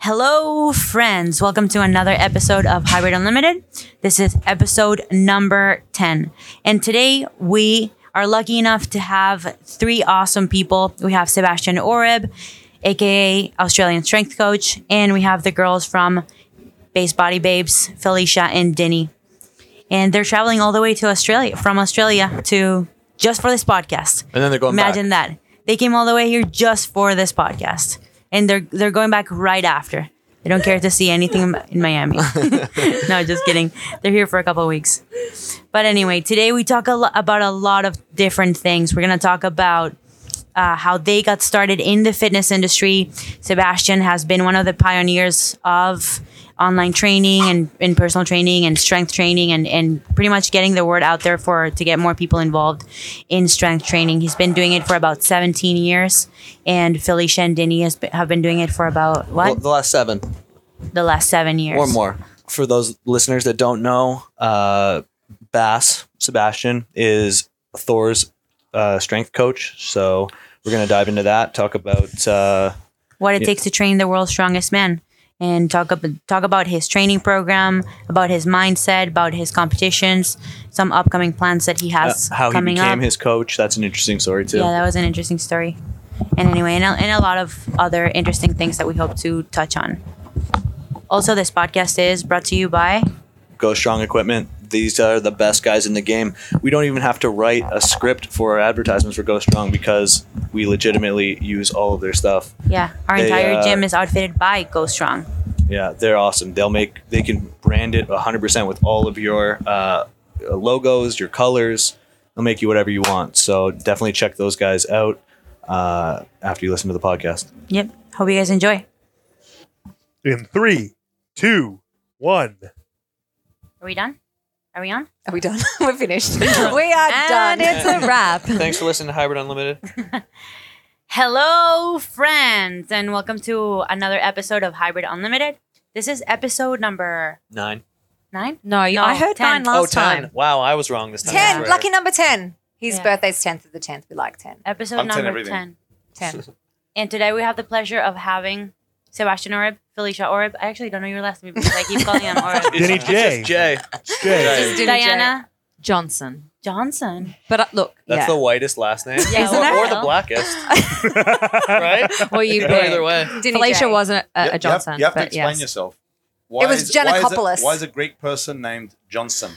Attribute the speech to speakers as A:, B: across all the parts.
A: Hello, friends. Welcome to another episode of Hybrid Unlimited. This is episode number 10. And today we are lucky enough to have three awesome people. We have Sebastian Oreb, aka Australian Strength Coach, and we have the girls from Base Body Babes, Felicia and Denny. And they're traveling all the way to Australia from Australia to just for this podcast.
B: And then they're going
A: Imagine
B: back.
A: that. They came all the way here just for this podcast. And they're they're going back right after. They don't care to see anything in- in Miami. no, just kidding. They're here for a couple of weeks. But anyway, today we talk a lo- about a lot of different things. We're going to talk about uh, how they got started in the fitness industry. Sebastian has been one of the pioneers of online training and, and personal training and strength training and, and pretty much getting the word out there for to get more people involved in strength training. He's been doing it for about 17 years and Felicia and Denny has been, have been doing it for about
B: Well,
A: what?
B: the last seven
A: the last seven years.
B: or more. For those listeners that don't know, uh, Bass Sebastian is Thor's uh, strength coach. So we're going to dive into that, talk about uh,
A: what it takes to train the world's strongest man and talk up, talk about his training program, about his mindset, about his competitions, some upcoming plans that he has
B: Uh, how he
A: coming
B: became
A: up.
B: his coach. That's an interesting story, too.
A: yeah, that was an interesting story. And anyway, and a, and a lot of other interesting things that we hope to touch on. Also, this podcast is brought to you by
B: Go Strong Equipment. These are the best guys in the game. We don't even have to write a script for our advertisements for Go Strong because we legitimately use all of their stuff.
A: yeah, our
B: They,
A: entire
B: uh,
A: gym is outfitted by Go Strong.
B: Yeah, they're awesome. They'll make they can brand it 100% with all of your uh, logos, your colors. They'll make you whatever you want. So definitely check those guys out uh, after you listen to the podcast.
A: Yep. Hope you guys enjoy.
C: in three, two, one.
A: Are we done? Are we on?
D: Are we done? We're finished. we are
A: And
D: done. It's a wrap.
B: Thanks for listening to Hybrid Unlimited.
A: Hello, friends, and welcome to another episode of Hybrid Unlimited. This is episode number
B: Nine. Oh,
A: nine.
D: No, you
A: No,
D: I heard
A: 10.
D: nine last time.
B: Wow, I was wrong this time. I
D: 10.
B: swear.
D: Lucky number 10. His
A: Yeah.
D: birthday's 10th of the 10th. We like 10.
A: Episode
E: I'm 10
A: number 10,
E: everything.
D: 10.
A: And today we have the pleasure of having Sebastian Orib, Felicia Orib. I actually don't know your last name because I keep calling him Orib.
C: Denny J.
B: Just Jay.
C: Jay.
D: Just Denny
A: Diana
F: Johnson.
A: Johnson.
F: But uh, look,
B: That's
F: yeah.
B: the whitest last name.
A: Yeah,
B: or,
A: well.
B: or the blackest, right?
F: Well, you
B: Could Go either
F: pick.
B: way.
D: Denny
F: Felicia
D: J.
F: wasn't a,
E: You-
F: a Johnson.
E: You have, you have to
F: but
E: explain
F: yes.
E: yourself. Why
D: It was
E: Why is,
D: Giannakopoulos.
E: a, why is a Greek person named Johnson?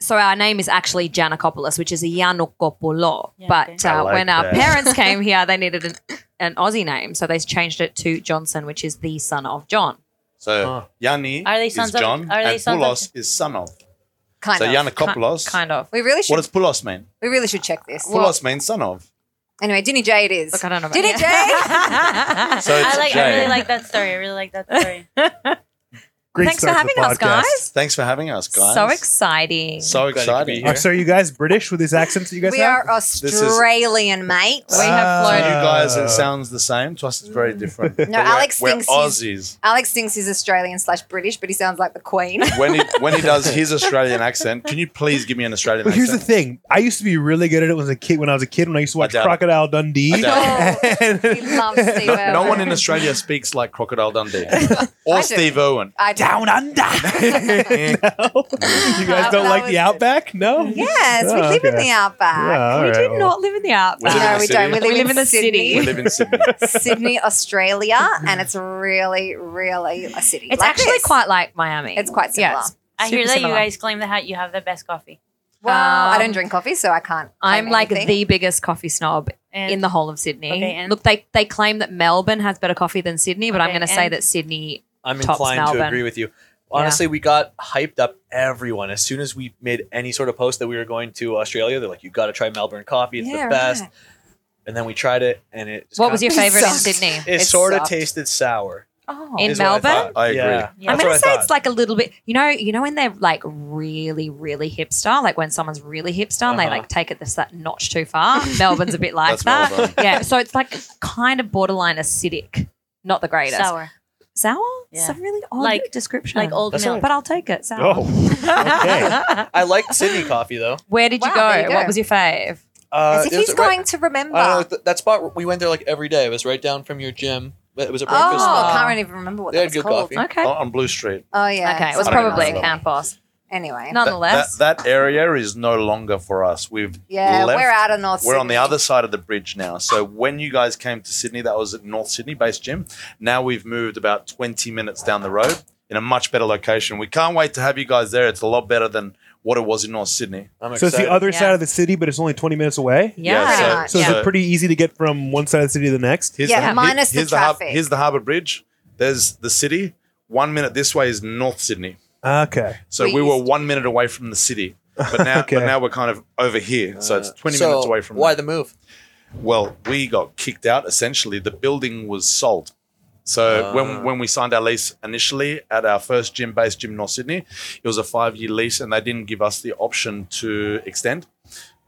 F: So our name is actually Janakopoulos, which is a Yanokopoulos.
A: Yeah,
F: but
C: okay. I
F: uh,
C: like
F: when our
C: that.
F: parents came here, they needed an, an Aussie name, so they changed it to Johnson, which is the son of John.
E: So
C: Huh.
E: Yanni
A: Are they sons
E: is
A: of-
E: John,
A: are they
E: and
A: sons of-
E: Poulos is son of.
D: Kind
E: So
D: of.
F: Ki-
E: Giannakopoulos.
F: Kind of.
D: we really
E: What
D: should
E: does Poulos mean?
D: we really should check this.
F: Well-
E: Poulos means son of.
D: anyway, Dinny J it is.
F: Look, I don't know. about-
D: Dinny J.
E: So it's
A: I like. I
E: Jay.
A: really like that story. I really like that story.
C: Great
F: Thanks for
C: start to
F: having
C: the
F: us,
C: podcast.
F: guys.
E: Thanks for having us, guys.
F: So exciting.
E: So
B: Glad you could be
E: exciting.
B: here.
C: Uh, so, are you guys British with these accents that you guys
D: we
C: have?
D: are Australian, mate.
F: we have
E: To
C: Uh,
E: you
F: flown.
E: guys, it sounds the same. To us, it's very different. But we're-
D: Alex
E: we're
D: thinks he's-
E: Aussies.
D: Alex thinks he's Australian slash British, but he sounds like the Queen.
E: When he when he does his Australian accent, can you please give me an Australian
C: But here's the
E: accent?
C: thing. I used to be really good at it when I was a kid. When I was a kid, when I used to watch
E: doubt it.
C: Crocodile Dundee.
E: I doubt
F: Oh,
C: And-
D: he loves Steve Irwin.
E: No one in Australia speaks like Crocodile Dundee
D: I
E: or
D: do.
E: Steve Irwin.
D: I do.
C: Down under. no? You guys
D: That
C: don't like
D: was
C: the
D: good.
C: outback? No?
D: Yes, we
C: Oh,
D: live in
C: okay.
D: the outback.
C: Yeah, all
F: we
C: right,
F: do
C: well.
F: not live in the
E: We live
F: outback.
E: in
D: No,
E: the
D: we
E: city.
D: don't. We live, in, the Sydney.
E: We live in Sydney.
D: Sydney, Australia, and it's really, really a city.
F: It's
D: like
F: actually
D: this.
F: quite like Miami.
D: It's quite similar.
F: Yeah, it's
A: I hear
F: super
A: that you
F: similar.
A: guys claim that you have the best coffee.
D: Well, I don't
F: Um,
D: drink coffee, so I can't. claim
F: I'm like
D: anything.
F: the biggest coffee snob
A: And
F: in the whole of Sydney.
A: Okay, and-
F: Look, they they claim that Melbourne has better coffee than Sydney, but I'm
A: Okay,
F: going to say
A: and-
F: that Sydney.
B: I'm
F: Tops
B: inclined to
F: Melbourne.
B: agree with you. Honestly, we got hyped up everyone as soon as we made any sort of post that we were going to Australia. They're like, "You got to try Melbourne coffee; it's
D: Yeah,
B: the best."
D: right.
B: And then we tried it, and it just
F: What
B: kinda-
F: was your favorite in
D: Sucks.
F: Sydney?
B: It,
D: It
B: sort of
D: sucked.
B: tasted sour.
F: Oh, in
B: is what I
F: Melbourne.
B: thought.
E: I agree.
B: Yeah,
A: Yeah.
F: I'm
B: that's
F: gonna
B: what I
F: say
B: thought.
F: it's like a little bit, you know, you know when they're like really, really hipster, like when someone's really hipster and they
B: Uh-huh.
F: like take it this that notch too far. Melbourne's a bit like
E: That's
F: that,
E: Melbourne.
F: yeah. So it's like kind of borderline acidic, not the greatest.
A: sour,
F: Sour?
A: Yeah.
F: It's a really Oh, odd
A: Like-
F: description,
A: like old
B: That's
A: milk.
F: But I'll take it. Sour.
C: Oh, okay.
B: I liked Sydney coffee though.
F: Where did you,
D: Wow,
F: go?
D: there you go.
F: What was your fave?
B: Uh,
D: As if
B: it was
D: he's
B: right-
D: going to remember.
B: I don't know, th- that spot we went there like every day. It was right down from your gym.
G: It was a breakfast.
D: Oh, I
G: spot.
D: can't even remember what
E: They had
D: that
E: good
D: was called.
E: coffee
F: Okay.
E: on, on Blue Street.
D: Oh yeah.
F: Okay, it was
E: I don't
F: probably
E: know.
F: a campos.
D: Anyway.
E: That-
F: Nonetheless,
E: that, that area is no longer for us. We've
D: yeah,
E: left.
D: we're out of North.
E: We're on the
D: Sydney.
E: other side of the bridge now. So when you guys came to Sydney, that was at North Sydney based gym. Now we've moved about 20 minutes down the road in a much better location. We can't wait to have you guys there. It's a lot better than what it was in North Sydney.
G: I'm
C: So it's the
G: excited.
C: other
F: Yeah.
C: side of the city, but it's only 20 minutes away.
F: yeah.
D: Yeah,
C: So is
E: Yeah.
C: it pretty easy to get from one side of the city to the next?
E: Here's
D: Yeah,
E: here-
D: minus the
E: here's har-
D: traffic.
E: here's the Harbour Bridge. There's the city. One minute this way is North Sydney.
C: Okay.
E: So
D: We
E: we, were
D: used-
E: one minute away from the city. But now,
C: Okay.
E: but now we're kind of over here. So it's 20
B: Uh, So,
E: minutes away from
B: why
E: there.
B: the move?
E: Well, we got kicked out. Essentially, the building was sold. So
B: Ah.
E: when when we signed our lease initially at our first gym based gym in North Sydney, it was a five year lease, and they didn't give us the option to extend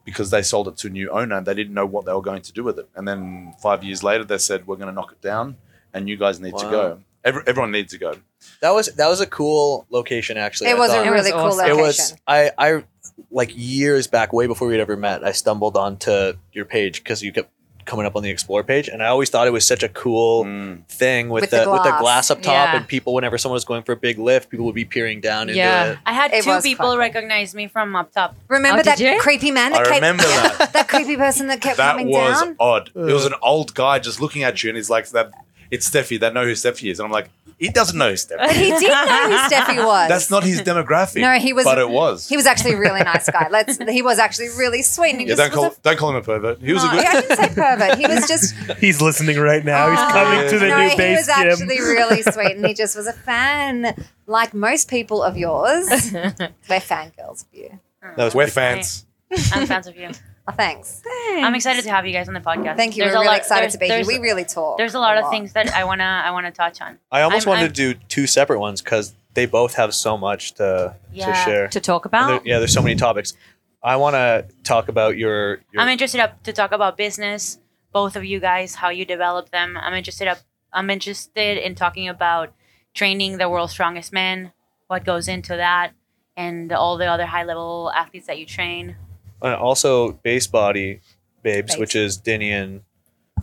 E: because they sold it to a new owner. and They didn't know what they were going to do with it, and then five years later, they said we're going to knock it down, and you guys need to
G: Wow.
E: go. Every, everyone needs to go.
B: That was that was a cool location actually.
D: It
B: I
D: was
B: thought.
D: a
F: It was
D: really cool
F: awesome.
B: it
D: location.
B: was I I like years back, way before we'd ever met, I stumbled onto your page because you kept coming up on the explore page, and I always thought it was such a cool
E: Mm.
B: thing with,
D: With the
B: the, with the
D: glass.
B: glass up top,
F: Yeah.
B: and people whenever someone was going for a big lift, people would be peering down into
F: Yeah.
B: it.
A: I had
D: It
A: two
D: was
A: people
D: fun.
A: recognize me from up top.
D: Remember
F: Oh,
D: that
F: did you?
D: creepy man
E: I
D: that came
E: remember that.
D: that creepy person that kept
E: That
D: coming
E: was
D: down?
E: odd. It was an old guy just looking at you, and he's like, "That it's Steffi. They know who Steffi is." And I'm like, "He doesn't know who Steffi."
D: But he did know who Steffi was.
E: That's not his demographic.
D: No, he was-
E: But it was.
D: He was actually a really nice guy. Let's. He was actually really sweet. And he
E: yeah,
D: just
E: don't
D: was
E: call
D: a Oh,
E: don't call him a pervert. He was a
D: No,
E: good.
D: I didn't say pervert. He was just. Oh,
C: He's listening right now.
D: Ah.
C: He's coming to the
D: no,
C: new
D: he
C: base
D: was actually
C: gym.
D: really sweet, and he just was a fan, like most people of yours. We're fangirls of you.
E: That was, we're fans.
A: I'm fans of you.
D: Oh, thanks.
A: I'm excited to have you guys on the podcast.
D: Thank you.
A: There's
D: We're
A: a
D: really
A: lot-
D: excited
A: there's-
D: to be here.
A: there's-
D: We really talk.
A: There's a lot of things that I wanna I wanna touch on.
B: I almost
A: I'm-
B: wanted
A: I'm-
B: to do two separate ones because they both have so much to to
A: Yeah.
B: share.
F: to talk
B: And there-
F: about.
B: yeah, there's so many topics. I want to talk about your. your
A: I'm interested up to talk about business, both of you guys, how you develop them. I'm interested up. I'm interested in talking about training the world's strongest men, what goes into that, and all the other high level athletes that you train.
B: and Uh, also base body babes,
D: Base.
B: which is Denny and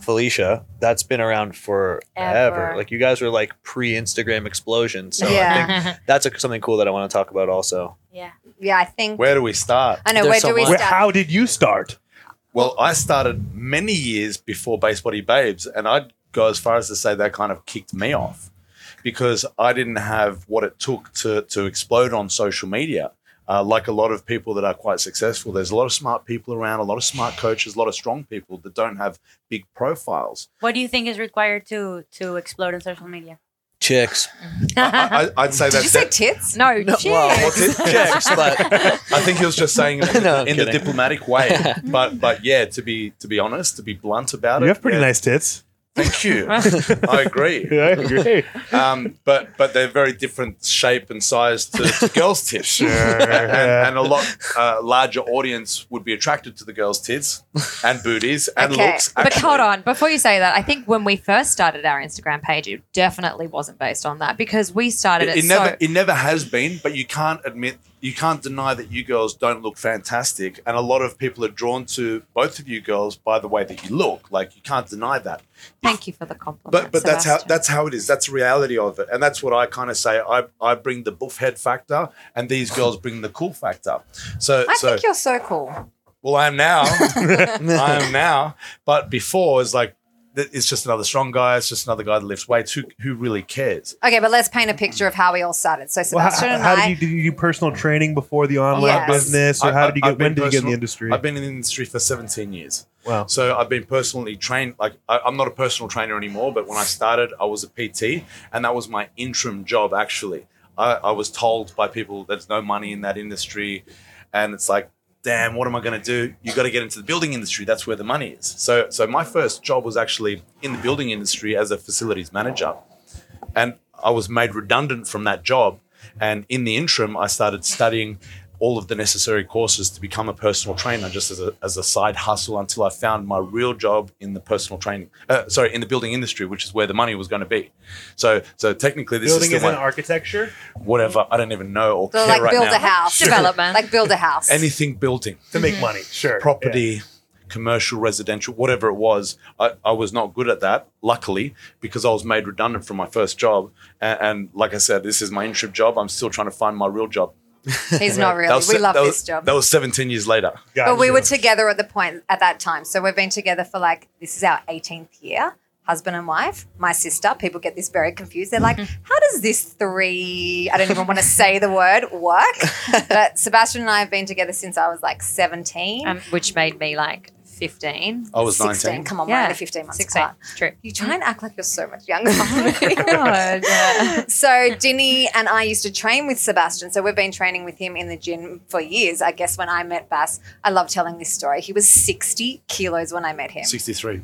B: Felicia. That's been around forever.
A: Ever.
B: Like you guys were like pre Instagram explosion. So
D: Yeah.
B: I think that's a, something cool that I want to talk about also.
A: Yeah.
D: Yeah, I think.
E: Where do we start?
D: I know. Where
B: There's
D: do we
B: someone-
C: Where,
D: start?
C: how did you start?
E: Well, I started many years before Base Body Babes, and I'd go as far as to say that kind of kicked me off because I didn't have what it took to to explode on social media. Uh, like a lot of people that are quite successful, there's a lot of smart people around, a lot of smart coaches, a lot of strong people that don't have big profiles.
A: What do you think is required to to explode in social media?
B: Chicks.
E: I, I, I'd say
D: Did
E: that's
D: you say tits?
F: No, cheers.
B: Well, what's it? Chicks, but
E: I think he was just saying it in,
B: No,
E: the-
B: I'm
E: in the
B: kidding.
E: diplomatic way. But but yeah, to be to be honest, to be blunt about it,
C: You have pretty
E: yeah,
C: nice tits.
E: Thank you. I agree.
C: Yeah, I agree.
E: Um, but but they're very different shape and size to, to girls' tits. And, and a lot uh, larger audience would be attracted to the girls' tits and booties and
D: Okay.
E: looks.
F: But
E: actually.
F: hold on, before you say that, I think when we first started our Instagram page, it definitely wasn't based on that because we started
E: It,
F: it,
E: it never
F: so
E: it never has been, but you can't admit you can't deny that you girls don't look fantastic, and a lot of people are drawn to both of you girls by the way that you look. Like you can't deny that.
F: Thank you for the compliment.
E: But but that's how
F: Sebastian.
E: that's how it is. That's the reality of it, and that's what I kind of say. I I bring the buff head factor, and these girls bring the cool factor. So
D: I
E: so
D: think you're so cool.
E: well, I am now. I am now. But before is like. th- It's just another strong guy. It's just another guy that lifts weights. Who, who really cares?
D: Okay, but let's paint a picture of how we all started. So
C: Well,
D: Sebastian
C: how,
D: and
C: how did
D: I.
C: you did you do personal training before the online
D: Yes.
C: business, or
E: I-
C: how
E: I-
C: did you get
E: I've been
C: when did you get in the
E: personal-
C: industry?
E: I've been in the industry for 17 years.
C: wow,
E: So I've been personally trained. Like I, I'm not a personal trainer anymore, but when I started, I was a PT, and that was my interim job. Actually, I, I was told by people there's no money in that industry, and it's like, damn, what am I going to do? You got to get into the building industry. That's where the money is. So, so my first job was actually in the building industry as a facilities manager, and I was made redundant from that job. And in the interim, I started studying all of the necessary courses to become a personal trainer, just as a, as a side hustle, until I found my real job in the personal training, uh, sorry, in the building industry, which is where the money was going to be. So, so technically, this
C: building
E: is
C: is
E: the
C: in
E: one,
C: architecture.
E: whatever. I don't even know or
D: So
E: care
D: like
E: right
D: build
E: now.
D: a house.
F: Sure. Development.
D: Like build a house. Mm-hmm.
E: Anything building,
C: to make money. Sure.
E: property, commercial, residential, whatever it was. I, I was not good at that, luckily, because I was made redundant from my first job. And, and like I said, this is my internship job. I'm still trying to find my real job.
D: He's not
E: That
D: really.
E: was
D: We
E: se-
D: love
E: that
D: this
E: was-
D: job.
E: That was 17 years later.
C: Gotcha.
D: But we were together at the point at that time. So we've been together for like this is our 18th year, husband and wife. My sister, people get this very confused. They're like, how does this three, I don't even want to say the word, work? But Sebastian and I have been together since I was like 17.
F: um, which made me like 15.
E: I was
D: 16.
E: 19.
D: Come on, we're only 15 months
F: 16.
D: apart.
F: True.
D: You try and act like you're so much younger than me.
F: God. yeah.
D: So Dinny and I used to train with Sebastian. So we've been training with him in the gym for years. I guess when I met Bass, I love telling this story. He was 60 kilos when I met him.
E: 63.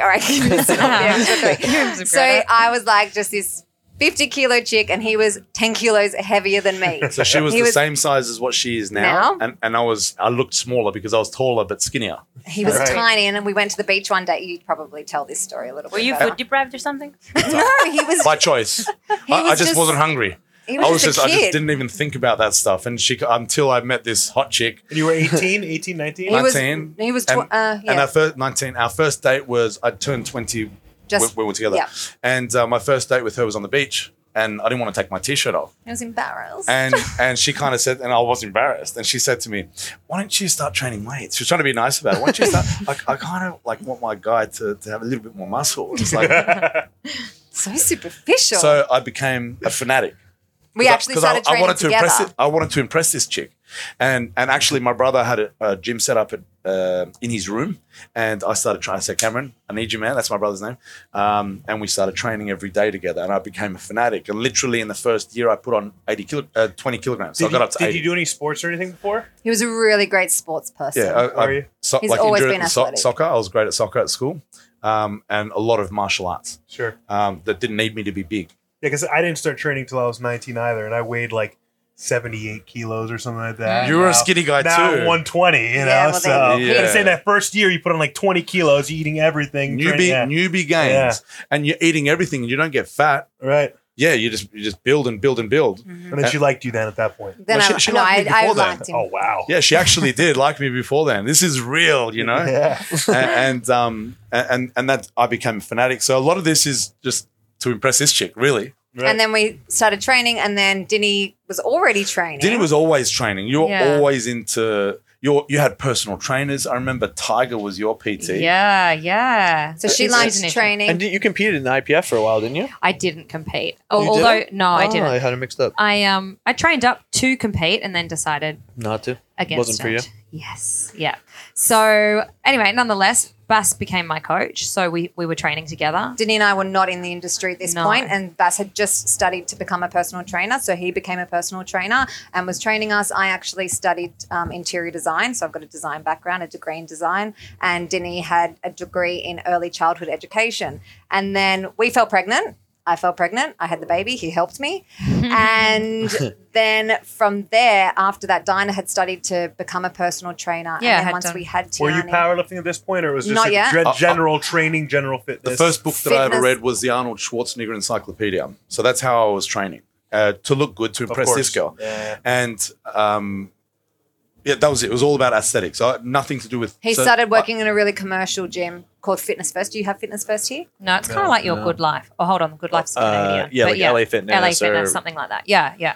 D: All right. Give me some- yeah, 63. So I was like just this 50 kilo chick and he was 10 kilos heavier than me.
E: So she was
D: He
E: the
D: was-
E: same size as what she is now,
D: Now?
E: and and I was I looked smaller because I was taller but skinnier.
D: He was
C: Right.
D: tiny and we went to the beach one day. You'd probably tell this story a little
A: Were
D: bit.
A: you
D: better.
A: food deprived or something?
D: No, he was,
E: By choice, I,
D: he was
E: I just, wasn't hungry.
D: He was,
E: I was
D: just,
E: just
D: a
E: I
D: kid.
E: just didn't even think about that stuff. And she until I met this hot chick,
C: And you were 18, 18, 19?
D: He was,
E: 19,
D: he was tw-
E: and-
D: uh, yeah.
E: and our first nineteen, our first date was I turned twenty.
D: Just-
E: when we were together,
D: yeah.
E: and uh, my first date with her was on the beach, and I didn't want to take my t-shirt off.
D: He was embarrassed.
E: and and she kind of said, and I was embarrassed. And she said to me, "Why don't you start training weights?" She was trying to be nice about it. Why don't you start? I, I kind of like want my guy to, to have a little bit more muscle. It's like,
D: so superficial.
E: so I became a fanatic.
D: we actually
E: Because I-
D: started training
E: I wanted
D: together.
E: to impress. It, I wanted to impress this chick, and and actually, my brother had a, a gym set up at, uh, in his room, and I started trying. I said, Cameron, I need you, man. That's my brother's name. Um, and we started training every day together, and I became a fanatic. And literally, in the first year, I put on eighty kilo, uh, twenty kilograms. So
C: Did,
E: I
C: you,
E: got up to
C: did
E: eighty.
C: you do any sports or anything before?
D: He was a really great sports person.
E: Yeah, uh, I,
C: Are
E: I-
C: you?
E: so-
D: He's
E: like
D: always
E: endurance
D: been
E: and so-
D: athletic.
E: soccer. I was great at soccer at school, um, and a lot of martial arts
C: Sure. Yeah,
E: um, that didn't need me to be big.
C: because I didn't start training till I was 19 either, and I weighed like 78 kilos or something like that.
E: You were a
C: Now-
E: skinny guy
C: now I'm
E: too.
C: 120, you know.
D: well, they-
C: so
E: Yeah.
C: I'm saying that first year you put on like 20 kilos, you're eating everything.
E: Newbie,
C: training- yeah.
E: newbie gains,
C: Yeah.
E: and you're eating everything, and you don't get fat.
C: right?
E: Yeah, you just you just build and build and build.
D: Mm-hmm.
C: And then she liked you then at that point.
D: Then
E: Well,
D: I,
E: she- she
D: no,
E: liked
D: I,
E: me
D: I
E: before that.
D: liked him.
C: Oh wow!
E: Yeah, she actually did like me before then. This is real, you know.
C: Yeah.
E: A- and, um a- and and that I became a fanatic. So a lot of this is just to impress this chick, really.
C: Right.
D: And then we started training, and then Dinny was already training.
E: Dinny was always training. You were
F: Yeah.
E: always into you. You had personal trainers. I remember Tiger was your PT.
F: Yeah, yeah.
D: so she
F: She's
D: liked
F: an issue.
D: training.
B: And you competed in the IPF for a while, didn't you?
F: I didn't compete.
B: You
F: Oh, although
B: didn't?
F: no, I didn't.
B: I had it mixed up.
F: I um I trained up to compete and then decided
B: Not to.
F: against
B: Wasn't for you.
F: it. Yes. Yeah. So anyway, nonetheless, Bass became my coach. So we we were training together.
D: Dinny and I were not in the industry at this
F: No.
D: point, and Bass had just studied to become a personal trainer. So he became a personal trainer and was training us. I actually studied um, interior design, so I've got a design background, a degree in design, and Dinny had a degree in early childhood education. And then we fell pregnant. I fell pregnant. I had the baby. He helped me. and then from there, after that, Dinah had studied to become a personal trainer. and
F: Yeah,
D: then
F: had
D: once
F: done-
D: we had
C: Were you
D: Tiani-
C: powerlifting at this point, or it was just
D: Not
C: like
D: yet.
C: gen-
E: Uh, uh,
C: general training, general fitness?
E: The first book that I ever
D: Fitness.
E: read was the Arnold Schwarzenegger Encyclopedia. So that's how I was training uh, to look good, to
C: Of
E: impress this
C: course.
E: girl.
C: Yeah.
E: And um, yeah, that was it. It was all about aesthetics. I, nothing to do with.
D: He
E: so-
D: started working in a really commercial gym called Fitness First. Do you have Fitness First here?
F: No, it's kind of like your
B: no.
F: good life. Oh, hold on, good life's
B: Uh,
F: Scandinavia.
B: yeah,
F: But
B: like LA Fitness
F: LA
B: or-
F: Fitness, something like that. Yeah, yeah.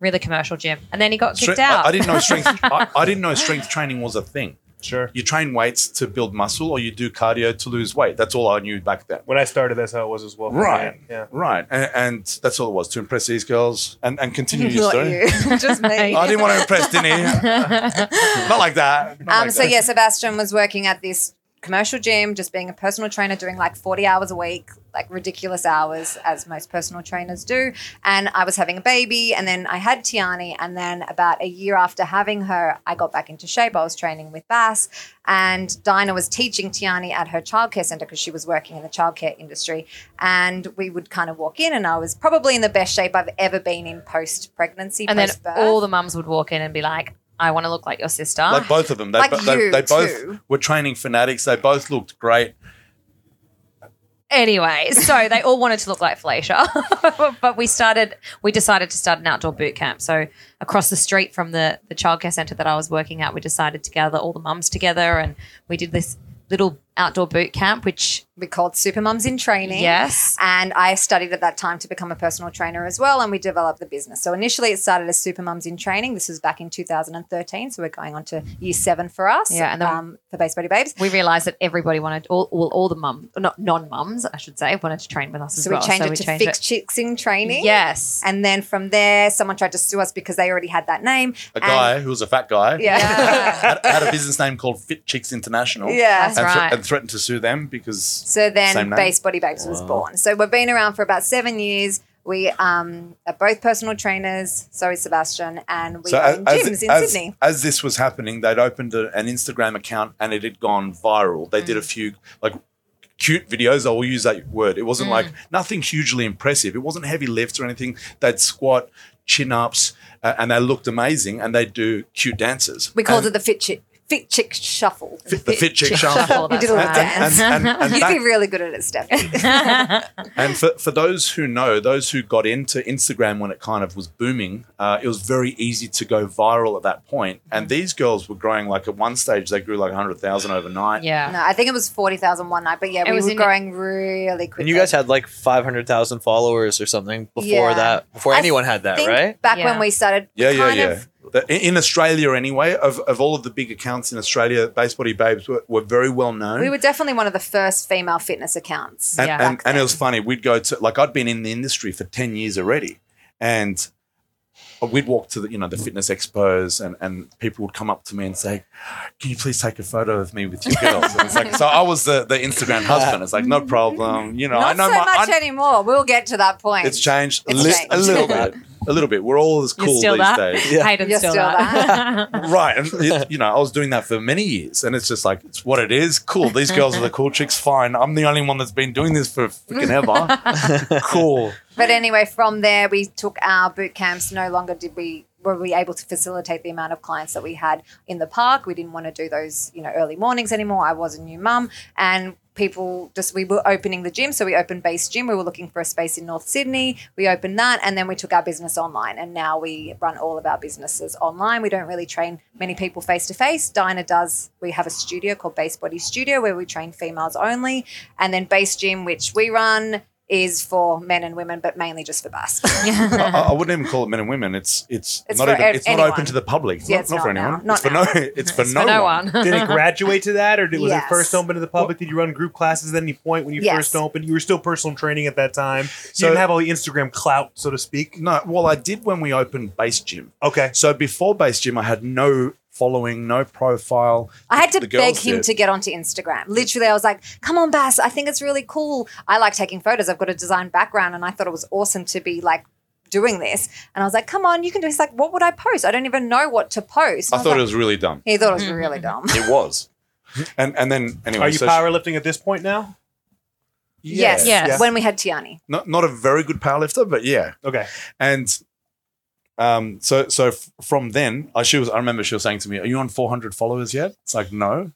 F: Really commercial gym. And then he got kicked
E: Strength-
F: out.
E: I, I didn't know strength. I, I didn't know strength training was a thing.
C: Sure.
E: You train weights to build muscle, or you do cardio to lose weight. That's all I knew back then.
C: When I started, that's how it was as well.
E: Right,
C: Yeah.
E: right, and, and that's all it was to impress these girls and, and continue your
D: Not
E: story.
D: you, just me.
E: I didn't want to impress Dinny. Not like that. Not
D: Um,
E: like
D: so
E: that.
D: yeah, Sebastian was working at this commercial gym, just being a personal trainer, doing like 40 hours a week, like ridiculous hours, as most personal trainers do. And I was having a baby, and then I had Tiani, and then about a year after having her, I got back into shape. I was training with Bass, and Dinah was teaching Tiani at her childcare center because she was working in the childcare industry. And we would kind of walk in, and I was probably in the best shape I've ever been in post pregnancy.
F: and then all the mums would walk in and be like, I want to look like your sister.
E: like both of them. They,
D: Like
E: bo- they,
D: you
E: they both
D: too.
E: were training fanatics. They both looked great.
F: Anyway, so they all wanted to look like Felicia, but we started. We decided to start an outdoor boot camp. So across the street from the the childcare center that I was working at, we decided to gather all the mums together, and we did this little outdoor boot camp. Which
D: we called Super Mums in Training.
F: yes,
D: And I studied at that time to become a personal trainer as well, and we developed the business. So initially, it started as Super Mums in Training. This was back in 2013, so we're going on to year seven for us.
F: Yeah, and then-
D: um, for Base Body Babes.
F: we realized that everybody wanted all all, all the mums, not non mums, I should say, wanted to train with us as
D: So
F: well.
D: we changed it to Fix Chicks in Training.
F: Yes,
D: And then from there, someone tried to sue us because they already had that name.
E: A guy who was a fat guy
D: Yeah.
E: had, had a business name called Fit Chicks International.
D: Yeah.
F: That's
E: and, thre-
F: right.
E: and threatened to sue them because
D: So then
E: Same name.
D: Base Body Babes was born. So we've been around for about seven years. We um, are both personal trainers. Sorry, Sebastian. And we
E: so
D: own gyms in
E: as,
D: Sydney.
E: as this was happening, they'd opened a, an Instagram account and it had gone viral. They
D: Mm.
E: did a few like cute videos. I will use that word. It
D: Mm.
E: wasn't like nothing hugely impressive. It wasn't heavy lifts or anything. They'd squat, chin ups, uh, and they looked amazing. And they'd do cute dances.
D: We called
E: And
D: it the Fit Chick, fit chick Shuffle.
E: fit- the Fit Chick
F: Chick
E: Shuffle.
F: Shuffle,
D: We
F: that's
D: did a little
F: right.
D: dance.
E: and, and- and
D: You'd
E: that-
D: be really good at it, Stephanie.
E: And for, for those who know, those who got into Instagram when it kind of was booming, uh, it was very easy to go viral at that point. And these girls were growing like at one stage, they grew like 100,000 overnight.
F: yeah.
D: no, I think it was 40,000 one night, but yeah,
F: It
D: we
F: was
D: were
F: in-
D: growing really quickly.
B: And you guys had like 500,000 followers or something before
D: Yeah.
B: that, before
D: I
B: anyone had that,
D: Think
B: right?
D: Back when
F: Yeah.
D: we started,
E: Yeah, yeah,
D: kind
E: yeah.
D: of
E: The- in- in Australia, anyway, of, of all of the big accounts in Australia, Basebody Babes were, were very well known.
D: We were definitely one of the first female fitness accounts.
E: and,
F: Yeah.
E: and, and it was funny. We'd go to like I'd been in the industry for ten years already, and we'd walk to the you know the fitness expos, and and people would come up to me and say, "Can you please take a photo of me with your girls?" And it's like, so I was the the Instagram husband. It's like no problem. You know, I
D: Mm-hmm. Not
E: know
D: so
E: my.
D: much
E: I-
D: anymore. We'll get to that point.
E: it's changed, a
D: It's
E: li- a
D: changed.
E: little bit, a little bit. We're all as
F: You're
E: cool
F: still
E: these
F: that?
E: days
B: Yeah.
F: Hayden's
D: You're
F: still,
D: still
F: that.
E: right and it- you know i was doing that for many years and it's just like it's what it is cool these girls are the cool chicks fine i'm the only one that's been doing this for freaking ever cool
D: But anyway, from there, we took our boot camps. No longer did we were we able to facilitate the amount of clients that we had in the park. We didn't want to do those, you know, early mornings anymore. I was a new mum, and people just we were opening the gym, so we opened Base Gym. We were looking for a space in North Sydney. We opened that, and then we took our business online, and now we run all of our businesses online. We don't really train many people face to face. Dinah does. We have a studio called Base Body Studio where we train females only, and then Base Gym, which we run is for men and women, but mainly just for bus.
E: I, I- I wouldn't even call it men and women it's it's,
D: It's
E: not
D: for
E: even
D: ev-
E: it's not
D: anyone.
E: open to the public it's
D: Yeah,
E: not,
D: it's
E: not, for
D: not now.
E: anyone
D: Not
E: it's for
D: now.
E: no it's for
F: For
E: no,
F: no
E: one,
F: one.
C: Did it graduate to that, or did, was
D: Yes.
C: it first open to the public? Did you run group classes then you point when you
D: Yes.
C: first opened? You were still personal training at that time. You
E: So-
C: didn't have all the Instagram clout, so to speak.
E: no well i did when we opened base gym
C: Okay.
E: so before base gym i had no following no profile
D: I had to
E: The girls
D: beg him
E: did.
D: to get onto Instagram. Literally, I was like, come on, Bass, I think it's really cool. I like taking photos. I've got a design background and I thought it was awesome to be like doing this. And I was like, come on, you can do this. He's like, what would I post? I don't even know what to post.
E: i
D: And
E: thought it
D: like-
E: was really dumb
D: He thought it was really dumb.
E: it was and and then anyway
C: Are you
E: so-
C: powerlifting at this point now?
D: Yes.
F: Yes.
C: Yes.
D: When we had Tiani.
E: not, not a very good powerlifter but yeah
C: Okay.
E: And um, so so f- from then, I she was I remember she was saying to me, "Are you on 400 followers yet?" It's like no,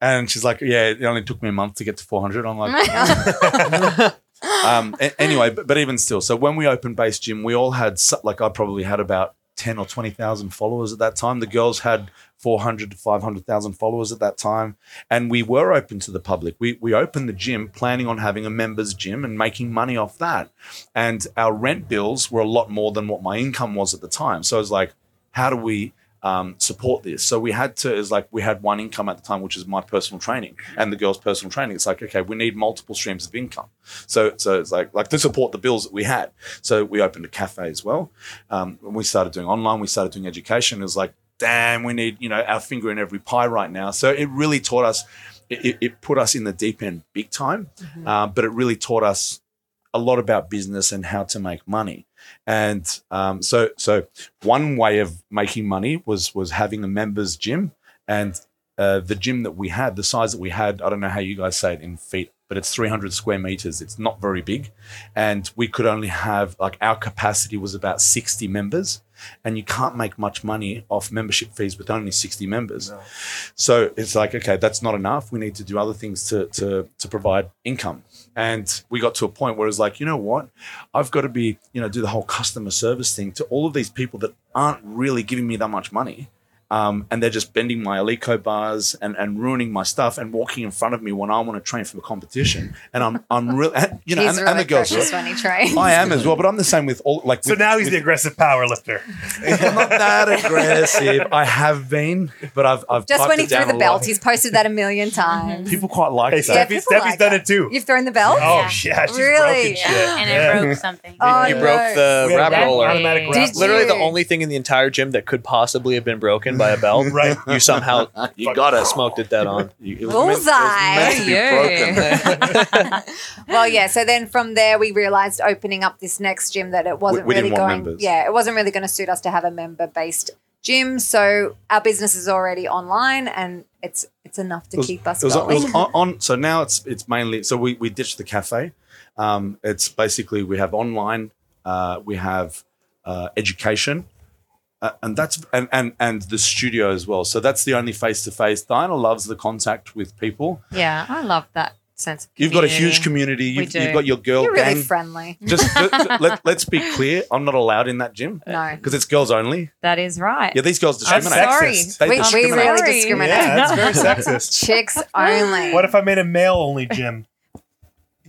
E: and she's like, "Yeah, it only took me a month to get to 400." I'm like, um, a- anyway, but, but even still, so when we opened Base Gym, we all had so- like I probably had about ten or twenty thousand followers at that time. The girls had four hundred to five hundred thousand followers at that time, and we were open to the public. We we opened the gym, planning on having a members gym and making money off that, and our rent bills were a lot more than what my income was at the time. So I was like, how do we? Um, support this. So we had to is like we had one income at the time, which is my personal training and the girls' personal training. It's like okay, we need multiple streams of income. So so it's like like to support the bills that we had. So we opened a cafe as well. Um, when we started doing online, we started doing education. It was like, damn, we need you know our finger in every pie right now. So it really taught us. It, it- it put us in the deep end big time, uh, but it really taught us a lot about business and how to make money. And um, so so one way of making money was was having a members gym and. Uh, the gym that we had, the size that we had, I don't know how you guys say it in feet. but it's 300 square meters. It's not very big. And we could only have, like, our capacity was about 60 members. And you can't make much money off membership fees with only 60 members. So it's like, okay, that's not enough. We need to do other things to, to, to provide income. And we got to a point where it's like, you know what? I've got to be, you know, do the whole customer service thing to all of these people that aren't really giving me that much money. Um, and they're just bending my Alico bars and, and ruining my stuff and walking in front of me when I want to train for the competition. And I'm, I'm really, you know,
D: He's
E: and,
D: really
E: and the girls.
D: precious when he trains.
E: I am as well, but I'm the same with all, like,
C: So
E: with-
C: now he's
E: with-
C: the aggressive power lifter.
E: I'm not that aggressive. I have been, but I've, I've
D: Just
E: piped
D: when he
E: it
D: threw
E: down
D: the
E: a
D: belt,
E: lot.
D: he's posted that a million times.
E: People quite like
C: Hey,
E: that.
C: Steffi,
D: people
C: Steffi's
D: like
C: done
D: that.
C: it too.
D: You've thrown the belt?
C: Oh
A: Yeah.
C: yeah, she's
D: Really?
C: broken
D: Yeah.
C: shit.
A: and
C: Yeah.
A: it broke something.
D: Oh,
B: you
D: no.
B: broke the
C: We had
B: wrap
C: an
B: roller.
C: automatic
A: Dang.
C: wrap
D: Did
C: roller.
B: Literally the
D: you?
B: only thing in the entire gym that could possibly have been broken by a belt.
C: Right.
B: You somehow
E: Oh, uh,
B: you got it. Smoked it dead on.
E: You- it was meant- it was meant to be
F: Bullseye.
E: broken.
D: Well, yeah. So then from there, we realized opening up this next gym that it wasn't
E: we didn't
D: really
E: want
D: going.
E: members.
D: Yeah, it wasn't really going to suit us to have a member based gym. So our business is already online, and it's it's enough to
E: It was-
D: keep us
E: it was,
D: going.
E: it was on, on- so now it's it's mainly so we we ditched the cafe um it's basically we have online uh we have uh education uh, and that's and, and and the studio as well so that's the only face-to-face diana loves the contact with people
F: Yeah, I love that sense. Of
E: you've got a
F: community.
E: huge community
F: We
E: you've,
F: do.
E: you've got your girl
D: You're really
E: gang
D: friendly.
E: just, just let, let's be clear i'm not allowed in that gym
D: No,
E: because it's girls only
F: That is right.
E: yeah these girls
C: That's
E: discriminate
F: sorry.
C: sexist.
E: They
D: we, we
E: discriminate.
D: really
F: Sorry.
D: discriminate.
C: Yeah, that's very sexist.
D: Chicks only.
C: What if I made a male only gym?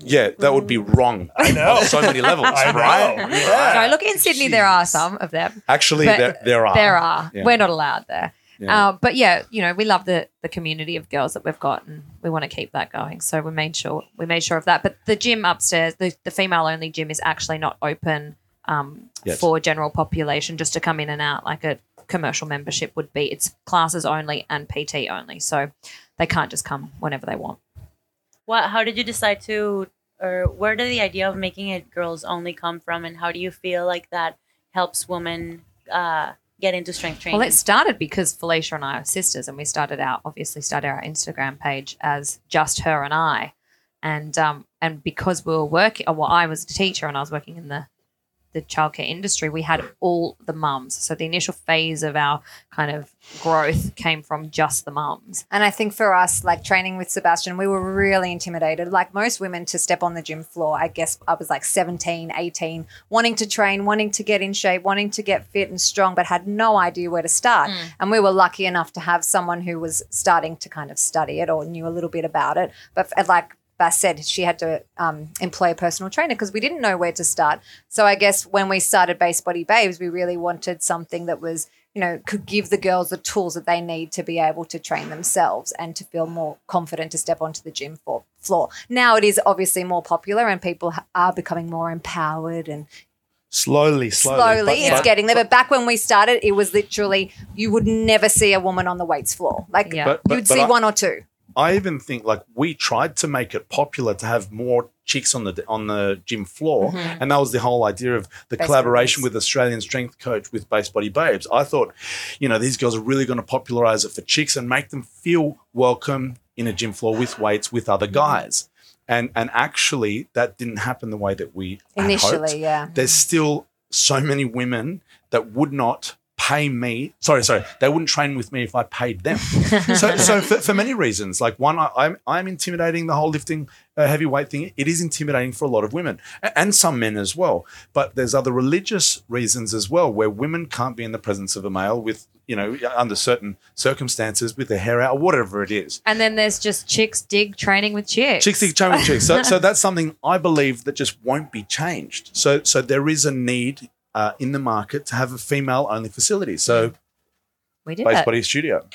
E: yeah that would be wrong
C: I know.
E: on so many levels
C: Oh. I
E: right
C: know. Yeah.
F: No, look in Sydney, there are some of them.
E: actually
F: But
E: there, there are
F: There are.
E: Yeah.
F: We're not allowed there.
E: Yeah.
F: Uh, but yeah, you know, we love the the community of girls that we've got, and we want to keep that going. So we made sure we made sure of that. But the gym upstairs, the, the female only gym, is actually not open um,
E: Yes.
F: for general population, just to come in and out like a commercial membership would be. It's classes only and PT only, so they can't just come whenever they want.
A: What? How did you decide to, or where did the idea of making it girls only come from, and how do you feel like that helps women uh, get into strength training?
F: Well, it started because Felicia and I are sisters, and we started out obviously started our Instagram page as just her and I, and um, and because we were working, uh, well, I was a teacher and I was working in the the childcare industry. We had all the mums, so the initial phase of our kind of growth came from just the mums.
D: And I think for us, like training with Sebastian, we were really intimidated, like most women, to step on the gym floor. I guess I was like 17, 18, wanting to train, wanting to get in shape, wanting to get fit and strong, but had no idea where to start. And we were lucky enough to have someone who was starting to kind of study it or knew a little bit about it. But f- like Bass said, she had to um, employ a personal trainer because we didn't know where to start. So I guess when we started Base Body Babes, we really wanted something that was you know, could give the girls the tools that they need to be able to train themselves and to feel more confident to step onto the gym for, floor. Now it is obviously more popular and people ha- are becoming more empowered and
E: slowly, slowly,
D: slowly
E: but-
D: it's
E: but-
D: getting there. But back when we started, it was literally you would never see a woman on the weights floor. Like
F: Yeah.
E: But- but-
D: you'd
E: but
D: see
E: I-
D: one or two.
E: I even think like we tried to make it popular to have more chicks on the on the gym floor, and that was the whole idea of the
D: Base
E: collaboration
D: Bodies.
E: with Australian strength coach with Base Body Babes. I thought, you know, these girls are really going to popularize it for chicks and make them feel welcome in a gym floor with weights with other guys. And and actually, that didn't happen the way that we had hoped.
D: Initially, yeah.
E: there's still so many women that would not pay me sorry sorry they wouldn't train with me if i paid them so so for, for many reasons like one I, i'm i'm intimidating the whole lifting uh, heavyweight thing it is intimidating for a lot of women a- and some men as well but there's other religious reasons as well where women can't be in the presence of a male with you know under certain circumstances with their hair out or whatever it is
F: And then there's just chicks dig training with chicks.
E: Chicks dig chain with chicks. So, so that's something I believe that just won't be changed. So, so there is a need uh, in the market to have a female-only facility. So,
F: We did
E: Base
F: it.
E: Body Studio.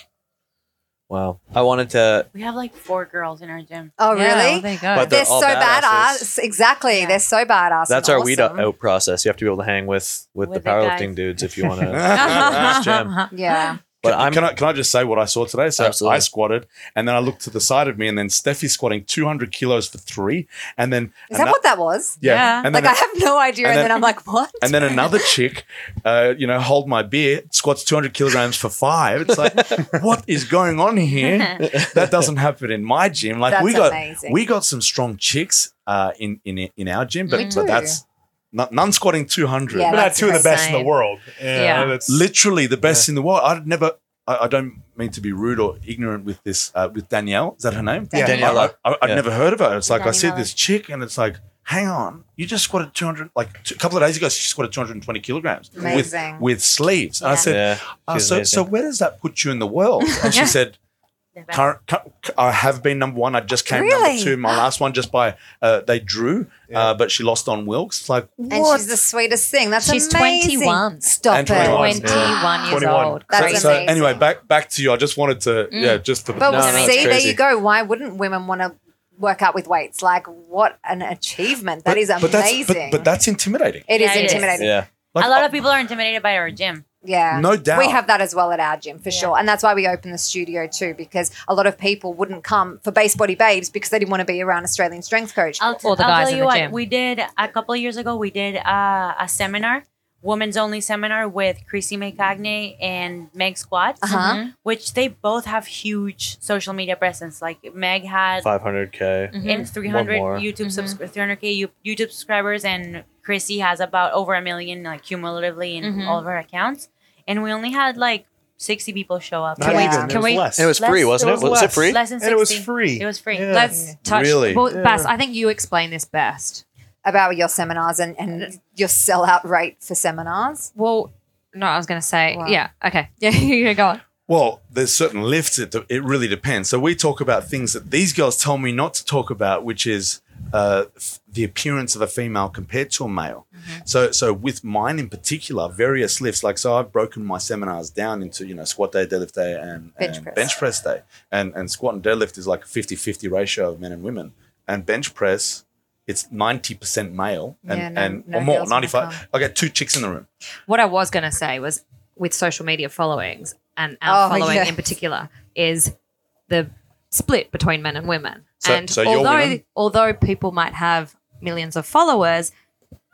B: Wow. I wanted to.
A: we have like four girls in our gym.
D: Oh, really?
F: Yeah, well, there you go.
B: But
D: they're,
B: they're
D: so
B: all
D: badass.
B: badasses.
D: Exactly.
A: Yeah.
D: They're so badass.
B: That's
D: and
B: our weed
D: awesome.
B: out process. You have to be able to hang with with,
A: With
B: the
A: the guys.
B: powerlifting dudes if you want to.
F: Jam.
D: Yeah.
B: But
E: can,
B: I'm
E: can I can I just say what I saw today? So
B: Absolutely.
E: I squatted, and then I looked to the side of me, and then Steffi's squatting 200 kilos for three, and then
D: Is that what that was?
E: Yeah,
F: Yeah.
E: And,
D: like
E: then
D: I have no idea, and,
E: and
D: then,
E: then-
D: I'm like, what?
E: and then another chick, uh, you know, hold my beer, squats 200 kilograms for five. It's like, what is going on here? That doesn't happen in my gym. Like we
D: That's
E: got
D: amazing.
E: we got some strong chicks uh, in in in our gym,
D: Me
E: but,
D: too.
E: but that's not, none squatting 200.
D: Yeah,
C: But not
D: that's
C: two of the best in the
F: insane.
C: world. Yeah,
F: Yeah.
C: that's
E: literally the best in the world. I'd never. I, I don't mean to be rude or ignorant with this. Uh, with Danielle, is that her name?
D: Yeah.
B: Daniela.
E: I, I, I'd
B: Yeah.
E: never heard of her. It's like I see
D: Daniela.
E: this chick, and it's like, hang on, you just squatted two hundred. Like t- a couple of days ago, she squatted two hundred and twenty kilograms
D: Amazing.
E: with with sleeves. And I
F: Yeah.
E: said,
G: Yeah,
E: "Oh,
G: she's
E: so
G: amazing.
E: so where does that put you in the world? And she said. Current, cu- cu- I have been number one. I just came
D: Really?
E: number two. My last one just by uh, they drew,
C: Yeah.
E: uh, but she lost on Wilkes. It's Like
D: And
E: what?
D: she's the sweetest thing. That's
F: She's
D: amazing.
F: 21.
D: Stop
E: And
D: it.
E: 21.
F: 21 years
C: 21.
F: old.
D: That's
F: Crazy.
E: so
D: amazing. Mm.
E: anyway, back back to you. I just wanted to yeah, just to
B: No,
D: But
B: no, it's
D: see, there
B: crazy.
D: you go. Why wouldn't women want to work out with weights? Like, what an achievement! That is amazing.
E: That's, but- but, that's intimidating.
D: it is
A: Yeah, it is.
D: intimidating.
B: yeah.
E: Like,
A: a lot of people are intimidated by our gym.
D: Yeah.
E: No doubt.
D: We have that as well at our gym for sure. And that's why we opened the studio too, because a lot of people wouldn't come for base body babes because they didn't want to be around Australian strength coach.
A: I'll,
F: All the
A: I'll
F: guys
A: tell
F: in
A: you
F: the
A: what,
F: gym.
A: we did a couple of years ago, we did uh, a seminar, women's only seminar with Chrissy Macagney and Meg Squats,
D: Uh-huh.
A: which they both have huge social media presence. Like Meg had
G: 500k.
F: Mhm.
A: and 300
G: more.
A: YouTube
F: Mhm.
A: subscri- 300k you- YouTube subscribers, and Chrissy has about over a million like cumulatively in
F: Mhm.
A: all of her accounts, and we only had like 60 people show up.
C: not
D: Yeah.
C: even.
F: Can
C: Can
F: we-
C: we? Less.
B: And it was
A: Less-
B: free, wasn't it?
C: there was
B: Was it
C: less.
B: free?
A: Less than 60.
C: And it was free.
A: It was free.
C: Yeah.
F: Let's touch.
E: Really?
F: Well,
C: Yeah.
F: Bass, I think you explain this best.
D: about your seminars and,
A: uh,
D: and your sellout rate for seminars.
F: Well, no, I was going to say,
D: Wow.
F: yeah, okay. Yeah, you go on.
E: Well, there's certain lifts. It, it really depends. So we talk about things that these girls tell me not to talk about, which is uh, f- the appearance of a female compared to a male.
D: Mm-hmm.
E: So, so with mine in particular, various lifts. Like, so I've broken my seminars down into you know squat day, deadlift day, and
D: Bench
E: and
D: press.
E: bench press day. And and squat and deadlift is like a 50-50 ratio of men and women. And bench press, it's ninety percent male and
D: Yeah, no-
E: and
D: no
E: or more
D: girls wanna
E: ninety five. I get two chicks in the room.
F: What I was going to say was with social media followings and our
D: Oh,
F: following
D: yeah.
F: in particular is the split between men and women.
E: So-
F: and
E: so your
F: although
E: women-
F: although people might have millions of followers,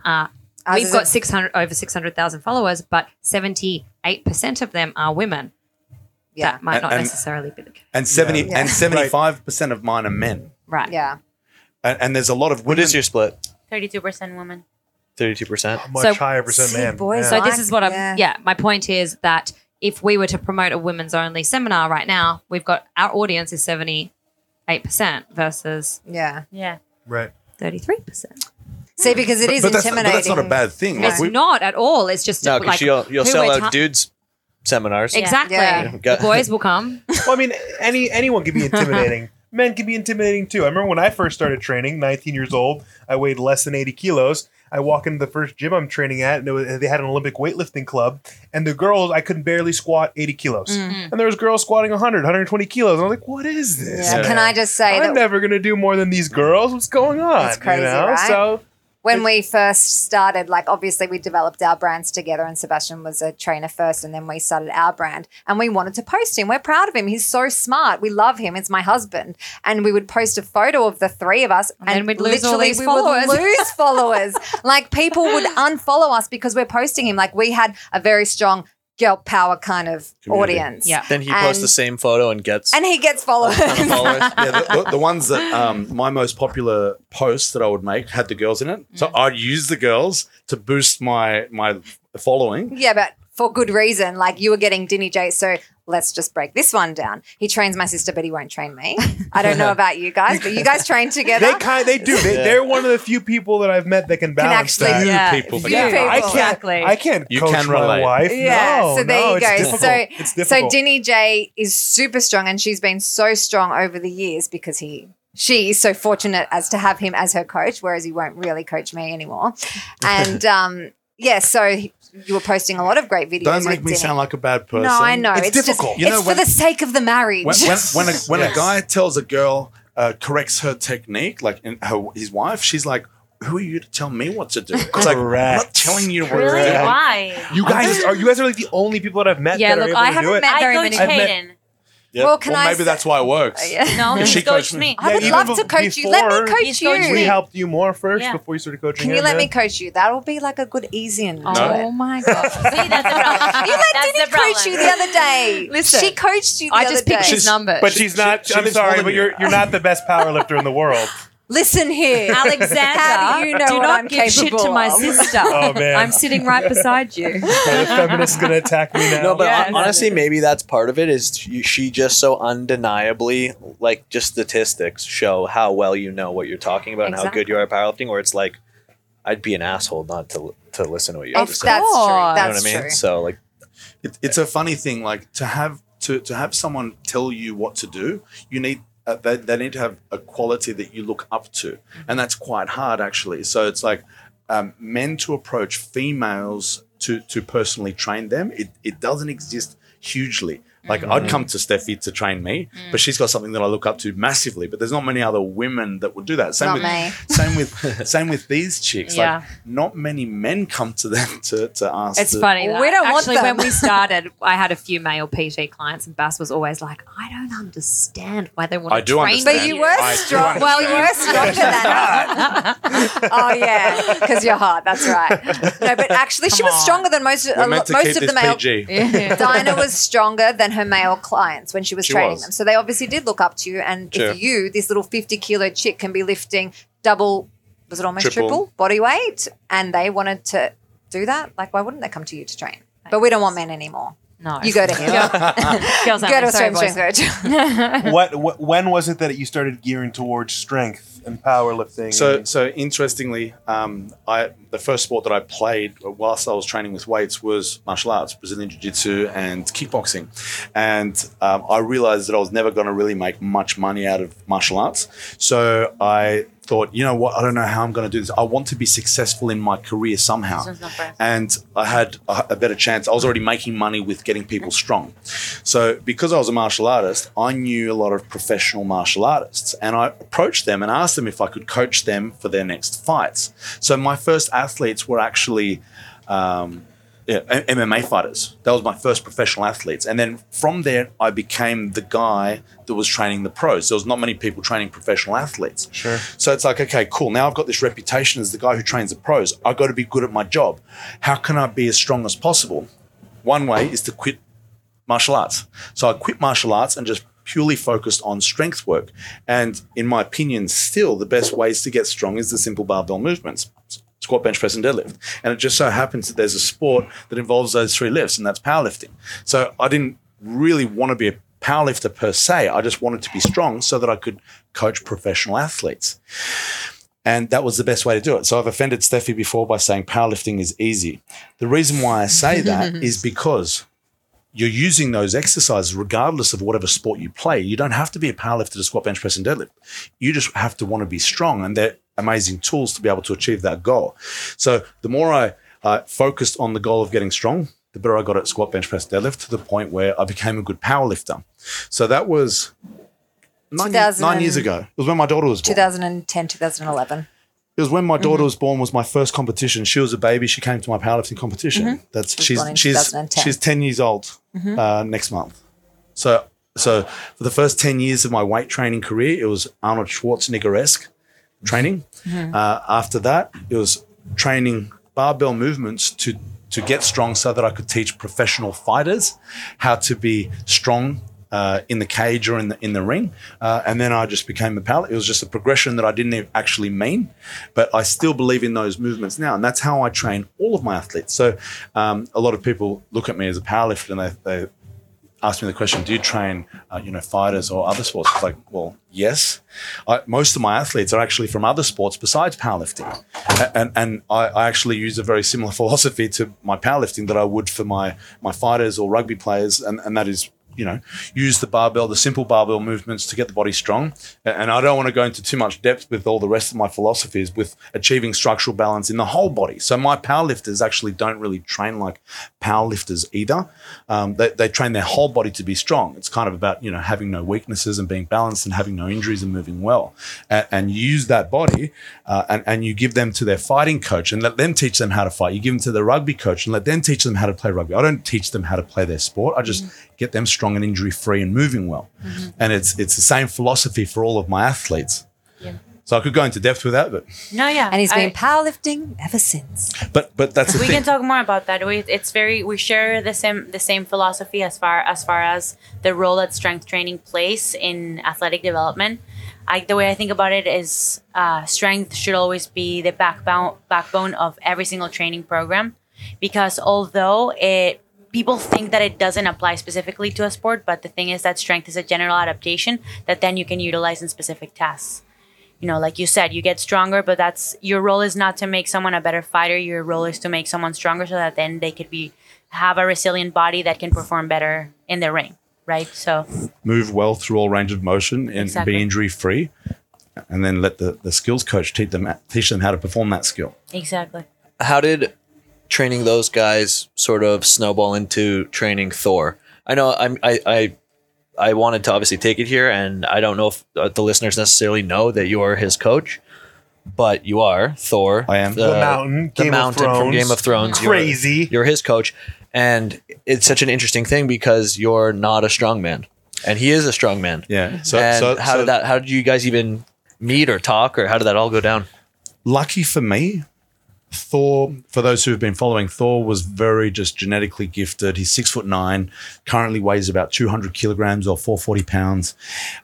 F: uh,
D: Ours
F: we've
D: is
F: got
D: a-
F: six hundred over six hundred thousand followers, but seventy eight percent of them are women.
D: Yeah.
F: That might
E: And-
F: not
E: and-
F: necessarily be the case.
E: And seventy
D: Yeah.
E: and seventy five percent of mine are men.
F: Right.
D: Yeah.
E: And, and there's a lot of women.
B: What is your split?
A: 32% women.
B: 32%.
C: much
F: So-
C: higher percent
D: See,
C: man.
D: boys,
C: yeah.
F: So
D: I
F: this is what I'm.
D: yeah.
F: Yeah. my point is that if we were to promote a women's only seminar right now, we've got our audience is seventy eight percent versus
D: Yeah.
A: Yeah.
C: right.
F: thirty three percent.
D: See, because it is
E: but, that's, but
D: intimidating.
E: that's not a bad thing.
F: It's
E: Like we,
F: not at all. It's just
B: No,
F: like
B: because you'll, you'll
F: who
B: sell
F: we're
B: out
F: ta-
B: dudes' seminars.
F: Exactly.
D: Yeah.
B: Got-
F: The boys will come.
C: Well, I mean, any anyone can be intimidating. Men can be intimidating too. I remember when I first started training, 19 years old, I weighed less than 80 kilos. I walk into the first gym I'm training at, and it was, they had an Olympic weightlifting club, and the girls, I could barely squat 80 kilos,
D: Mm-hmm.
C: and there was girls squatting 100, 120 kilos. And I'm like, what is this?
D: Yeah. Can I just say
C: I'm
D: that
C: never gonna do more than these girls. What's going on?
D: It's crazy,
C: you know?
D: right?
C: So
D: when we first started, like obviously we developed our brands together, and Sebastian was a trainer first, and then we started our brand. And we wanted to post him. We're proud of him. He's so smart. We love him. It's my husband. And we would post a photo of the three of us, and,
F: then we'd lose all
D: literally
F: these
D: we would
F: followers.
D: lose followers. like people would unfollow us because we're posting him. Like we had a very strong girl power kind of
E: Community.
D: audience.
F: Yeah.
B: Then he posts
D: And-
B: the same photo and gets
D: And he gets followers.
B: ton of followers.
E: yeah, the, the, the ones that um, my most popular posts that I would make had the girls in it. So
D: Mm.
E: I'd use the girls to boost my my following.
D: Yeah, but for good reason. Like you were getting Dinny J, so let's just break this one down. He trains my sister, but he won't train me. I don't know about you guys, but you guys train
C: they
D: together.
C: kind, they do. They,
B: Yeah.
C: They're one of the few people that I've met that can balance
D: actually
C: that.
D: do
F: Yeah.
E: People,
D: Few
E: yeah.
D: people.
C: I can't.
F: Exactly.
C: I can't
E: You
C: coach
E: can
C: my
E: relate.
C: wife.
D: Yeah,
C: No,
D: so there
C: no,
D: you
C: it's
D: go.
C: difficult.
D: So,
C: it's
D: so
C: difficult.
D: Dinny J is super strong, and she's been so strong over the years because he, she is so fortunate as to have him as her coach, whereas he won't really coach me anymore. And um, yeah, so he- you were posting a lot of great videos.
E: Don't
D: with
E: make me
D: Dinny.
E: sound like a bad person.
D: No, I know.
C: It's
D: just-
C: difficult.
E: You know,
D: it's
E: when-
D: for the sake of the marriage.
E: when when, when, a, when a
C: Yes.
E: guy tells a girl uh, corrects her technique like in her his wife she's like who are you to tell me what to do? It's like, I'm not
G: Correct.
E: telling you what
G: Really?
E: to do.
G: Yeah.
A: Why?
C: You guys are you guys are like the only people that I've met.
F: Yeah,
C: that
F: look,
C: are able
F: I
C: to do
F: haven't
C: it.
F: met-
A: I
F: very
A: coached
F: many
C: people.
A: Hayden.
E: Yep.
D: Well, can
E: or
D: I
E: maybe
D: say-
E: that's why it works.
D: Yeah.
A: No, he
E: If she
A: coached
E: coached
A: me.
D: I would
C: even
D: love to
C: bef-
D: coach you. Let
C: before-
D: me coach
A: He's
D: you.
A: coached
C: We helped you more first
A: Yeah.
C: before you started coaching.
D: Can you
C: him,
D: let me
C: man.
D: coach you? That'll be like a good easy into
E: No.
D: it.
F: my god.
A: See, that's the problem.
D: You let
A: that's
D: Denny
A: the problem.
D: coach you the other day.
F: Listen,
D: she coached you the
F: I
D: other
F: just
D: day.
F: picked his numbers.
C: But she's not.
E: she-
C: I'm
E: she's
C: sorry,
E: holding
C: but
E: you.
C: you're you're not the best power lifter in the world.
D: Listen here,
F: Alexander,
D: How do you know what
F: not
D: I'm
F: give shit
D: capable
F: to my
D: of?
F: sister.
C: Oh, man.
F: I'm sitting right beside you.
C: Okay, the feminist's gonna attack me now.
B: No, but
F: Yes.
B: hon- honestly, maybe that's part of it. Is she- she just so undeniably like just statistics show how well you know what you're talking about and how
F: Exactly.
B: good you are at powerlifting? Where it's like, I'd be an asshole not to to listen to what you have
D: If
B: to
D: that's
B: say.
D: true,
B: You
F: course.
B: know what
D: that's
B: I mean?
D: true.
B: So like,
E: It, it's a funny thing, like to have to to have someone tell you what to do. You need uh, they, they need to have a quality that you look up to, and that's quite hard actually. So it's like um, men to approach females to to personally train them. It it doesn't exist hugely. Like I'd come to Steffi to train me, but she's got something that I look up to massively. But there's not many other women that would do that. Same
D: Not
E: with
D: me.
E: same with same with these chicks.
F: Yeah.
E: Like not many men come to them to to ask.
F: It's
E: to-
F: funny.
D: Well, we
F: That.
D: don't want
F: Actually,
D: them.
F: when we started, I had a few male PT clients, and Bass was always like, "I don't understand why they want
E: I
F: to
E: do
F: train."
E: understand.
D: But you
E: Yeah.
D: were
E: I do
D: strong.
E: understand.
D: Well, you were stronger than Oh yeah, because you're hot. That's right. No, but actually, she
F: Come
D: was
F: on.
D: stronger than most
E: We're
D: uh,
E: meant to keep
D: most of
E: this
D: the male.
E: PG.
D: Dinah was stronger than her male clients when she was
E: She
D: training
E: was.
D: them. So they obviously did look up to you. And
E: Sure.
D: if you, this little 50 kilo chick, can be lifting double, was it almost triple.
E: Triple.
D: body weight, and they wanted to do that, like, why wouldn't they come to you to train? But we don't want men anymore.
F: No,
D: You go to him. Go
F: girls.
D: to a
F: only. Sorry,
D: strength,
F: boys.
D: strength coach.
C: what, what? When was it that you started gearing towards strength and powerlifting?
E: So,
C: and-
E: so interestingly, um, I the first sport that I played whilst I was training with weights was martial arts, Brazilian jiu-jitsu, and kickboxing. And um, I realized that I was never going to really make much money out of martial arts. So I thought, you know what? I don't know how I'm going to do this. I want to be successful in my career somehow. and I had a, a better chance. I was already making money with getting people strong. So, because I was a martial artist, I knew a lot of professional martial artists and I approached them and asked them if I could coach them for their next fights. So, my first athletes were actually. Um, yeah, M- MMA fighters. That was my first professional athletes, and then from there, I became the guy that was training the pros. There was not many people training professional athletes.
C: Sure.
E: So it's like, okay, cool. Now I've got this reputation as the guy who trains the pros. I got to be good at my job. How can I be as strong as possible? One way is to quit martial arts. So I quit martial arts and just purely focused on strength work. And in my opinion, still the best ways to get strong is the simple barbell movements. Squat, bench press, and deadlift. And it just so happens that there's a sport that involves those three lifts, and that's powerlifting. So I didn't really want to be a powerlifter per se. I just wanted to be strong so that I could coach professional athletes. And that was the best way to do it. So I've offended Steffi before by saying powerlifting is easy. The reason why I say that is because you're using those exercises regardless of whatever sport you play. You don't have to be a powerlifter to squat, bench press, and deadlift. You just have to want to be strong, and they're amazing tools to be able to achieve that goal. So the more I uh, focused on the goal of getting strong, the better I got at squat, bench press, deadlift to the point where I became a good powerlifter. So that was nine,
D: 2000
E: nine years ago. It was when my daughter was born.
D: 2010, 2011.
E: It was when my
D: Mm-hmm.
E: daughter was born was my first competition. She was a baby. She came to my powerlifting competition. That's she's
D: born in
E: she's
D: 2010.
E: she's ten years old
D: Mm-hmm.
E: uh, next month. So so for the first ten years of my weight training career, it was Arnold Schwarzenegger esque training. Uh, after that, it was training barbell movements to to get strong, so that I could teach professional fighters how to be strong uh, in the cage or in the in the ring. Uh, and then I just became a pallet. It was just a progression that I didn't e- actually mean, but I still believe in those movements now, and that's how I train all of my athletes. So um, a lot of people look at me as a powerlifter and they. they asked me the question, do you train, uh, you know, fighters or other sports? It's like, well, yes. I, most of my athletes are actually from other sports besides powerlifting. A- And, and I, I actually use a very similar philosophy to my powerlifting that I would for my, my fighters or rugby players. And, and that is you know, use the barbell, the simple barbell movements to get the body strong. A- And I don't want to go into too much depth with all the rest of my philosophies with achieving structural balance in the whole body. So my powerlifters actually don't really train like powerlifters either. Um, they, they train their whole body to be strong. It's kind of about, you know, having no weaknesses and being balanced and having no injuries and moving well. And, and you use that body uh, and, and you give them to their fighting coach and let them teach them how to fight. You give them to the rugby coach and let them teach them how to play rugby. I don't teach them how to play their sport. I just
A: Mm-hmm.
E: get them strong and injury free and moving well. And it's it's the same philosophy for all of my athletes. So I could go into depth with that, but
A: No, yeah.
D: And he's
A: I-
D: been powerlifting ever since.
E: but but that's the
A: we
E: thing.
A: can talk more about that. We, it's very we share the same the same philosophy as far as far as the role that strength training plays in athletic development. I, the way I think about it is uh, strength should always be the backbone backbone of every single training program, because although it people think that it doesn't apply specifically to a sport, but the thing is that strength is a general adaptation that then you can utilize in specific tasks you know like you said you get stronger but that's your role is not to make someone a better fighter your role is to make someone stronger so that then they could be have a resilient body that can perform better in the ring right so
E: move well through all range of motion and
A: Exactly.
E: be injury free, and then let the, the skills coach teach them teach them how to perform that skill.
A: exactly
B: How did training those guys sort of snowball into training Thor? I know I'm, I, I, I wanted to obviously take it here, and I don't know if uh, the listeners necessarily know that you are his coach, but you are Thor.
E: I am.
C: The Mountain, Game of
B: from
C: Thrones.
B: Game of Thrones. You're-
C: Crazy.
B: You're, his coach, and it's such an interesting thing because you're not a strongman, and he is a strongman.
A: Mm-hmm.
E: Yeah.
B: So,
E: So, so
B: how
E: so
B: did that? How did you guys even meet or talk, or how did that all go down?
E: Lucky for me, Thor. For those who have been following, Thor was very just genetically gifted. He's six foot nine. Currently weighs about two hundred kilograms or four forty pounds.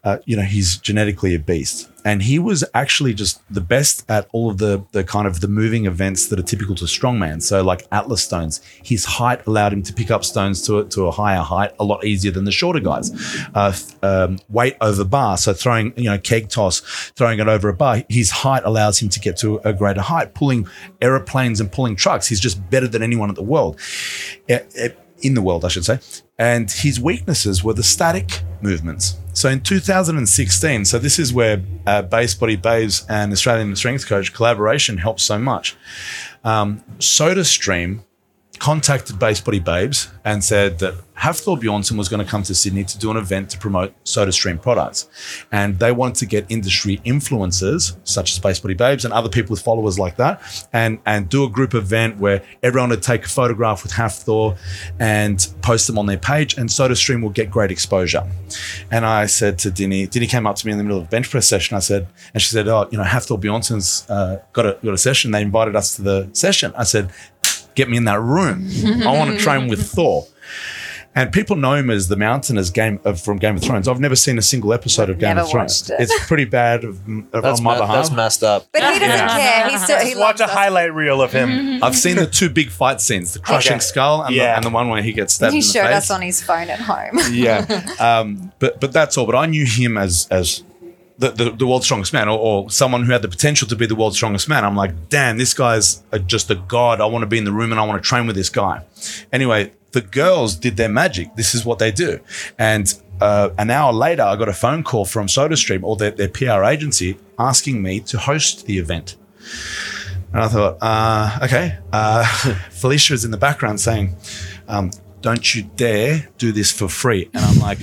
E: Uh, you know, he's genetically a beast, and he was actually just the best at all of the the kind of the moving events that are typical to strongman. So like atlas stones, his height allowed him to pick up stones to a, to a higher height a lot easier than the shorter guys. Uh, th- um, weight over bar, so throwing you know keg toss, throwing it over a bar, his height allows him to get to a greater height. Pulling aeroplanes and pulling trucks, he's just better than anyone at the world eh, eh, in the world, I should say. And his weaknesses were the static movements. So in 2016, so this is where uh, Base Body Babes and Australian Strength Coach collaboration helps so much. Um, SodaStream contacted Base Body Babes and said that Hafthor Bjornsson was going to come to Sydney to do an event to promote SodaStream products. And they wanted to get industry influencers, such as Base Body Babes and other people with followers like that, and, and do a group event where everyone would take a photograph with Hafthor and post them on their page, and SodaStream will get great exposure. And I said to Dini, Dini came up to me in the middle of a bench press session. I said, and she said, Oh, you know, Hafthor Bjornsson's uh, got, a, got a session. They invited us to the session. I said, get me in that room. I want to train with Thor. And people know him as the Mountain as Game of, from Game of Thrones. I've never seen a single episode of Game
D: Never
E: of
D: watched
E: Thrones.
D: it.
E: It's pretty bad of, of-
B: That's
E: on my
B: me-
E: behalf.
B: that's messed up.
D: But he doesn't care. He's still, he
C: Just watch
D: loves
C: a
D: us.
C: highlight reel of him.
E: I've seen the two big fight scenes: the crushing
C: Okay.
E: skull and, the,
C: Yeah.
E: and the one where he gets stabbed.
D: He
E: in the
D: showed
E: face.
D: us on his phone at home.
E: yeah. Um, but but that's all. But I knew him as as the, the, the world's strongest man or, or someone who had the potential to be the world's strongest man. I'm like, damn, this guy's a, just a god. I want to be in the room and I want to train with this guy. Anyway, the girls did their magic. This is what they do. And uh, an hour later, I got a phone call from SodaStream or their, their PR agency asking me to host the event. And I thought, uh, okay. Uh, Felicia is in the background saying, um, don't you dare do this for free. And I'm like,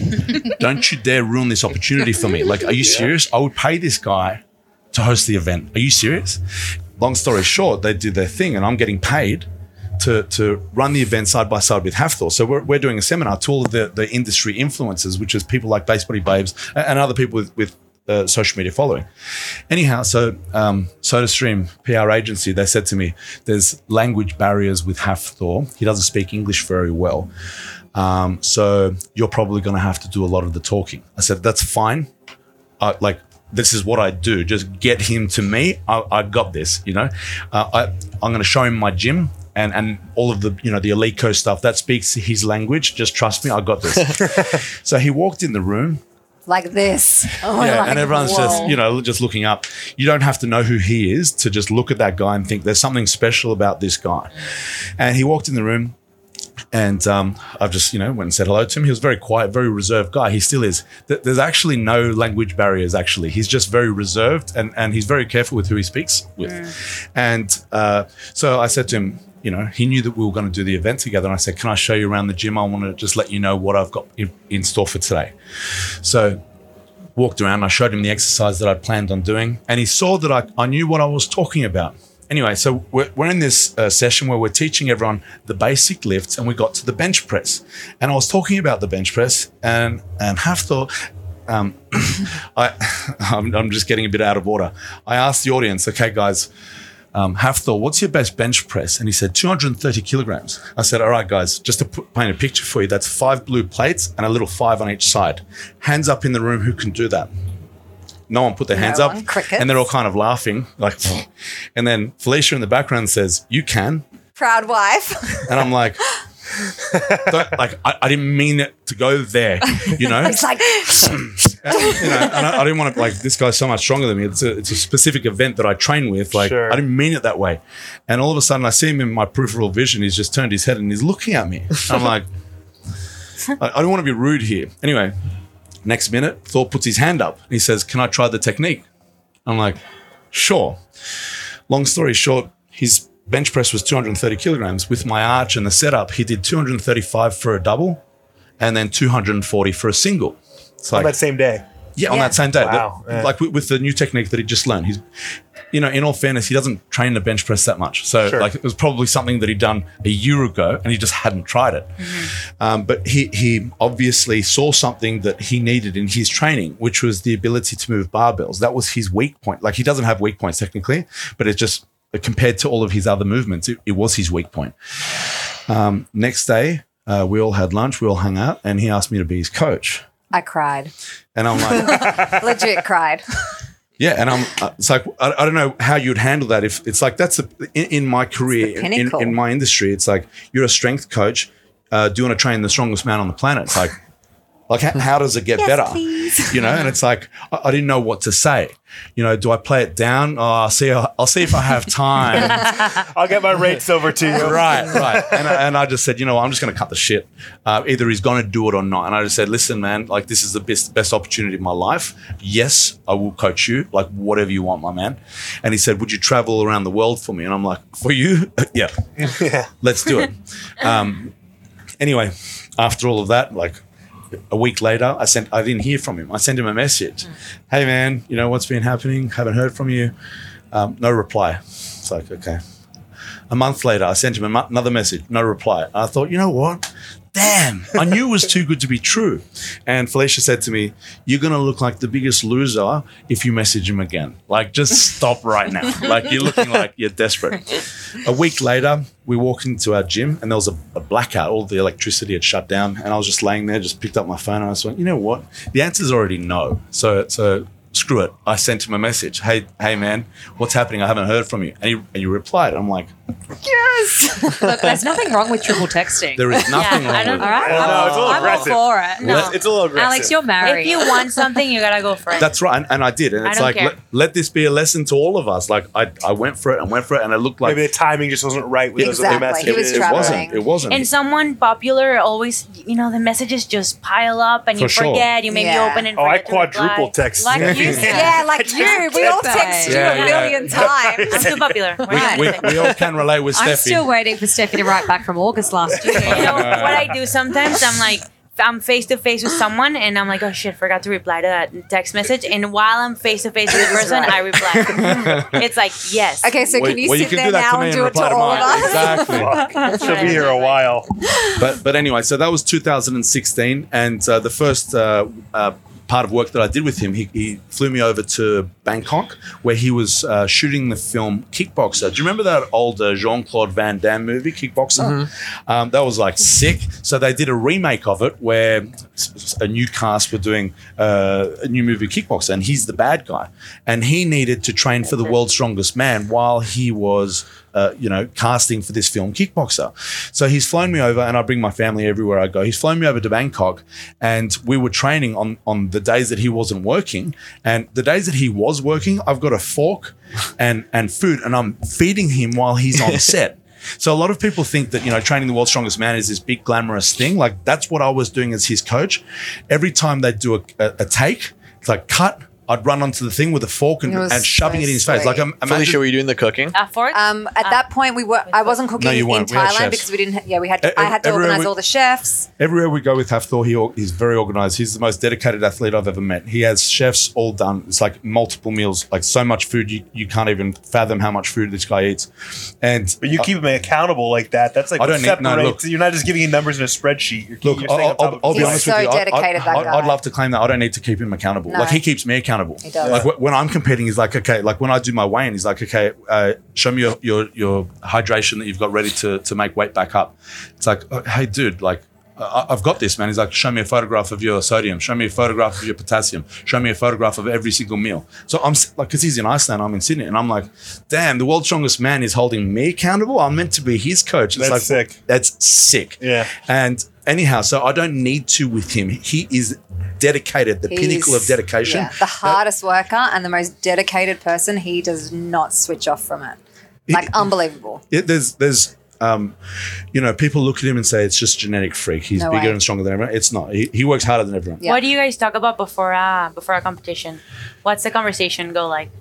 E: don't you dare ruin this opportunity for me. Like, are you serious? I would pay this guy to host the event. Are you serious? Long story short, they did their thing and I'm getting paid to, to run the event side by side with Hafthor. So we're, we're doing a seminar to all of the, the industry influencers, which is people like Basebody Babes a- and other people with, with uh, social media following. Anyhow, so um, SodaStream PR agency, they said to me, there's language barriers with Hafthor. He doesn't speak English very well. Um, so you're probably going to have to do a lot of the talking. I said, that's fine. I, like, this is what I do. Just get him to me. I, I got this, you know. Uh, I, I'm going to show him my gym. And, and all of the you know the elite coast stuff that speaks his language just trust me i got this so he walked in the room
D: like this. Oh,
E: yeah,
D: like,
E: and everyone's
D: whoa.
E: just you know just looking up. You don't have to know who he is to just look at that guy and think there's something special about this guy. And he walked in the room, And um, I've just, you know, went and said hello to him. He was a very quiet, very reserved guy. He still is. Th- There's actually no language barriers, actually. He's just very reserved and, and he's very careful with who he speaks with.
D: Mm.
E: And uh, so I said to him, you know, he knew that we were going to do the event together. And I said, Can I show you around the gym? I want to just let you know what I've got in, in store for today. So walked around. I showed him the exercise that I'd planned on doing, and he saw that I, I knew what I was talking about. Anyway, so we're, we're in this uh, session where we're teaching everyone the basic lifts, and we got to the bench press. And I was talking about the bench press, and and half thought, um, I, I'm, I'm just getting a bit out of order. I asked the audience, okay, guys, um, Hafthor, what's your best bench press? And he said, 230 kilograms. I said, all right, guys, just to put, paint a picture for you, that's five blue plates and a little five on each side. Hands up in the room who can do that. No one put their hands
D: No
E: up.
D: one. Crickets.
E: And they're all kind of laughing. like. and then Felicia in the background says, you can.
D: Proud wife.
E: And I'm like, don't, like I, I didn't mean it to go there, you know?
D: It's like,
E: you know, and I, I didn't want to like this guy's so much stronger than me. It's a, it's a specific event that I train with. Like
C: Sure.
E: I didn't mean it that way. And all of a sudden, I see him in my peripheral vision. He's just turned his head and he's looking at me. I'm like, I, I don't want to be rude here. Anyway, next minute, Thor puts his hand up and he says, "Can I try the technique?" I'm like, "Sure." Long story short, his bench press was 230 kilograms. With my arch and the setup, he did 235 for a double, and then 240 for a single. It's
C: on
E: like
C: that same day.
E: yeah, on that same day.
C: Wow.
E: That-
C: Yeah.
E: Like with, with the new technique that he just learned. He's, you know, in all fairness, he doesn't train the bench press that much. So,
C: Sure.
E: like, it was probably something that he'd done a year ago and he just hadn't tried it. Um, but he, he obviously saw something that he needed in his training, which was the ability to move barbells. That was his weak point. Like, he doesn't have weak points technically, but it's just compared to all of his other movements, it, it was his weak point. Um, next day, uh, we all had lunch, we all hung out, and he asked me to be his coach.
D: I cried.
E: And I'm like,
D: Legit cried.
E: Yeah, and I'm. uh, It's like I, I don't know how you'd handle that. If it's like that's a, in, in my career, in, in,
D: pinnacle.
E: in my industry, it's like you're a strength coach. Uh, do you want to train the strongest man on the planet? It's like, like how, how does it get better? You know, and it's like I, I didn't know what to say. You know, do I play it down? Oh, I'll see. I'll see if I have time.
C: I'll get my rates over to you.
E: right, right. And, I- and I just said, you know, what, I'm just going to cut the shit. Uh, either he's going to do it or not. And I just said, listen, man, like this is the best best opportunity of my life. Yes, I will coach you, like whatever you want, my man. And he said, would you travel around the world for me? And I'm like, for you? yeah,
C: Yeah.
E: let's do it. um, anyway, after all of that, like. A week later, I sent. I didn't hear from him. I sent him a message. Hey, man, you know what's been happening? Haven't heard from you. Um, no reply. It's like okay. A month later, I sent him a mo- another message, no reply. I thought, you know what? Damn, I knew it was too good to be true. And Felicia said to me, You're going to look like the biggest loser if you message him again. Like, just stop right now. Like, you're looking like you're desperate. A week later, we walked into our gym and there was a, a blackout. All the electricity had shut down. And I was just laying there, just picked up my phone and I just went, You know what? The answer's already no. So, so screw it. I sent him a message. Hey, hey, man, what's happening? I haven't heard from you. And he, and he replied. I'm like,
F: Look, there's nothing wrong with triple texting.
E: there is nothing
A: I
E: wrong
A: don't-
E: with it.
F: All right,
C: Yeah,
F: I'm,
C: no,
F: all-
C: it's a little
F: I'm all
C: aggressive.
F: for it. No.
C: It's a little aggressive.
F: Alex, you're married.
A: If you want something, you gotta go for it.
E: That's right. And, and I did. And
A: I
E: it's
A: don't
E: like,
A: care.
E: let, let this be a lesson to all of us. Like, I, I went for it and went for it. And it looked like
C: Maybe the timing just wasn't right with those
D: Exactly.
C: other messages.
D: He was
E: it
D: traveling.
E: wasn't. It wasn't.
A: and someone popular always, you know, the messages just pile up and you
E: For sure.
A: forget. You maybe
D: Yeah.
A: open and
C: Oh, I
A: forget to reply.
C: quadruple text.
A: Like you said.
D: Yeah, like you. We all
F: text
D: text you
E: Yeah,
D: a
E: yeah.
D: million times.
A: I'm too popular. We're not
E: we,
A: gonna
E: we all can relate with
F: I'm
E: Steffi.
F: still waiting for Steffi to write back from August last year.
A: you know what I do sometimes? I'm like, I'm face to face with someone, and I'm like, oh shit, forgot to reply to that text message. And while I'm face to face with the person, I reply. it's like yes.
D: Okay, so
E: Well,
D: can you
E: well,
D: sit
E: can
D: there now and do it to
E: reply
D: all of
E: mine.
D: us?
E: Exactly.
C: Fuck. She'll
A: right.
C: be here a while.
E: but but anyway, so that was 2016, and uh, the first uh, uh, part of work that I did with him, he, he flew me over to Bangkok, where he was uh, shooting the film Kickboxer. Do you remember that old uh, Jean Claude Van Damme movie, Kickboxer? Um, that was like sick. So they did a remake of it, where s- s- a new cast were doing uh, a new movie, Kickboxer, and he's the bad guy, and he needed to train for the world's strongest man while he was uh, you know, casting for this film, Kickboxer. So he's flown me over, and I bring my family everywhere I go. He's flown me over to Bangkok, and we were training on on the days that he wasn't working, and the days that he was working, I've got a fork and and food, and I'm feeding him while he's on set. So a lot of people think that, you know, training the world's strongest man is this big glamorous thing. Like that's what I was doing as his coach. Every time they do a, a, a take, it's like cut. I'd run onto the thing with a fork and,
D: It was
E: and shoving
D: so
E: it in his face.
D: sweet.
E: Like, I'm,
B: Felicia,
E: imagine,
B: were you doing the cooking?
A: Uh, fork?
D: Um, at that point, we were. I wasn't cooking
E: No, you
D: in
E: weren't. We had
D: Thailand
E: chefs.
D: because we didn't. Yeah, we had. To,
E: E-
D: I had to
E: everywhere
D: organize
E: we-
D: all the chefs.
E: everywhere we go with Hafthor, he, or- he's very organized. He's the most dedicated athlete I've ever met. He has chefs all done. It's like multiple meals, like so much food, you, you can't even fathom how much food this guy eats. And
C: But you keep them accountable like that. That's like
E: I
C: what
E: don't need- no,
C: separates-
E: look.
C: You're not just giving him numbers in a spreadsheet. You're,
E: Look,
C: you're
E: I'll,
C: staying on
E: I'll-
C: top of
E: I'll
C: it.
E: be
D: He's
E: honest
D: so
E: with you. I-
D: dedicated,
E: I,
D: that
E: I,
D: guy.
E: would love to claim that I don't need to keep him accountable.
D: No.
E: Like he keeps me accountable.
D: He does.
E: Like wh- when I'm competing, he's like, okay, like when I do my weigh-in, he's like, okay, uh, show me your, your your hydration that you've got ready to to make weight back up. It's like, oh, hey, dude, like. I- I've got this, man. He's like, show me a photograph of your sodium. Show me a photograph of your potassium. Show me a photograph of every single meal. So I'm s- like, because he's in Iceland, I'm in Sydney, and I'm like, damn, the world's strongest man is holding me accountable. I'm meant to be his coach. It's
C: That's
E: like,
C: sick.
E: That's sick.
C: Yeah.
E: And anyhow, so I don't need to with him. He is dedicated, the pinnacle of
D: He's-
E: dedication.
D: yeah, the hardest worker and the most dedicated person. He does not switch off from it. Like unbelievable.
E: It- there's there's um, you know, people look at him and say it's just a genetic freak. He's
D: No
E: bigger
D: way.
E: and stronger than everyone. It's not. He, he works harder than everyone.
D: Yeah.
A: What do you guys talk about before uh, before a competition? What's the conversation go like?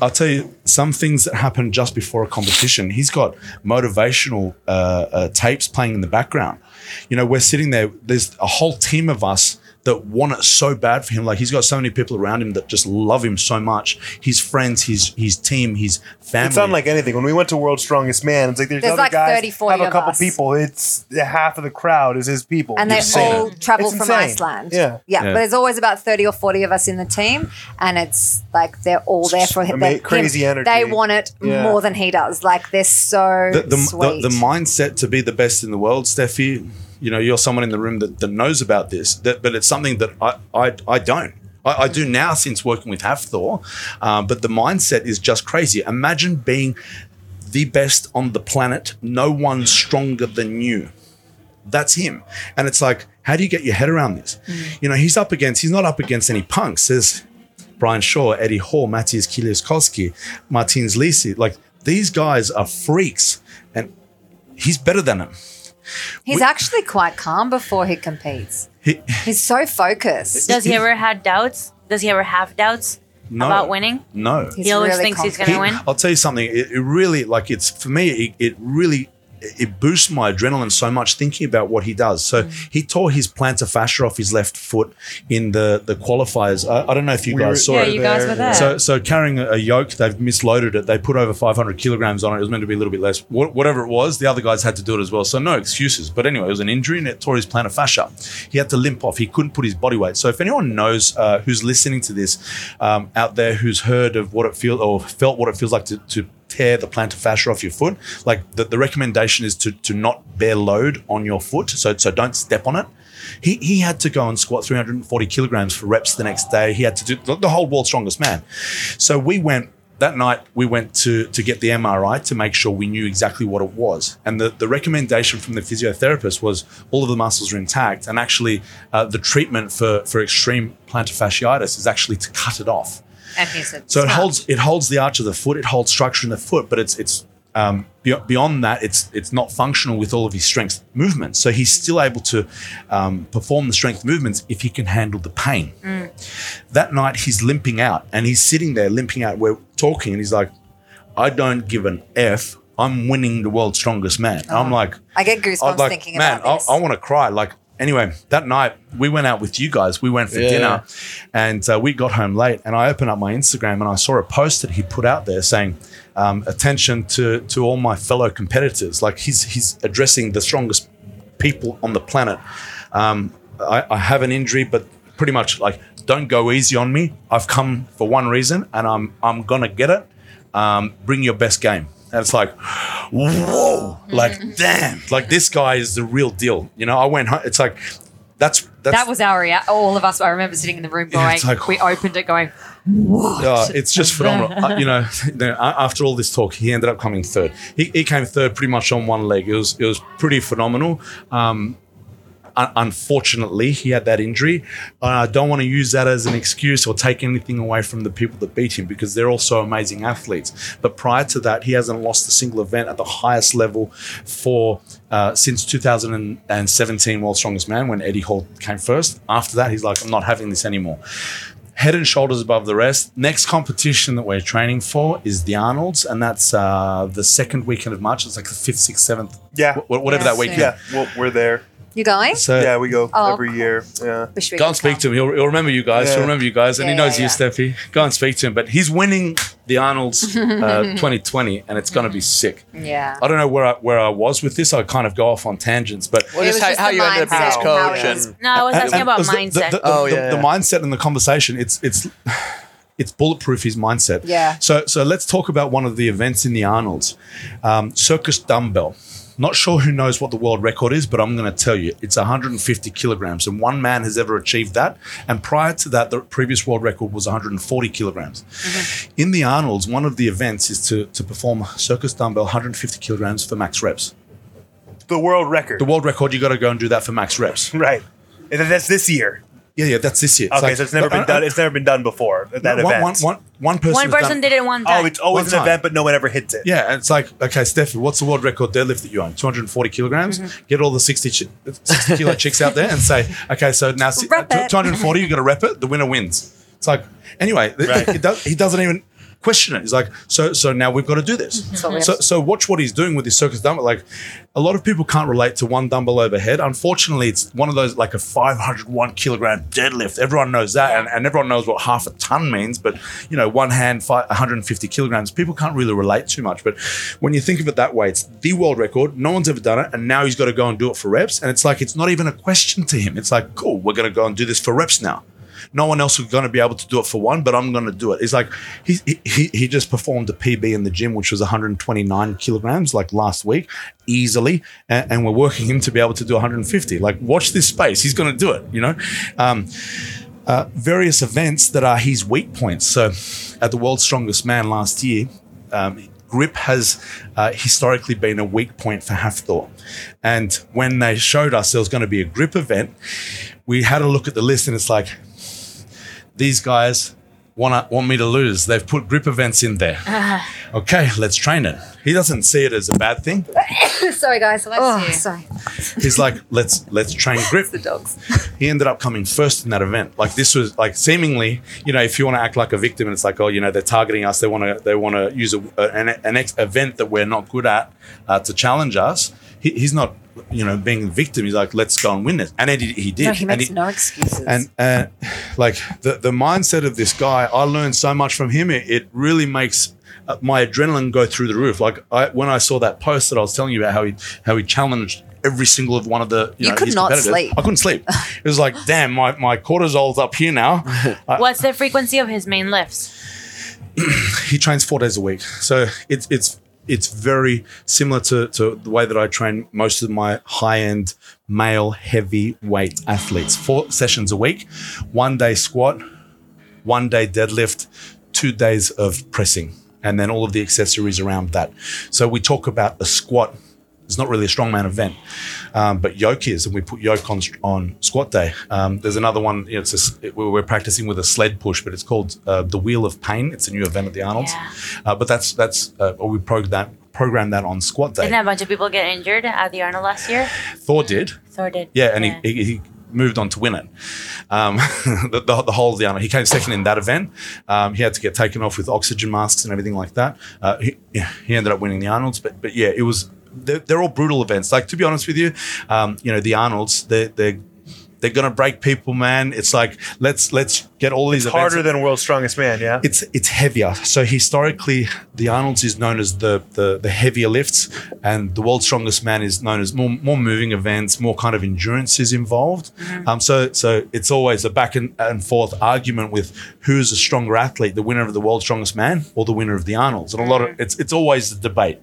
E: I'll tell you some things that happen just before a competition. He's got motivational uh, uh, tapes playing in the background. You know, we're sitting there. There's a whole team of us that want it so bad for him. Like he's got so many people around him that just love him so much. His friends, his his team, his family.
C: It's unlike anything. When we went to World's Strongest Man, it's like there's,
D: There's
C: other
D: like
C: guys
D: 30, 40
C: have a
D: of
C: couple
D: us.
C: people. It's half of the crowd is his people.
D: and they
E: You've seen
D: all travel
C: It's
D: from
C: insane.
D: Iceland.
C: Yeah.
D: yeah,
E: Yeah.
D: But there's always about thirty or forty of us in the team, and it's like they're all there for him.
C: ama- crazy
D: him.
C: energy.
D: They want it
C: Yeah.
D: more than he does. Like they're so
E: the, the,
D: sweet.
E: the, the mindset to be the best in the world, Steffi, you know, you're someone in the room that, that knows about this, that, but it's something that I, I, I don't. I, I do now since working with Hafthor, um, but the mindset is just crazy. Imagine being the best on the planet, no one stronger than you. That's him. And it's like, how do you get your head around this? You know, he's up against, he's not up against any punks. There's Brian Shaw, Eddie Hall, Matthias Kiliuskowski, Martins Lisi. Like, these guys are freaks and he's better than them.
D: He's
E: we-
D: actually quite calm before he competes.
E: He,
D: He's so focused.
A: Does he ever had doubts? Does he ever have doubts
E: no,
A: about winning?
E: No.
D: He's
A: he always
D: really
A: thinks he's
D: confident.
A: gonna win.
E: I'll tell you something. It, it really, like, it's for me. It, it really, it boosts my adrenaline so much thinking about what he does. So
A: Mm.
E: he tore his plantar fascia off his left foot in the the qualifiers. I, I don't know if you
C: We
E: guys
C: were-
E: saw
F: Yeah,
E: it.
F: you guys were there.
E: So, so carrying a yoke, they've misloaded it. They put over 500 kilograms on it. It was meant to be a little bit less. Wha- whatever it was, the other guys had to do it as well. So no excuses. But anyway, it was an injury and it tore his plantar fascia. He had to limp off. He couldn't put his body weight. So if anyone knows uh, who's listening to this um, out there, who's heard of what it feels or felt what it feels like to, to tear the plantar fascia off your foot, like the, the recommendation is to to not bear load on your foot. So so don't step on it. He, he had to go and squat 340 kilograms for reps the next day. He had to do the, the whole world's strongest man. So we went that night. We went to to get the MRI to make sure we knew exactly what it was. And the the recommendation from the physiotherapist was all of the muscles are intact. And actually, uh, the treatment for for extreme plantar fasciitis is actually to cut it off.
F: And he said,
E: So it
F: "Smart."
E: holds it holds the arch of the foot. It holds structure in the foot, but it's it's um, be- beyond that. It's it's not functional with all of his strength movements. So he's still able to um, perform the strength movements if he can handle the pain. That night he's limping out and he's sitting there limping out. We're talking and he's like, "I don't give an f. I'm winning the world's strongest man." And I'm like,
D: I get goosebumps
E: was like,
D: thinking
E: Oh, man,
D: about this.
E: I, I want to cry. Like, anyway, that night we went out with you guys. We went for
B: Yeah.
E: dinner and uh, we got home late. And I opened up my Instagram and I saw a post that he put out there saying, um, attention to, to all my fellow competitors. Like, he's, he's addressing the strongest people on the planet. Um, I, I have an injury, but pretty much like, don't go easy on me. I've come for one reason and I'm, I'm going to get it. Um, bring your best game. And it's like, whoa,
F: Mm.
E: like damn, like this guy is the real deal. You know, I went. home. It's like that's that's
F: That was our rea- all of us. I remember sitting in the room
E: Yeah,
F: going,
E: it's like-
F: we opened it going,
E: uh, it's just phenomenal. Uh, you know, then a- after all this talk, he ended up coming third. He, he came third pretty much on one leg. It was it was pretty phenomenal. Um, un- unfortunately, he had that injury. Uh, I don't want to use that as an excuse or take anything away from the people that beat him because they're also amazing athletes. But prior to that, he hasn't lost a single event at the highest level for uh, since 2017 World's Strongest Man when Eddie Hall came first. After that, he's like, I'm not having this anymore head and shoulders above the rest. Next competition that we're training for is the Arnold's, and that's uh, the second weekend of March. It's like the fifth, sixth, seventh,
C: Yeah.
E: wh- whatever
D: Yeah,
E: that weekend.
C: Yeah, well, we're there.
D: You going?
E: So
C: yeah, we go
D: Oh,
C: every
D: cool.
C: year. Yeah.
D: Wish we
E: go
D: could
E: and speak
D: come.
E: to him. He'll, he'll remember you guys.
C: Yeah.
E: He'll remember you guys, and
D: Yeah,
E: he knows
D: yeah,
E: you, Steffi. Go and speak to him. But he's winning the Arnold's uh, 2020, and it's going to be sick.
D: Yeah.
E: I don't know where I, where I was with this. I kind of go off on tangents, but
B: Well,
D: It
B: just
D: was
B: how,
D: just
B: how
D: the
B: you ended up being his
C: mindset, how
B: coach
D: it was-
B: and
A: No, I was asking
E: And-
A: about
E: and Uh, the-
A: mindset.
E: The, uh, the,
B: Oh,
E: the-
B: yeah,
E: the
B: yeah.
E: mindset and the conversation. It's it's it's bulletproof. His mindset.
D: Yeah.
E: So so let's talk about one of the events in the Arnold's, um, circus dumbbell. Not sure who knows what the world record is, but I'm going to tell you it's 150 kilograms, and one man has ever achieved that. And prior to that, the previous world record was 140 kilograms.
A: Mm-hmm.
E: In the Arnold's, one of the events is to to perform circus dumbbell 150 kilograms for max reps.
C: The world record.
E: The world record, you got to go and do that for max
A: Mm-hmm.
E: reps.
C: right. And th- that's this year.
E: Yeah, yeah, that's this year.
C: Okay, so it's never been done. It's never been done before. That
E: uh, No, one-
C: event.
E: one- one- one person.
A: One
E: has done-
A: person did it one time.
C: oh, it's always
E: One
C: an
E: time.
C: event, but no one ever hits it.
E: Yeah, and it's like okay, Steffi, what's the world record deadlift that you own? Two hundred and forty kilograms.
A: Mm-hmm.
E: Get all the 60, chi- 60 kilo chicks out there and say, okay, so now si-
D: Rep it.
E: two hundred and forty, you got to rep it. The winner wins. It's like anyway, th-
C: Right.
E: he, does, he doesn't even question it. He's like, so so now we've got to do
A: Mm-hmm.
E: this.
D: all we have
E: So
D: to-
E: so watch what he's doing with his circus dumbbell. Like a lot of people can't relate to one dumbbell overhead. Unfortunately, it's one of those like a five hundred one kilogram deadlift. Everyone knows that, and, and everyone knows what half a ton means. But you know, one hand, fi- one hundred and fifty kilograms. People can't really relate too much. But when you think of it that way, it's the world record. No one's ever done it, and now he's got to go and do it for reps. And it's like it's not even a question to him. It's like, cool, we're going to go and do this for reps now no one else is going to be able to do it for one, but I'm going to do it. It's like he, he he just performed a PB in the gym, which was 129 kilograms, like last week, easily, and, and we're working him to be able to do 150. Like, watch this space; he's going to do it. You know, um, uh, various events that are his weak points. So, at the World's Strongest Man last year, um, grip has uh, historically been a weak point for Hafthor, and when they showed us there was going to be a grip event, we had a look at the list, and it's like these guys want want me to lose. They've put grip events in there.
D: Uh-huh.
E: okay, let's train it. He doesn't see it as a bad thing.
D: Sorry, guys. Bless
F: Oh,
D: you. Sorry.
E: He's like, let's let's train grip.
D: The dogs.
E: He ended up coming first in that event. Like this was like seemingly, you know, if you want to act like a victim, and it's like, oh, you know, they're targeting us. They want to they want to use a, an an ex- event that we're not good at uh, to challenge us. He, he's not, you know, being a victim. He's like, let's go and win it. And he, he did.
D: No, he
E: And
D: makes no excuses.
E: and uh, like the the mindset of this guy, I learned so much from him. It, it really makes uh, my adrenaline go through the roof. Like I, when I saw that post that I was telling you about, how he how he challenged every single of one of the you,
D: You
E: know,
D: could
E: his
D: not
E: competitors.
D: sleep.
E: I couldn't sleep. It was like, damn, my my cortisol's up here now. Uh,
A: What's the frequency of his main lifts?
E: he trains four days a week, so it's it's it's very similar to, to the way that I train most of my high end male heavyweight athletes. Four sessions a week, one day squat, one day deadlift, two days of pressing, and then all of the accessories around that. So we talk about a squat. It's not really a strongman event, um, but yoke is, and we put yoke on on squat day. Um, there's another one. You know, it's a s it- we're practicing with a sled push, but it's called uh, the Wheel of Pain. It's a new event at the Arnold's, uh, but that's that's uh, we program that program that on squat day.
A: Didn't a bunch of people get injured at the Arnold last year?
E: Thor did,
A: Thor did.
E: yeah, and He, he, he moved on to win it. Um, the, the, the whole of the honor. He came second in that event. Um, he had to get taken off with oxygen masks and everything like that. Uh, he, he ended up winning the Arnold's, but but yeah, it was they're, they're all brutal events. Like to be honest with you, um, you know the Arnold's they're they're they're gonna break people, man. It's like let's let's get all these events
C: Harder than World's Strongest Man, yeah?
E: it's it's heavier. So historically, the Arnold's is known as the the, the heavier lifts, and the World's Strongest Man is known as more more moving events, more kind of endurance is involved. Um, so so it's always a back and, and forth argument with who's a stronger athlete, the winner of the World's Strongest Man or the winner of the Arnold's, and a lot of it's it's always a debate.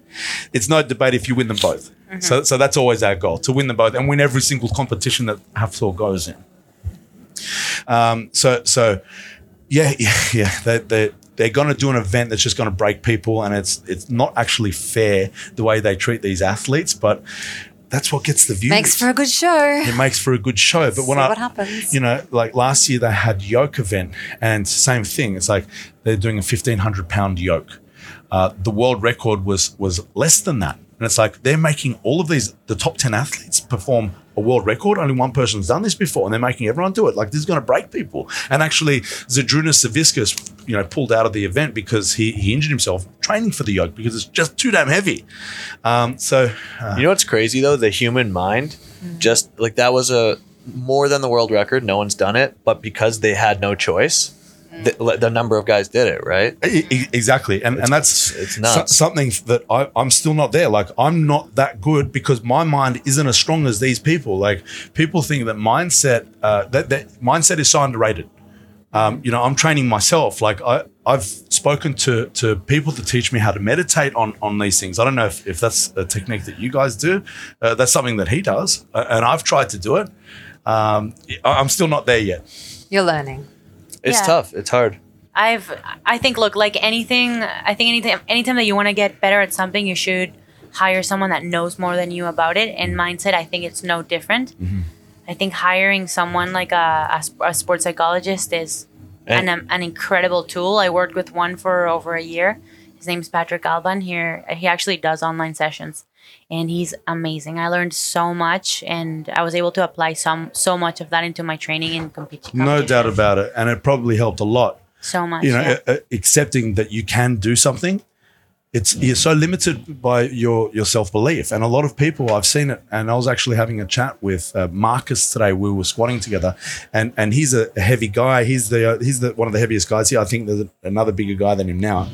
E: It's no debate if you win them both. So so that's always our goal to win them both and win every single competition that Hafthor goes in. Um, so so. Yeah, yeah, yeah. They, they, they're going to do an event that's just going to break people, and it's it's not actually fair the way they treat these athletes. But that's what gets the views.
D: Makes for a good show.
E: it makes for a good show. But when
D: See
E: I,
D: what happens.
E: you know, like last year they had yoke event and same thing. It's like they're doing a fifteen hundred pound yoke. Uh, the world record was was less than that, and it's like they're making all of these the top ten athletes perform a world record. Only one person's done this before, and they're making everyone do it. Like this is going to break people. And actually, Zadrunas Saviskas, you know, pulled out of the event because he he injured himself training for the yoke because it's just too damn heavy. Um, so
B: You know what's crazy though? The human mind,
D: Mm-hmm.
B: just like that was a more than the world record. No one's done it, but because they had no choice,
D: Mm.
B: the, the number of guys did it. Right?
E: E- e- Exactly, and and that's
B: it's nuts.
E: so- something that I, I'm still not there. Like I'm not that good because my mind isn't as strong as these people. Like people think that mindset uh, that, that mindset is so underrated. Um, you know, I'm training myself. Like I I've spoken to to people to teach me how to meditate on on these things. I don't know if, if that's a technique that you guys do. Uh, that's something that he does, uh, and I've tried to do it. Um, I- I'm still not there yet.
D: You're learning.
B: It's
A: Yeah.
B: tough. It's hard.
A: I've I think look like anything I think anytime anytime that you want to get better at something you should hire someone that knows more than you about it and mindset I think it's no different.
E: Mm-hmm.
A: I think hiring someone like a, a, sp- a sports psychologist is an,
B: And-
A: um, an incredible tool. I worked with one for over a year. His name's Patrick Alban here. He actually does online sessions and he's amazing. I learned so much and I was able to apply some so much of that into my training and compete.
E: No doubt about it, and it probably helped a lot.
A: So much.
E: you know, uh,
A: yeah.
E: a- a- accepting that you can do something. It's you're so limited by your your self belief, and a lot of people I've seen it. And I was actually having a chat with uh, Marcus today. We were squatting together, and and he's a a heavy guy. He's the uh, he's the one of the heaviest guys here. I think there's another bigger guy than him now,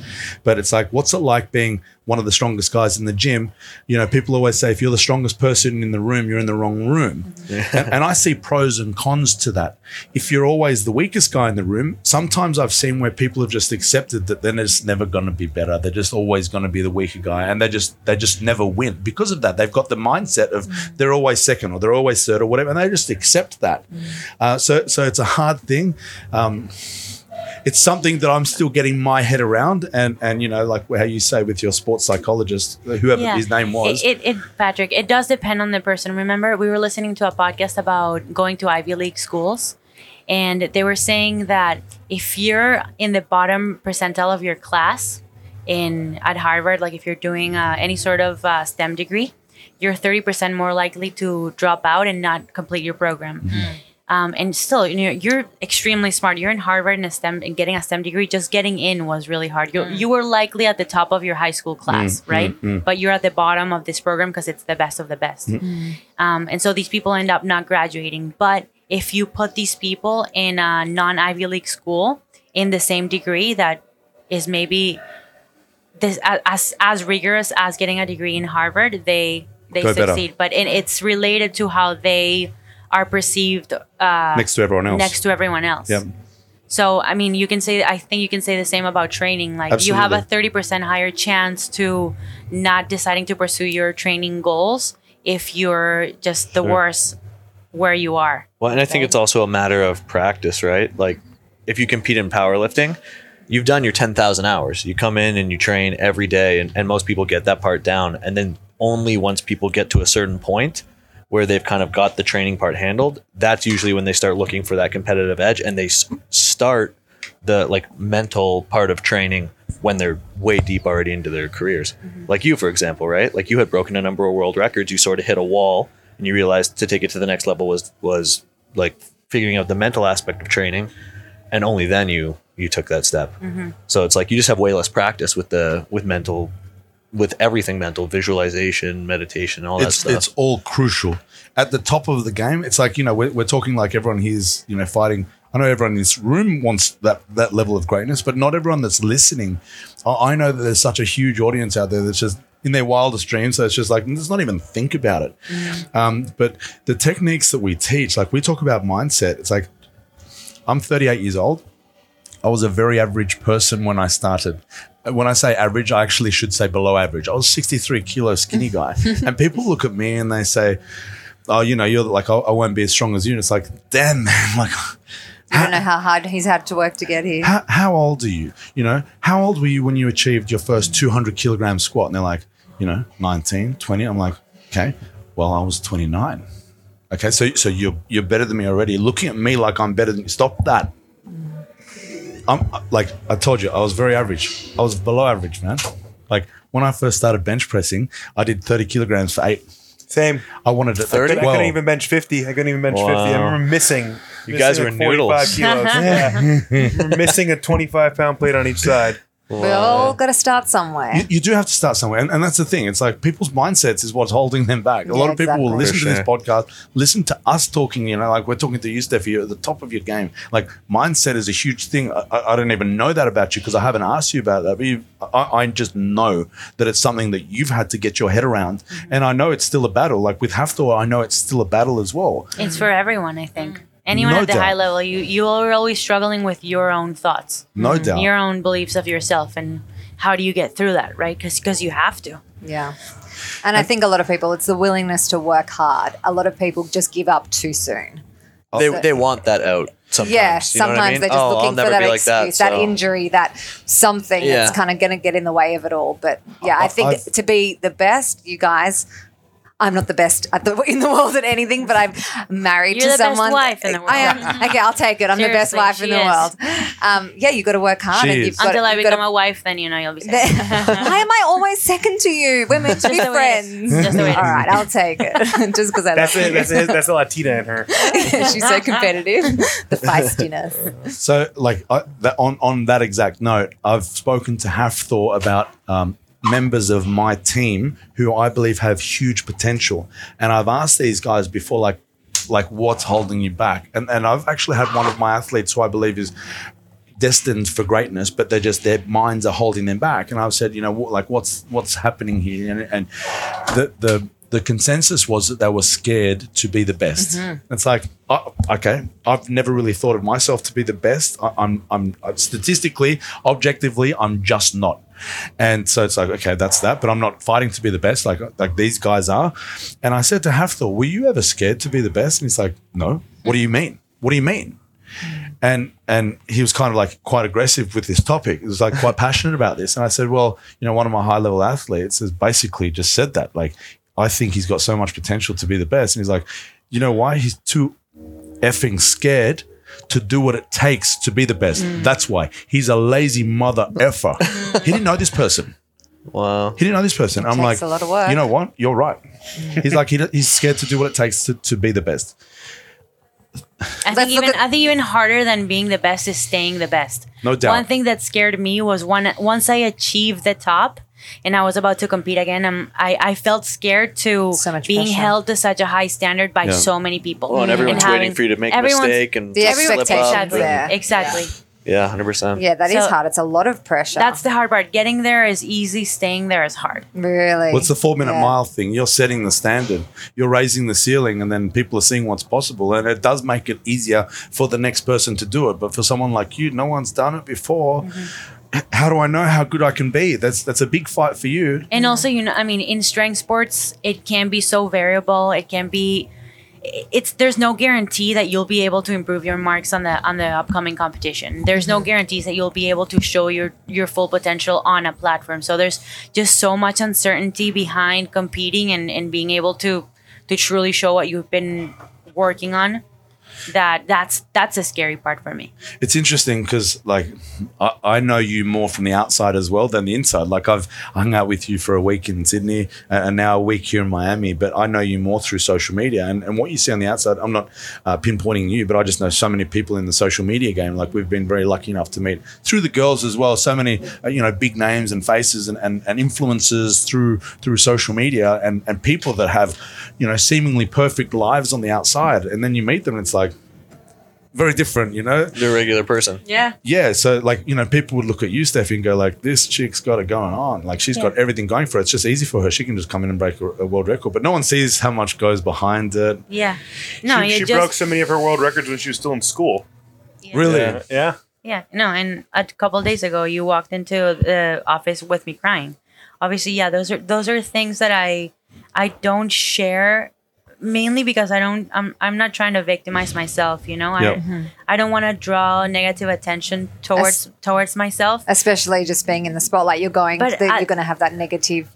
E: but it's like, what's it like being one of the strongest guys in the gym? You know, people always say if you're the strongest person in the room, you're in the wrong room.
A: Mm-hmm.
E: And, and I see pros and cons to that. If you're always the weakest guy in the room, sometimes I've seen where people have just accepted that then it's never going to be better. They're just always going to be the weaker guy, and they just they just never win because of that. They've got the mindset of
A: Mm-hmm.
E: they're always second or they're always third or whatever, and they just accept that.
A: Mm-hmm.
E: Uh, so so it's a hard thing. Um, it's something that I'm still getting my head around, and and you know like how you say with your sports psychologist, whoever his name was.
A: It, it, it Patrick, it does depend on the person. Remember, we were listening to a podcast about going to Ivy League schools, and they were saying that if you're in the bottom percentile of your class in at Harvard, like if you're doing uh, any sort of uh, STEM degree, you're 30% more likely to drop out and not complete your program.
E: Mm-hmm.
A: Um, and still, you know, you're extremely smart. You're in Harvard and a STEM and getting a STEM degree. Just getting in was really hard. You, you were likely at the top of your high school class, right? But you're at the bottom of this program because it's the best of the best. Um, and so these people end up not graduating. But if you put these people in a non Ivy League school in the same degree that is maybe this as as rigorous as getting a degree in Harvard, they they
E: Go better.
A: succeed. But and it's related to how they are perceived uh,
E: next to everyone else.
A: next to everyone else.
E: Yep.
A: So I mean, you can say I think you can say the same about training. Like you have a
E: Absolutely.
A: thirty percent higher chance to not deciding to pursue your training goals if you're just the worst where you are.
B: Well, and I think it's also a matter of practice, right? Like if you compete in powerlifting, you've done your 10,000 hours. You come in and you train every day, and, and most people get that part down. And then only once people get to a certain point where they've kind of got the training part handled, that's usually when they start looking for that competitive edge and they s- start the like mental part of training when they're way deep already into their careers. Like you, for example, right? Like you had broken a number of world records. You sort of hit a wall, and you realized to take it to the next level was was like figuring out the mental aspect of training, and only then you you took that step. So it's like you just have way less practice with the with mental, with everything mental, visualization, meditation, all that
E: it's,
B: stuff.
E: It's all crucial. At the top of the game, it's like, you know, we're, we're talking like everyone here's, you know, fighting. I know everyone in this room wants that, that level of greatness, but not everyone that's listening. I, I know that there's such a huge audience out there that's just in their wildest dreams. So it's just like, let's not even think about it. Um, but the techniques that we teach, like we talk about mindset, it's like, I'm 38 years old. I was a very average person when I started. When I say average, I actually should say below average. I was 63 kilo skinny guy. and people look at me and they say, Oh, you know, you're like, I, I won't be as strong as you. And it's like, damn, man, like,
D: I don't know how hard he's had to work to get here.
E: how, how old are you? You know, how old were you when you achieved your first 200 kilogram squat? And they're like, you know, 19, 20. I'm like, okay. Well, I was 29. Okay, so so you're you're better than me already. Looking at me like I'm better than you. Stop that. I'm like I told you, I was very average. I was below average, man. Like when I first started bench pressing, I did 30 kilograms for eight.
C: Same.
E: I wanted it
B: 30?
C: I
E: Well,
C: couldn't even bench 50. I couldn't even bench 50. I
B: Wow.
C: remember missing.
B: You guys
C: missing
B: were
C: like 45
B: noodles.
C: Kilos. yeah. We're missing a 25 pound plate on each side.
D: We all got to start somewhere.
E: you, you do have to start somewhere. And, and that's the thing. It's like people's mindsets is what's holding them back. A lot
D: Yeah,
E: of people will
D: exactly.
E: listen
B: For
E: to this podcast, listen to us talking, you know, like we're talking to you, Steph, you're at the top of your game. Like mindset is a huge thing. I, I I don't even know that about you because I haven't asked you about that. But you, I, I just know that it's something that you've had to get your head around.
D: Mm-hmm.
E: And I know it's still a battle. Like with Haftor, I know it's still a battle as well.
A: It's for everyone, I think. Anyone
E: Mm. No
A: at the
E: doubt.
A: high level, you you are always struggling with your own thoughts,
E: No
D: Mm-hmm.
E: doubt.
A: your own beliefs of yourself, and how do you get through that, right? Because you have to.
D: Yeah. And I think a lot of people, it's the willingness to work hard. A lot of people just give up too soon.
B: They, they want that out sometimes. you
D: Yeah,
B: know what I
D: sometimes
B: mean?
D: they're just
B: Oh, I'll
D: looking
B: never
D: for that
B: be like
D: excuse, that,
B: so-
D: injury, that something
B: Yeah.
D: that's kind of going to get in the way of it all. But yeah, I,
E: I-
D: think
E: I've-
D: to be the best, you guys. I'm not the best at the, in the world at anything, but I'm married
A: You're
D: to
A: the best
D: someone.
A: wife in the
D: I am. Okay, I'll take it. I'm the best
A: Seriously,
D: wife in
A: she
D: the
A: is.
D: world. Um, yeah, you got to work hard.
E: She
D: And you've
E: is.
D: got,
A: Until I
D: you've got
A: become
D: to-
A: a wife, then you know you'll be safe.
D: Why am I always second to you? We're meant to be
A: Just the way it
D: friends.
A: is. Just the way it
D: All
A: is.
D: right, I'll take it. Just because I
C: That's
D: love
C: it.
D: you.
C: That's it. That's a Latina in her.
D: She's so competitive. The feistiness.
E: So, like I, that, on on that exact note, I've spoken to Hafthor about um, members of my team who I believe have huge potential, and I've asked these guys before, like, like what's holding you back? And and I've actually had one of my athletes who I believe is destined for greatness, but they're just their minds are holding them back. And I've said, you know, what, like what's what's happening here? And, and the the the consensus was that they were scared to be the best. It's like, oh, okay, I've never really thought of myself to be the best. I, I'm, I'm uh, statistically, objectively, I'm just not. And so it's like, okay, that's that. But I'm not fighting to be the best, like like these guys are. And I said to Hafthor, were you ever scared to be the best? And he's like, no. What do you mean? What do you mean? and and he was kind of like quite aggressive with this topic. He was like quite passionate about this. And I said, well, you know, one of my high level athletes has basically just said that. Like, I think he's got so much potential to be the best. And he's like, you know why? He's too effing scared to do what it takes to be the best.
D: Mm.
E: That's why he's a lazy mother effer. he didn't know this person.
B: Wow.
E: He didn't know this person. I'm
D: takes
E: like,
D: a lot of work.
E: you know what? You're right. He's like, he, he's scared to do what it takes to, to be the best.
A: I
D: Let's
A: think
D: look
A: even
D: at-
A: I think even harder than being the best is staying the best.
E: No doubt.
A: One thing that scared me was one once I achieved the top and I was about to compete again. Um, I I felt scared to
D: So much
A: being
D: pressure.
A: held to such a high standard by
B: Yeah.
A: so many people.
B: Well, and everyone's
A: having-
B: waiting for you to make a
A: Mm-hmm. everyone's-
B: mistake and
D: The
B: slip up
D: expectations
A: Exactly.
B: and-
D: there.
A: Exactly.
B: Yeah, hundred percent.
D: Yeah, that is
A: So-
D: hard. It's a lot of pressure.
A: That's the hard part. Getting there is easy. Staying there is hard.
D: really.
E: What's the four minute
D: Yeah.
E: mile thing? You're setting the standard, you're raising the ceiling, and then people are seeing what's possible. And it does make it easier for the next person to do it. But for someone like you, no one's done it before. H- How do I know how good I can be? That's that's a big fight for you.
A: And also, you know, I mean, in strength sports, it can be so variable. It can be, it's there's no guarantee that you'll be able to improve your marks on the on the upcoming competition. There's no guarantees that you'll be able to show your your full potential on a platform. So there's just so much uncertainty behind competing and and being able to to truly show what you've been working on. That that's that's a scary part for me.
E: It's interesting because like I, I know you more from the outside as well than the inside. Like I've hung out with you for a week in Sydney and and now a week here in Miami, but I know you more through social media and, and what you see on the outside. I'm not uh, pinpointing you, but I just know so many people in the social media game. Like we've been very lucky enough to meet through the girls as well. So many uh, you know big names and faces and, and, and influences through through social media and and people that have you know seemingly perfect lives on the outside, and then you meet them and it's like. Very different, you know
B: The regular person.
A: Yeah.
E: yeah, so like you know, people would look at you, Steffi, and go like, "This chick's got it going on. Like she's got everything going for her. It's just easy for her. She can just come in and break a, a world record." But no one sees how much goes behind it.
A: Yeah. No,
C: she
A: you
C: she
A: just
C: broke so many of her world records when she was still in school.
E: Really,
B: Yeah.
C: Yeah.
A: Yeah, no, and a couple of days ago, you walked into the office with me crying. Obviously, yeah, those are those are things that I I don't share mainly because I don't I'm I'm not trying to victimize myself. You know, I
E: Yep.
A: I don't want to draw negative attention towards towards myself.
D: Especially just being in the spotlight. You're going,
A: But
D: the,
A: I-
D: you're going to have that negative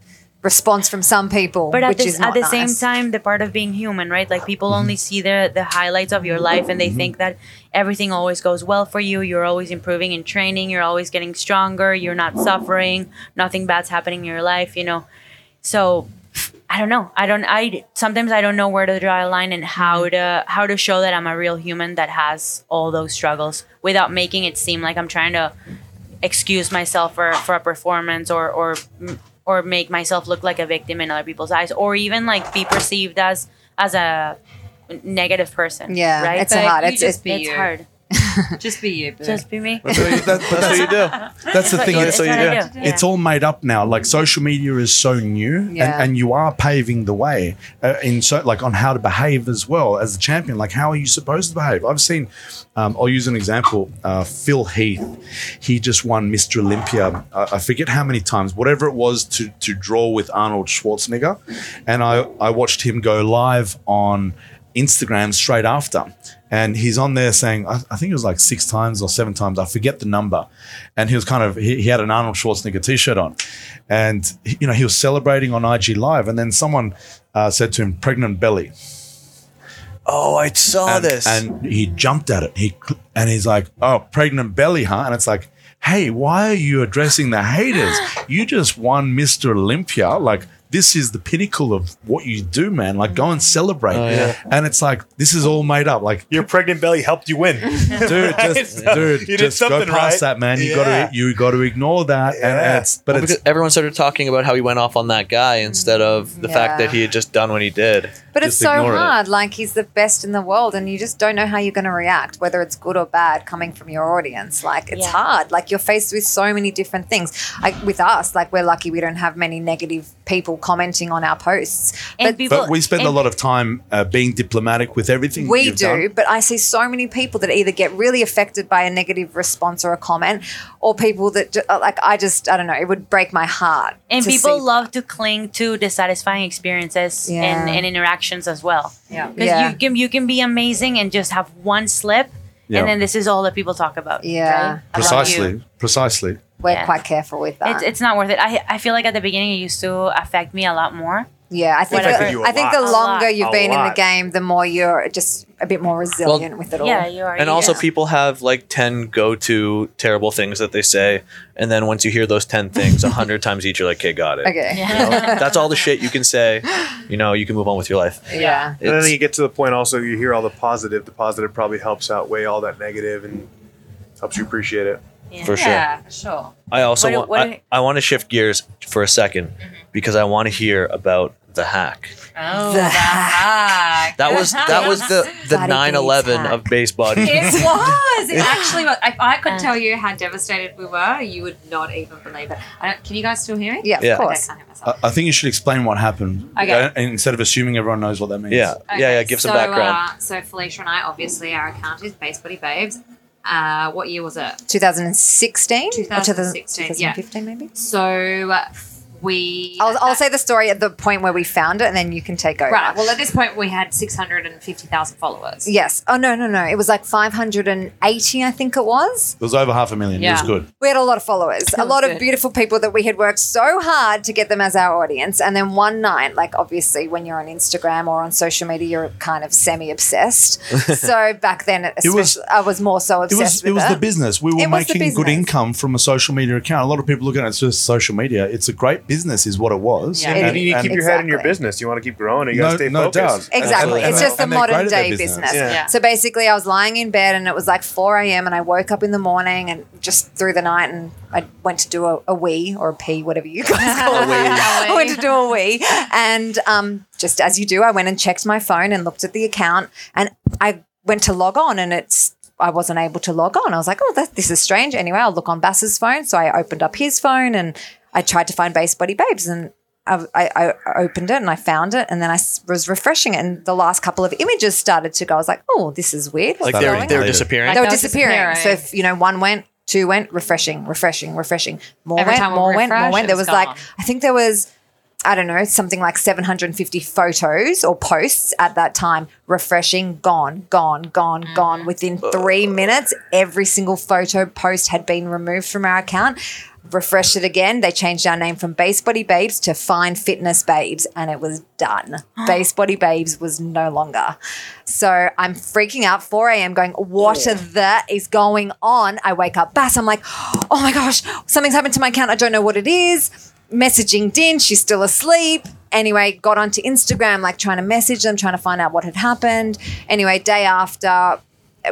D: response from some people,
A: But at,
D: which
A: this,
D: is not Mm-hmm.
A: at the same
D: nice.
A: time, the part of being human, right? Like people only see the the highlights of your life, and they
D: Mm-hmm.
A: think that everything always goes well for you. You're always improving in training. You're always getting stronger. You're not suffering. Nothing bad's happening in your life. You know, so I don't know. I don't. I sometimes I don't know where to draw a line and how
D: Mm-hmm.
A: to how to show that I'm a real human that has all those struggles without making it seem like I'm trying to excuse myself for, for a performance or or or make myself look like a victim in other people's eyes or even like be perceived as as a negative person.
D: Yeah,
A: right.
D: it's a
F: Babe,
D: hard.
F: you
D: It's, it's
F: just be
A: it's
F: you.
A: hard.
F: Just be you. boo.
A: Just be me.
E: That's what you- that- but
B: That's what
E: that's-
B: you do.
E: That's the
A: That's
E: thing.
A: what you-
E: It's,
A: that's what I do.
E: it's all made up now. Like social media is so new,
D: Yeah.
E: and, and you are paving the way uh, in so like on how to behave as well as a champion. Like how are you supposed to behave? I've seen. Um, I'll use an example. Uh, Phil Heath, he just won Mr. Olympia. uh, I, I forget how many times, whatever it was to to draw with Arnold Schwarzenegger, and I I watched him go live on Instagram straight after. And he's on there saying, I, I think it was like six times or seven times, I forget the number. And he was kind of, he, he had an Arnold Schwarzenegger t shirt on. And, you know, he was celebrating on IG Live. And then someone uh, said to him, pregnant belly.
B: Oh, I saw
E: And,
B: this.
E: and he jumped at it. He cl- And he's like, oh, pregnant belly, huh? And it's like, hey, why are you addressing the haters? You just won Mr. Olympia. Like, this is the pinnacle of what you do, man. Like, go and celebrate.
B: Oh, yeah.
E: And it's like, this is all made up. Like,
C: Your pregnant belly helped you win.
E: dude, just, dude,
C: You did
E: just go
C: something right.
E: past that, man. You
C: Yeah.
E: got to, you got to ignore that, and- and,
C: Yeah.
E: it's, but
B: Well,
E: it's
B: because everyone started talking about how he went off on that guy instead of the fact
D: Yeah.
B: that he had just done what he did.
D: But it's
B: Just
D: so
B: ignore it.
D: hard. Like he's the best in the world, and you just don't know how you're going to react, whether it's good or bad, coming from your audience. Like it's
A: Yeah.
D: hard. Like you're faced with so many different things. Like with us, like we're lucky we don't have many negative people commenting on our posts.
A: And
D: but
A: people-
E: but we spend a
A: and-
E: lot of time uh, being diplomatic with everything.
D: we
E: you've
D: do,
E: done.
D: but I see so many people that either get really affected by a negative response or a comment, or people that ju- like I just I don't know. It would break my heart.
A: and
D: to
A: people
D: see-
A: love to cling to dissatisfying experiences and,
D: Yeah.
A: and interactions as well.
F: yeah.
A: Because
D: Yeah.
A: you can you can be amazing and just have one slip,
E: Yeah.
A: and then this is all that people talk about.
D: Yeah.
A: right? About you.
E: precisely, precisely.
D: We're
A: Yeah.
D: quite careful with that.
A: It's, it's not worth it. I I feel like at the beginning it used to affect me a lot more.
D: Yeah, I think
A: Affected
D: the,
C: you a
D: I
C: lot.
D: think the
A: A
D: longer
A: lot.
D: you've
C: A
D: been in the
C: lot.
D: game, the more you're just a bit more resilient with it all.
A: Yeah, you are.
B: And
A: yeah.
B: also, people have like 10 go to terrible things that they say. And then once you hear those 10 things 100 times each, you're like, okay, got it.
D: Okay.
A: Yeah.
D: Yeah.
B: You know, that's all the shit you can say. You know, you can move on with your life.
C: And then you
B: It's,
C: get to the point also you hear all the positive. The positive probably helps outweigh all that negative and helps you appreciate it.
B: for sure.
F: Yeah, sure.
B: I also
A: What do-
B: want,
A: what do-
B: I, I want to shift gears for a 2nd because I want to hear about the hack.
F: Oh,
D: The
F: the
D: hack.
F: hack.
B: That was that was the the
D: Body
B: 9/11
D: hack.
B: of base body.
F: It was. It actually was. If I could
A: Uh.
F: tell you how devastated we were, you would not even believe it. I don't, can you guys still hear me?
D: of
B: Yeah.
F: Okay, I
D: course.
F: can't hear myself.
E: I, I think you should explain what happened
F: Okay.
E: uh, instead of assuming everyone knows what that means.
B: yeah, Uh, yeah,
F: Okay,
B: yeah. Give some
F: so,
B: background.
F: Uh, so Felicia and I, obviously, our account is Base Buddy Babes. Uh, what year was it?
D: 2016? Or
F: 2016,
D: 2000-
F: yeah.
D: 2015 maybe?
F: So uh, we.
D: I'll, I'll say the story at the point where we found it and then you can take over.
F: Right. Well, at this point, we had six hundred and fifty thousand followers.
D: Yes. Oh, no, no, no. It was like 580, I think it was.
E: It was over half a million. It
F: Yeah.
E: was good.
D: We had a lot of followers, a
F: was
D: lot of
F: good.
D: beautiful people that we had worked so hard to get them as our audience. And then one night, like obviously when you're on Instagram or on social media, you're kind of semi obsessed. so back then,
E: was-
D: especially, I was more so
E: It
D: obsessed
E: was it
D: with
E: was the business. We were
D: It was the
E: making good
D: business.
E: income from a social media account. A lot of people look at it as just social media. It's a great business, is what it was.
F: Yeah.
C: And,
D: And-
C: you need to keep
D: and-
C: your head in your
D: Exactly.
C: business. You want to keep growing. and You got to stay focused.
D: Exactly.
B: Absolutely.
D: It's
B: And
D: just the
E: they're great
D: modern
E: at their
D: day business.
F: Yeah. Yeah.
D: So basically, I was lying in bed and it was like 4 a.m. and I woke up in the morning and just through the night and I went to do a, a wee or a pee, whatever you guys call it. I went to do a wee. And um, just as you do, I went and checked my phone and looked at the account and I went to log on and it's I wasn't able to log on. I was like, oh, that, this is strange. Anyway, I'll look on Bass's phone. So I opened up his phone and I tried to find Base Body Babes and I, I, I opened it and I found it and then I s- was refreshing it and the last couple of images started to go. I was like, oh, this is weird. What's
B: Like they were,
D: going
B: they were
D: on?
E: Later.
B: disappearing.
D: they were
F: They were
D: disappearing. So
F: disappearing.
D: if you know one went, two went, refreshing, refreshing, refreshing. More
F: Every
D: went,
F: time we
D: more went, more
F: refresh,
D: went.
F: it
D: There was
F: was
D: like
F: gone.
D: I think there was I don't know something like 750 photos or posts at that time. Refreshing, gone, gone, gone, gone. Within three minutes, every single photo post had been removed from our account. refreshed it again. They changed our name from Base Body Babes to Fine Fitness Babes, and it was done. Base Body Babes was no longer. So I'm freaking out, 4 a.m., going, What the is going on? I wake up, Bass. I'm like, Oh my gosh, something's happened to my account. I don't know what it is. Messaging Din, she's still asleep. Anyway, got onto Instagram, like trying to message them, trying to find out what had happened. Anyway, day after,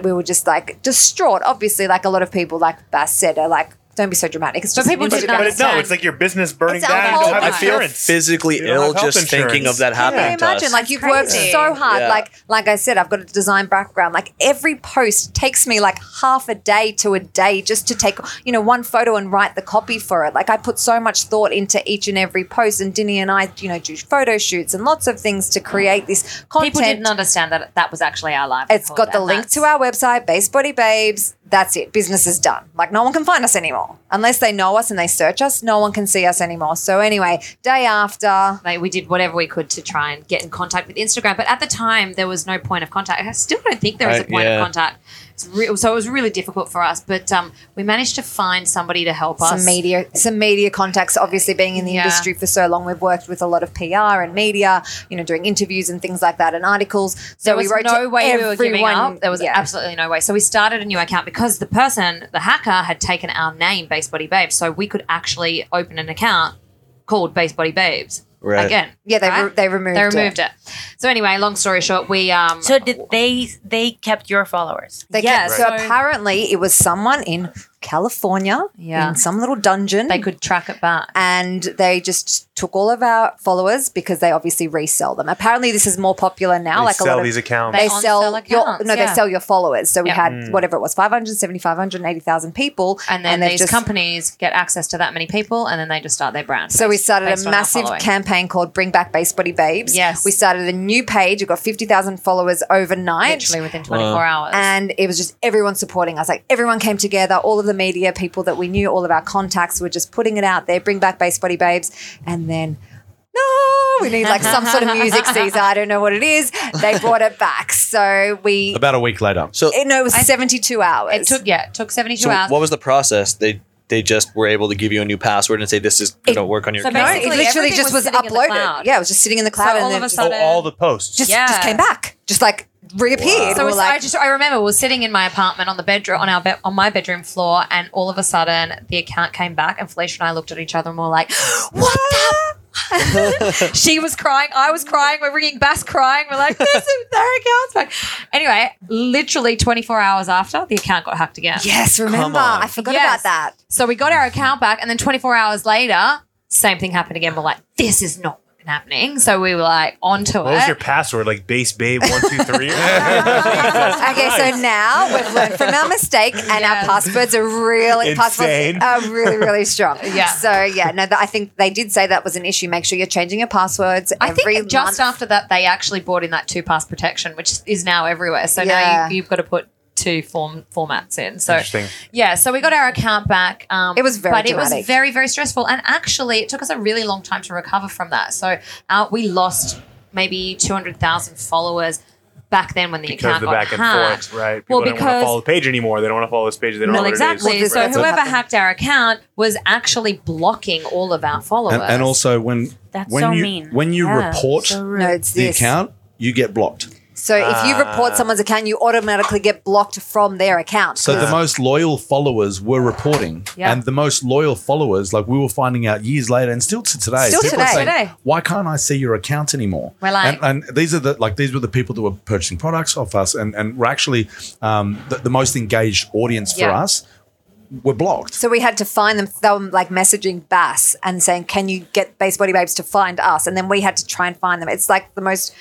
D: we were just like distraught. Obviously, like a lot of people, like Bass said, are like, don't be so dramatic. It's just
F: But people
D: people
C: But,
F: did
D: didn't
F: not
C: but it, no,
F: understand.
C: it's like your business burning
D: It's
C: down. You
D: alcohol
C: don't have
D: I feel
C: insurance.
B: physically
C: You don't have
B: ill
C: health
B: just
C: insurance.
B: thinking of that
C: Yeah.
D: Can you
B: happening to
D: imagine?
B: us.
D: Like you've
F: Crazy.
D: worked so hard.
B: Yeah.
D: Like like I said, I've got a design background. Like every post takes me like half a day to a day just to take you know one photo and write the copy for it. Like I put so much thought into each and every post. And Dinny and I, you know, do photo shoots and lots of things to create this content.
F: People didn't understand that that was actually our life.
D: It's got the link to our website, Base Body Babes. That's it. Business is done. Like no one can find us anymore unless they know us and they search us. No one can see us anymore. So anyway, day after.
F: Like we did whatever we could to try and get in contact with Instagram, but at the time there was no point of contact. I still don't think there is a
B: Right,
F: point
B: yeah.
F: of contact. It's real, so it was really difficult for us, but um, we managed to find somebody to help us.
D: some media some media contacts obviously being in the
F: Yeah.
D: industry for so long we've worked with a lot of pr and media you know doing interviews and things like that and articles so
F: there was
D: we wrote
F: no
D: to
F: way we were giving
D: everyone.
F: up. There was
D: Yeah.
F: absolutely no way. So we started a new account because the person, the hacker, had taken our name, Base Body Babes, so we could actually open an account called Base Body Babes
B: Right.
F: again.
D: yeah they,
F: right?
D: re- they removed
F: they removed it. So anyway, long story short, we um
A: So did they? They kept your followers.
D: They
F: Yeah,
D: kept- so,
F: so-
D: apparently it was someone in california
F: Yeah.
D: in some little dungeon
F: they could track it back.
D: and they just took all of our followers because they obviously resell them. Apparently, this is more popular now.
C: They
D: like a
C: sell
D: lot of
C: these accounts.
D: they
F: on
D: sell
F: sell
D: your
F: accounts,
D: no,
F: yeah.
D: they sell your followers. So we
F: Yeah.
D: had whatever it was, 570, 580,000 people,
F: and then
D: they've
F: these companies get access to that many people, and then they just start their brand.
D: So we
F: based-
D: started
F: based
D: a
F: on our
D: massive
F: following.
D: campaign called Bring Back Base Body Babes.
F: Yes.
D: We started a new page. We got 50,000 followers overnight.
F: literally within 24 hours.
D: And it was just everyone supporting us. Like everyone came together, all of the media people that we knew, all of our contacts were just putting it out there, bring back Base Body Babes. And then, no, we need like some sort of music Caesar. I don't know what it is. They brought it back. So we,
E: About a week later.
B: so,
D: it, no, it was 72 hours.
F: it took yeah, it took 72
B: so
F: hours.
B: what was the process? They they just were able to give you a new password and say this is going to work on your
F: so
D: no,
B: account.
D: it
F: basically
D: literally
F: everything
D: just was,
F: was sitting in the
D: uploaded.
F: cloud.
D: Yeah, it was just sitting in the cloud.
F: so
D: and
F: all
D: then
F: of a
D: just-
C: Oh,
F: sudden,
C: all the posts.
D: just
F: Yeah.
D: just came back, just like reappeared. We
F: So it
D: were
F: was,
D: like,
F: I just I remember we were sitting in my apartment on the bedroom on our bed on my bedroom floor, and all of a sudden the account came back, and Felicia and I looked at each other and we were like, "What the?" she was crying, I was crying, we're ringing Bass crying, we're like, "This is their account's back." Anyway, literally 24 hours after, the account got hacked again.
D: yes, remember?
B: on.
D: I forgot about
F: Yes.
D: that.
F: So we got our account back, and then 24 hours later, same thing happened again. We're like, "This is not." Happening, so we were like onto
C: What
F: it.
C: was your password? Like base babe one two three.
D: okay, so now we've learned from our mistake, and
F: Yes.
D: our passwords are really
C: Insane.
D: passwords are really really strong.
F: Yeah.
D: So yeah, no, that, I think they did say that was an issue. Make sure you're changing your passwords.
F: I
D: every
F: think just
D: month.
F: after that, they actually brought in that two pass protection, which is now everywhere. So now
D: Yeah.
F: you, you've got to put two form formats in. So
C: Interesting.
F: yeah, so we got our account back. Um,
D: It was very
F: but it was
D: dramatic.
F: very very stressful, and actually it took us a really long time to recover from that. So uh, we lost maybe two hundred thousand followers back then when the
C: Because
F: account
C: the
F: got
C: back and
F: hacked.
C: forth, right? People
F: Well,
C: don't want
F: because
C: to follow the page anymore. They don't want to follow this page. They don't know
F: well,
C: what
F: exactly.
C: it is.
D: Well,
F: so
D: that's what
F: whoever
D: happened.
F: hacked our account was actually blocking all of our followers.
H: And, and also when
A: That's
H: when
A: so
H: you
A: mean.
H: when you
A: Yeah,
H: report
A: so rude.
D: no, it's
H: the
D: this.
H: account, you get blocked.
D: So if you report someone's account, you automatically get blocked from their account.
H: So the most loyal followers were reporting,
F: Yeah.
H: and the most loyal followers, like we were finding out years later, and still to today,
D: Still
H: people are
D: today.
H: saying,
F: Today.
H: "Why can't I see your account anymore?"
F: We're like-
H: and, and these are the like these were the people that were purchasing products off us, and and were actually um, the, the most engaged audience for
F: Yeah.
H: us were blocked.
D: So we had to find them. They were like messaging Bass and saying, "Can you get Base Body Babes to find us?" And then we had to try and find them. It's like the most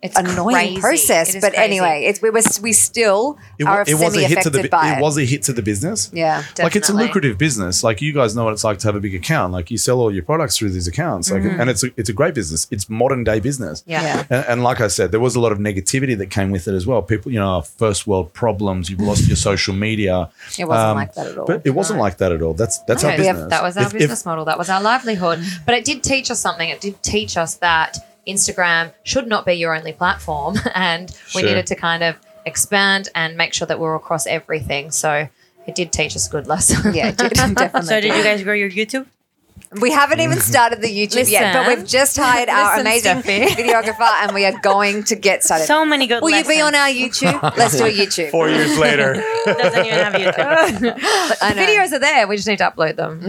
F: it's
D: annoying
F: crazy.
D: process.
F: It is
D: But
F: crazy.
D: anyway, it's, we were we still
H: It, wa-
D: are
H: it was a
D: semi
H: hit to
D: E affected
H: the bu-
D: by
H: it was a hit to the business.
D: yeah.
H: Like it's a
F: Definitely.
H: lucrative business. Like you guys know what it's like to have a big account. Like you sell all your products through these accounts. Like and it's a, it's a great business. It's modern day business.
F: Yeah.
D: Yeah.
H: And, and like I said, there was a lot of negativity that came with it as well. People, you know, first world problems. You've lost your social media.
D: It wasn't
H: Um,
D: like that at all.
H: But it wasn't like that at all. That's that's our
F: No, we have-
H: business.
F: that was our
H: If- if-
F: business model. That was our livelihood. But it did teach us something. It did teach us that Instagram should not be your only platform, and we
B: Sure.
F: needed to kind of expand and make sure that we're across everything. So it did teach us a good lesson.
D: Yeah, it did, definitely.
A: So did
D: did.
A: you guys grow your YouTube?
D: We haven't even started the YouTube yet, but
F: Listen.
D: we've just hired our
F: Listen,
D: amazing videographer, and we are going to get started.
A: So many good.
D: Will you be on
A: lessons.
D: our YouTube? Let's do a YouTube.
C: Four years later,
A: Doesn't even have YouTube.
D: I know.
F: Videos are there. We just need to upload them.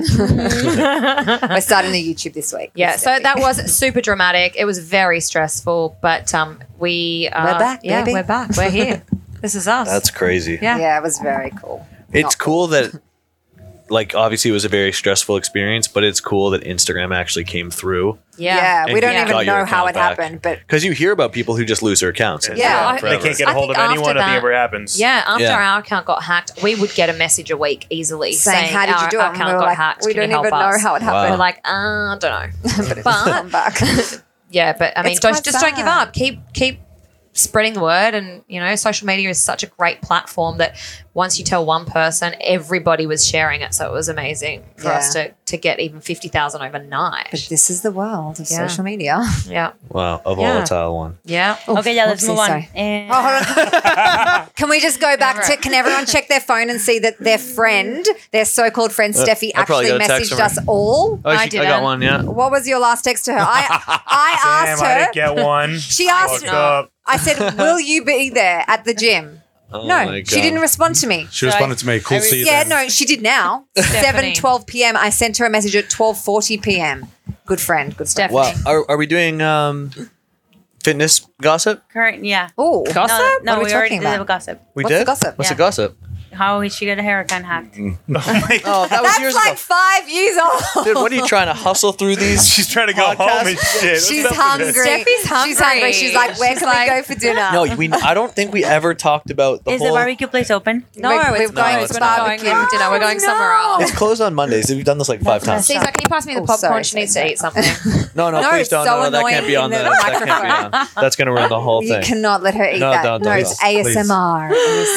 D: We're starting the YouTube this week.
F: Yeah,
D: This
F: so
D: week.
F: that was super dramatic. It was very stressful, but um, we uh,
D: We're back,
F: Yeah,
D: baby.
F: we're back. We're here. this is us.
B: That's crazy.
F: yeah.
D: yeah, it was very cool.
B: It's
D: Not
B: cool that, like, obviously it was a very stressful experience, but it's cool that Instagram actually came through
F: yeah,
D: Yeah, we
B: And
D: don't
F: yeah.
D: even
B: got your
D: know how it
B: account back.
D: happened, but
B: because you hear about people who just lose their accounts. and-
D: Yeah.
F: I-
C: they can't get a
F: I
C: hold of
F: think after
C: anyone.
F: that-
C: Nothing ever happens.
F: Yeah, after
B: Yeah.
F: our account got hacked, we would get a message a week easily saying,
D: saying, how did
F: our
D: you do it?
F: Our
D: And
F: account
D: we were
F: got
D: like,
F: hacked.
D: we
F: Can
D: don't
F: you help
D: even know
F: us?
D: how it happened.
F: We're like, uh, don't know.
D: but it's
F: But-
D: come back.
F: Yeah, but I mean,
D: It's
F: don't
D: quite
F: just don't give
D: sad.
F: up. Keep keep spreading the word, and you know, social media is such a great platform that once you tell one person, everybody was sharing it. So it was amazing for
D: Yeah.
F: us to to get even fifty thousand
D: but
F: overnight.
D: this is the world of
F: Yeah.
D: social media.
F: Yeah,
B: Wow, a
F: Yeah.
B: volatile one.
F: yeah.
A: okay, yeah, let's
D: Whoopsie,
A: move on.
D: sorry.
A: And-
D: Oh, hold on. Can we just go back to? Can everyone check their phone and see that their friend, their so-called friend Steffi,
B: Uh, I probably
D: actually
B: got a text
D: messaged
B: from her.
D: us all?
B: Oh,
F: I
B: she-
F: did
B: got
F: it.
B: one. Yeah.
D: What was your last text to her? I I
C: Damn,
D: asked
C: I
D: her.
C: didn't get one.
D: She asked.
C: Fucked up.
D: I said, "Will you be there at the gym?"
B: Oh
D: no,
B: my
D: she
B: God.
D: didn't respond to me.
H: She responded to me. Cool.
A: I re-
H: see you
D: Yeah,
H: then.
D: no, she did now. Seven
F: Stephanie.
D: twelve p.m. I sent her a message at twelve forty p.m. Good friend, good friend.
B: Wow. Are, are we doing um, fitness gossip?
A: Current, yeah.
D: Oh,
A: No, No,
D: What are we
A: we, already
D: talking
A: did
D: about?
A: the gossip.
B: We
D: What's the
B: did.
D: gossip?
B: What's
A: Yeah.
B: the gossip?
A: How she got a haircut hacked.
B: Oh, that was
D: That's
B: years
D: like
B: ago.
D: five years old.
B: Dude, what are you trying to hustle through these?
C: She's trying to go
B: Podcast.
C: home and shit. What's
D: She's
C: up with
D: hungry.
C: this?
F: Steffi's
D: She's
F: hungry.
D: hungry. She's like, where
F: She's
D: can
F: like-
D: we go for dinner?
B: No, we. I don't think we ever talked about the
A: Is the
B: whole.
A: barbecue place open?
F: No,
D: We're-
F: it's
D: we're going
F: not.
B: to
F: we're not going
D: barbecue.
F: out for dinner. We're going somewhere else.
B: it's closed on Mondays. We've done this like five times.
F: Caesar, can you pass me the
D: Oh, sorry,
F: popcorn? she
D: sorry,
F: needs
D: sorry.
F: to eat something.
B: No, no,
D: No,
B: please
D: it's
B: don't.
D: so
B: no, no, that can't be
D: annoying
B: on the.
D: in the
B: That can't be on. That's gonna ruin the whole
D: You
B: thing.
D: cannot let her eat
B: No,
D: that.
B: don't,
D: no,
B: don't,
D: it's
B: don't.
D: ASMR.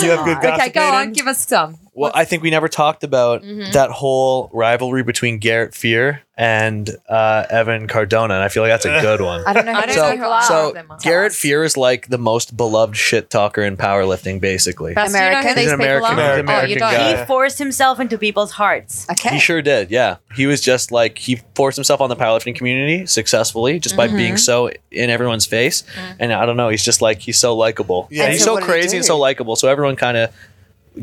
C: You have good gossip.
F: okay, go
C: Nathan?
F: on. Give us some.
B: Well, I think we never talked about that whole rivalry between Garrett Fear and uh, Evan Cardona, and I feel like that's a good one.
D: I don't know.
F: I
D: who
F: don't
D: you
F: know
D: are.
F: who I am.
B: so
F: them are.
B: Garrett Fear is like the most beloved shit talker in powerlifting, basically.
F: Russ, Do you know who
D: American.
F: these
B: He's an
F: people
B: American.
F: are?
C: He's an
F: oh, you
C: American
F: don't.
C: guy.
A: He forced himself into people's hearts.
D: Okay.
B: He sure did. Yeah, he was just like he forced himself on the powerlifting community successfully just by
F: Mm-hmm.
B: being so in everyone's face. And I don't know, he's just like he's so likable.
C: Yeah.
B: Yeah,
C: And
B: he's
D: so
B: so
D: what did he
B: crazy and
D: do?
B: so likable. So everyone kind of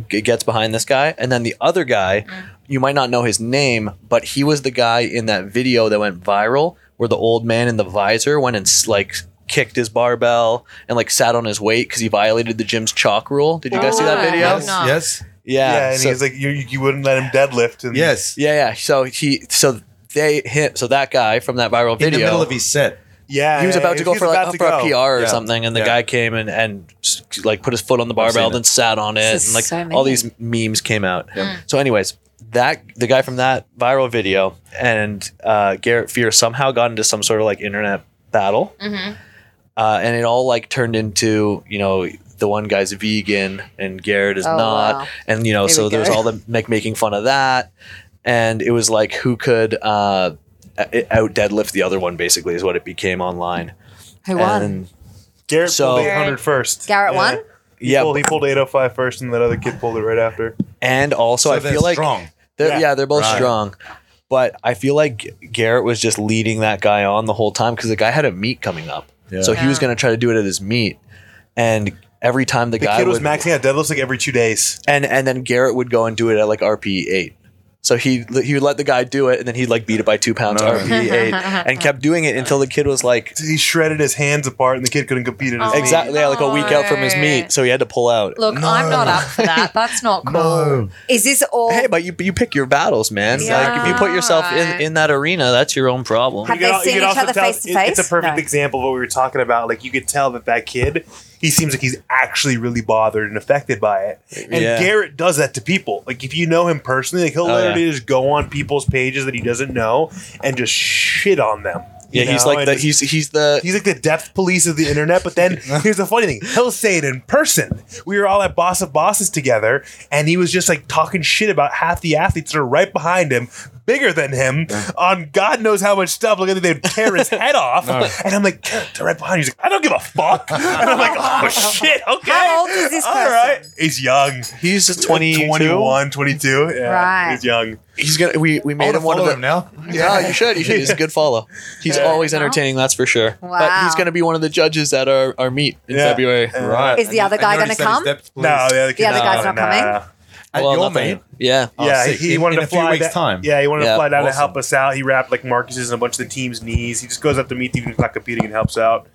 B: g- gets behind this guy. And then the other guy,
F: Mm-hmm.
B: you might not know his name, but he was the guy in that video that went viral where the old man in the visor went and s- like kicked his barbell and like sat on his weight because he violated the gym's chalk rule. Did you guys see
F: Oh,
B: that
F: I have
B: video?
H: Yes.
F: No.
H: Yes.
B: Yeah.
C: Yeah, and
B: so-
C: he's like, you, you wouldn't let him deadlift. And
H: Yes.
B: yeah, yeah. So he, so they hit, so that guy from that viral
H: In
B: video,
H: the middle of his set.
C: yeah.
B: he was
C: yeah,
B: about to go
C: he's
B: for like
C: about
B: up
C: to
B: for a
C: go.
B: PR or
H: Yeah.
B: something, and the
H: Yeah.
B: guy came and and s- like put his foot on the
H: seen
B: barbell,
H: it.
B: then sat on it,
D: This is
B: and like
D: so many. Mm.
B: all these memes came out. So, anyways, that the guy from that viral video and uh, Garrett Fear somehow got into some sort of like internet battle,
D: Mm-hmm.
B: uh, and it all like turned into you know. The one guy's vegan and Garrett is
D: Oh,
B: not,
D: wow.
B: and you know,
D: Here
B: so
D: we
B: there was
D: go.
B: all the like making fun of that, and it was like who could uh, out deadlift the other one, basically, is what it became online.
D: Who won?
B: And-
C: Garrett
B: So-
C: pulled 800 first.
D: Garrett
C: yeah.
D: won?
C: He
B: Yeah,
C: pulled, he
B: b-
C: pulled 805 first, and that other kid pulled it right after.
B: and also I
H: they're
B: feel like
H: strong.
B: They're, yeah.
C: Yeah.
B: they're both
H: Right.
B: strong, but I feel like G- Garrett was just leading that guy on the whole time because the guy had a meet coming up,
H: Yeah.
B: so he was
F: Yeah.
B: going to try to do it at his meet, and every time the,
C: The
B: guy
C: kid was
B: would,
C: maxing out deadlifts like every two days.
B: and and then Garrett would go and do it at like RP eight. So he he would let the guy do it, and then he'd like beat it by two pounds
H: No.
B: RP eight, and kept doing it until the kid was like
C: He shredded his hands apart, and the kid couldn't compete at his
F: Oh.
C: meet.
B: exactly yeah, like a week out from his
F: No.
B: meet, so he had to pull out.
F: Look, I'm not up for that. That's not cool.
D: Is this all?
B: Hey, but you you pick your battles, man. Like if you put yourself in
F: Yeah.
B: in that arena, that's your own problem.
D: Have
C: You
D: they
C: al- you
D: seen each
C: also
D: other
C: tell-
D: face to
C: it- It's a
D: face?
C: perfect
D: No.
C: example of what we were talking about. Like you could tell that that kid, he seems like he's actually really bothered and affected by it. And
B: Yeah.
C: Garrett does that to people. Like if you know him personally, like he'll
B: Oh,
C: literally
B: yeah.
C: just go on people's pages that he doesn't know and just shit on them.
B: Yeah,
C: You
B: he's
C: know?
B: like
C: And
B: the
C: just-
B: he's he's the
C: He's like the depth police of the internet. But then here's the funny thing: he'll say it in person. We were all at Boss of Bosses together, and he was just like talking shit about half the athletes that are right behind him, bigger than him on God knows how much stuff. Look at they'd tear his head off. And I'm like, they're right behind you. He's like, I don't give a fuck. And I'm like, oh shit, okay.
D: How old is this
C: All
D: person?
C: right. He's young.
B: He's 22.
C: 21, 22. Yeah,
D: Right.
C: He's young.
B: He's gonna. We, we
E: I
B: made
E: want to
B: him one of
E: follow
B: the.
E: him now.
B: Yeah, you should. You should. He's a good follow. He's always entertaining, that's for sure. But
D: Wow.
B: he's gonna be one of the judges at our, our meet in
C: Yeah.
B: February.
I: Right.
D: Is the other guy gonna come?
C: No, the other, kid-
D: other
C: no,
D: guy's not
C: no,
D: coming?
C: no.
I: At
B: Well,
I: your
B: not that-
I: meet?
B: Yeah.
I: Oh,
C: yeah,
I: sick.
C: he, he
I: In-
C: wanted
I: in
C: to
I: a few
C: fly
I: weeks'
C: down-
I: time.
C: Yeah, he wanted to
B: Yeah,
C: fly down to
I: awesome.
C: help us out. He wrapped like Marcus's and a bunch of the team's knees. He just goes up to meet the team who's not competing and helps out.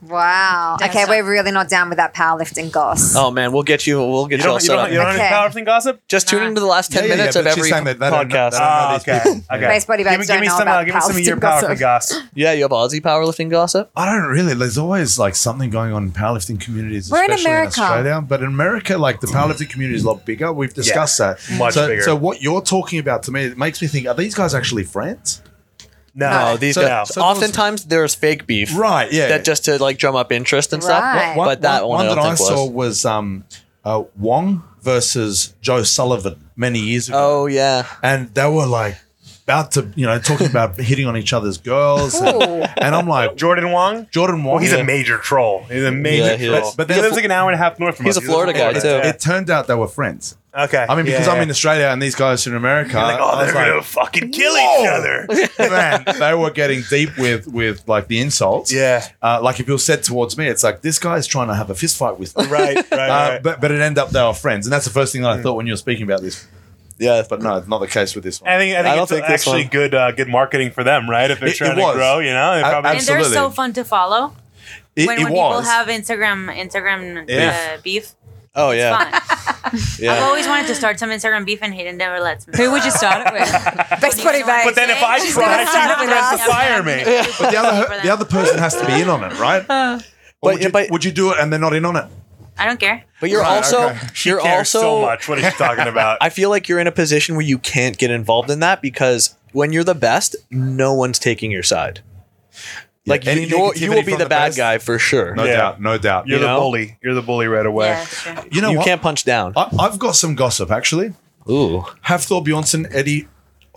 D: Wow.
F: Don't
D: okay,
F: stop.
D: we're really not down with that powerlifting goss.
B: Oh man, we'll get you. We'll get
C: You
B: you, all
C: don't, you
B: set
C: don't,
B: up.
C: you don't
D: Okay.
C: have any powerlifting gossip?
B: Just tune
F: Nah.
B: into the last ten
E: Yeah, yeah,
B: minutes
E: yeah,
B: of
E: but she's
B: every
E: saying that they don't know-
B: podcast.
E: they don't know
C: Ah,
E: these
C: okay.
E: people.
C: okay.
D: Base body
C: give me,
D: bags
C: give
D: don't
C: me
D: know
C: some.
D: about
C: uh, give me some of your
D: powerlifting gossip.
C: powerlifting gossip.
B: Yeah, you have Aussie powerlifting gossip.
E: I don't really. There's always like something going on in powerlifting communities,
D: We're in
E: especially in,
D: America.
E: Australia. But in America, like the powerlifting community is a lot bigger. We've discussed that.
C: Much
E: so,
C: bigger.
E: So what you're talking about to me, it makes me think: Are these guys actually friends?
C: No,
B: No, these
E: So-
B: guys.
E: so there was-
B: oftentimes there's fake beef,
E: Right. Yeah.
B: That just to like drum up interest and
D: Right.
B: stuff.
D: One-
B: but that one, I
E: that
B: don't
E: I
B: think
E: saw
B: was.
E: was um, uh, Wong versus Joe Sullivan many years ago,
B: Oh yeah,
E: and they were like about to, you know, talking about hitting on each other's girls, and,
D: Ooh.
E: and I'm like.
C: Jordan Wong.
E: Jordan Wong.
C: Well, he's
E: Yeah.
C: a major troll. He's a major
B: Yeah, he
C: troll.
B: is.
C: But
E: But
C: he
E: then-
C: lives like an hour and a half north from
B: He's
C: us.
B: a
C: He lives in
B: Florida guy, too.
E: It turned out they were friends.
C: Yeah. Okay.
E: I mean, because
C: Yeah,
E: I'm
C: yeah.
E: in Australia and these guys in America,
C: Like,
E: I
C: oh,
E: was
C: they're gonna
E: like,
C: fucking kill
E: Whoa.
C: each other.
E: man, they were getting deep with with like the insults.
C: Yeah.
E: Uh, like if you're said towards me, it's like this guy's trying to have a fist fight with me.
C: Right. Right.
E: Uh,
C: right. Hmm.
E: but but it ended up they were friends, and that's the first thing that I thought when you were speaking about this. Yeah, but no, it's not the case with this one.
C: I think I think
B: I don't
C: it's
B: think this
C: actually
B: one-
C: good uh, good marketing for them, right? If they're
E: It- it
C: trying to
E: was.
C: grow, you know, they
E: I-
C: probably
E: I-
A: And they're so
E: Absolutely.
A: fun to follow.
E: It,
A: when
E: it
A: when people
E: was.
A: have Instagram Instagram
E: Yeah.
A: uh, beef,
B: oh yeah,
A: fun. I've
B: yeah.
A: always wanted to start some Instagram beef, and Hayden never lets me.
F: Who would you start it with?
D: Base body bags.
C: But then if I
D: She's
C: try,
D: gonna
C: she
D: start with
C: threatens to
D: us.
C: fire me.
E: But the other the other person has to be in on it, right? Or
B: But-
E: would, you,
B: but-
E: would you do it and they're not in on it?
A: I don't care.
B: But you're
E: Right,
B: also
E: okay.
C: She
B: you're
C: cares
B: also
C: so much. What is she talking about?
B: I feel like you're in a position where you can't get involved in that because when you're the best, no one's taking your side. Like
E: any
B: you, you will
E: negativity
B: be
E: from
B: the
E: the
B: bad
E: best?
B: guy for sure.
E: No
C: Yeah.
E: doubt, no doubt.
C: You're
B: you
C: the
B: know?
C: bully. You're the bully right away.
A: Yeah, sure.
E: You know
B: you
E: what?
B: can't punch down.
E: I, I've got some gossip actually.
B: Ooh,
E: Have Thor Bjornsson, Eddie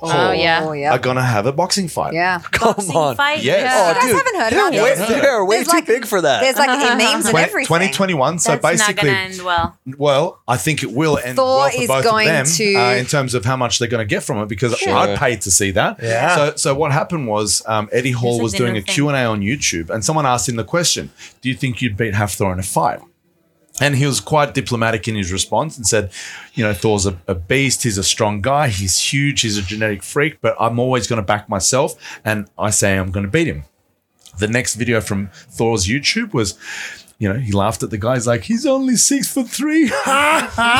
F: Oh, yeah.
D: Oh, yeah.
E: are gonna have a boxing fight.
D: Yeah.
B: come
A: Boxing
B: on.
A: fight?
E: Yes.
A: Yeah.
B: Oh,
D: You uh, guys
B: dude,
D: haven't heard
B: they're
D: about
B: way,
D: this.
B: they're way
D: There's
B: too
D: like-
B: big for that.
D: There's like memes and
E: Twen-
D: everything.
E: 2021. So
A: That's not
E: basically,
A: gonna end well.
E: Well, I think it will end
D: Thor
E: well for
D: is
E: both
D: going
E: of them
D: to-
E: uh, in terms of how much they're going to get from it because
B: Sure.
E: I'd pay to see that.
C: Yeah.
E: So, so what happened was um, Eddie Hall
A: like
E: was
A: the
E: doing
A: new
E: a
A: thing.
E: Q and A on YouTube, and someone asked him the question: Do you think you'd beat Half Thor in a fight? And he was quite diplomatic in his response and said, you know, Thor's a, a beast. He's a strong guy. He's huge. He's a genetic freak, but I'm always going to back myself. And I say I'm going to beat him. The next video from Thor's YouTube was, you know, he laughed at the guy. He's like, he's only six foot three.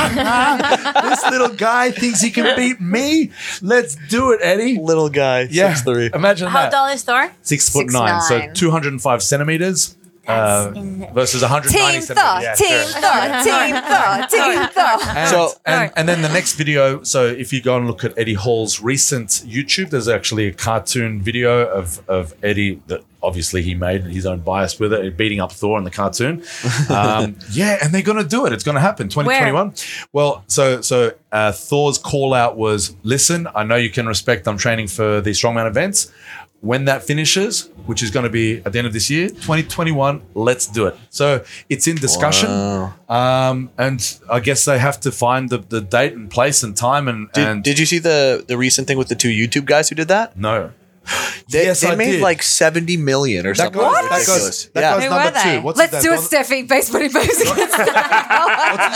E: this little guy thinks he can beat me. Let's do it, Eddie.
B: Little guy,
E: Yeah.
B: six three.
E: Imagine
A: How
E: that.
A: tall is Thor?
E: Six foot
D: Six
E: nine,
D: nine.
E: So 205 centimeters uh,
A: That's in-
E: versus 190
D: Team Thor,
E: centimeters.
C: Yeah,
D: Team
C: sure.
D: Thor, Team Thor, Team Thor.
E: And,
B: So-
E: and, and then the next video. So if you go and look at Eddie Hall's recent YouTube, there's actually a cartoon video of of Eddie that obviously he made his own bias with it, beating up Thor in the cartoon. Um, yeah, and they're gonna do it. It's gonna happen. 2021. Well, so so uh, Thor's call out was, "Listen, I know you can respect. I'm training for the strongman events." When that finishes, which is going to be at the end of this year, 2021, let's do it. So it's in discussion. Um, and I guess they have to find the, the date and place and time and
B: Did,
E: and
B: did you see the the recent thing with the two YouTube guys who did that?
E: no.
B: They,
E: Yes,
B: they
E: I
B: made
E: did.
B: like seventy million or
E: That
B: something.
E: goes, that
B: ridiculous.
E: goes, that
B: yeah.
E: goes
F: Who
E: number
F: were they?
E: two. What's
D: Let's
E: that?
D: do it,
E: Don-
D: Steffi. Base body bags against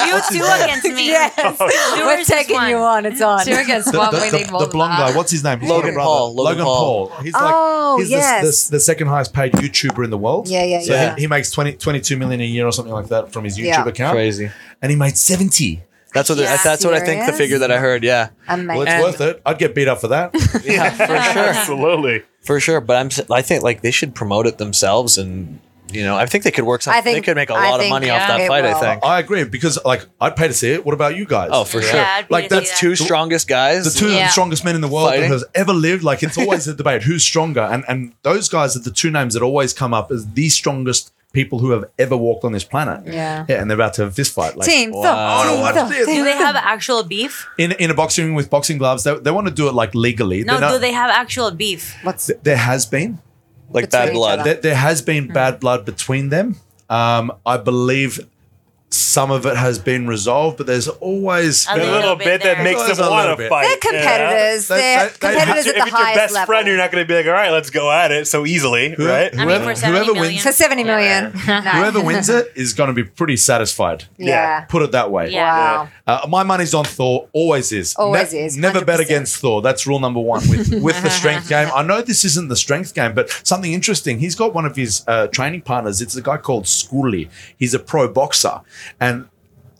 A: You two against me.
D: Yes. We're
A: Yours is
D: taking
A: one.
D: you on. It's on.
F: Two against
E: The,
F: one.
E: the-
F: we
E: the-
F: need more
E: the
F: than
E: blonde
F: that.
E: guy. What's his name? He's
B: Logan
E: got a brother.
B: Paul, Logan
E: Logan Paul. He's like
D: Oh,
E: he's the-
D: yes.
E: the, the, second highest paid YouTuber in the world.
D: Yeah, yeah,
E: so
D: yeah.
E: He, he makes 20, 22 million a year or something like that from his YouTube
D: Yeah.
E: account.
B: Crazy.
E: And he made 70.
B: That's what the-
A: Yeah.
B: that's what I think the
D: Serious?
B: figure that I heard. Yeah,
E: Well, it's
D: Amazing.
B: And-
E: worth it. I'd get beat up for that.
B: yeah, for sure.
C: Absolutely.
B: For sure, but I'm. s- I think like they should promote it themselves, and you know, I think they could work something.
D: I think-
B: they could make a
D: I
B: lot of
D: think,
B: money
F: yeah,
B: off
D: it
B: that fight.
D: will.
B: I think.
E: I agree because like I'd pay to see it. What about you guys?
B: Oh, for
A: Yeah,
B: sure.
A: I'd be
E: Like,
A: to
E: that's
A: see that.
B: Two strongest guys.
E: the two of
F: Yeah.
E: the strongest men in the world
B: Fighting.
E: that has ever lived. Like it's always a debate who's stronger, and and those guys are the two names that always come up as the strongest people who have ever walked on this planet.
D: Yeah.
E: Yeah, and they're about to have fist fight. Like,
D: Team, stop.
E: I wanna watch this.
A: Do they have actual beef?
E: In, in a boxing ring with boxing gloves, they, they want to do it like legally.
A: No,
E: They're not-
A: do they have actual beef?
D: What's
E: th- there has been.
B: like
D: Between
B: bad
D: each
B: blood.
D: other.
E: There, there has been bad blood between them. Um, I believe some of it has been resolved, but there's always
A: A
C: A
A: little
C: little
A: bit
C: bit
A: there.
C: that makes
E: Always a
C: them
E: little
C: want
E: bit.
C: to fight.
D: They're
C: you know?
D: competitors.
E: That-
D: They're
E: that- that-
D: competitors
C: If
D: at the
C: it's your
D: highest
C: best
D: level.
C: friend, you're not going to be like, all right, let's go at it so easily,
E: Who-
C: right?
A: mean,
E: Whoever,
A: for 70
E: whoever
A: million.
E: wins,
D: so 70 million. No.
E: whoever wins it is going to be pretty satisfied.
D: Yeah.
E: Put it that way.
A: Yeah.
D: Wow.
E: Uh, my money's on Thor. Always is.
D: Always is,
E: Never
D: 100%.
E: bet against Thor. That's rule number one with with the strength game. I know this isn't the strength game, but something interesting. He's got one of his uh, training partners. It's a guy called Schooley. He's a pro boxer, and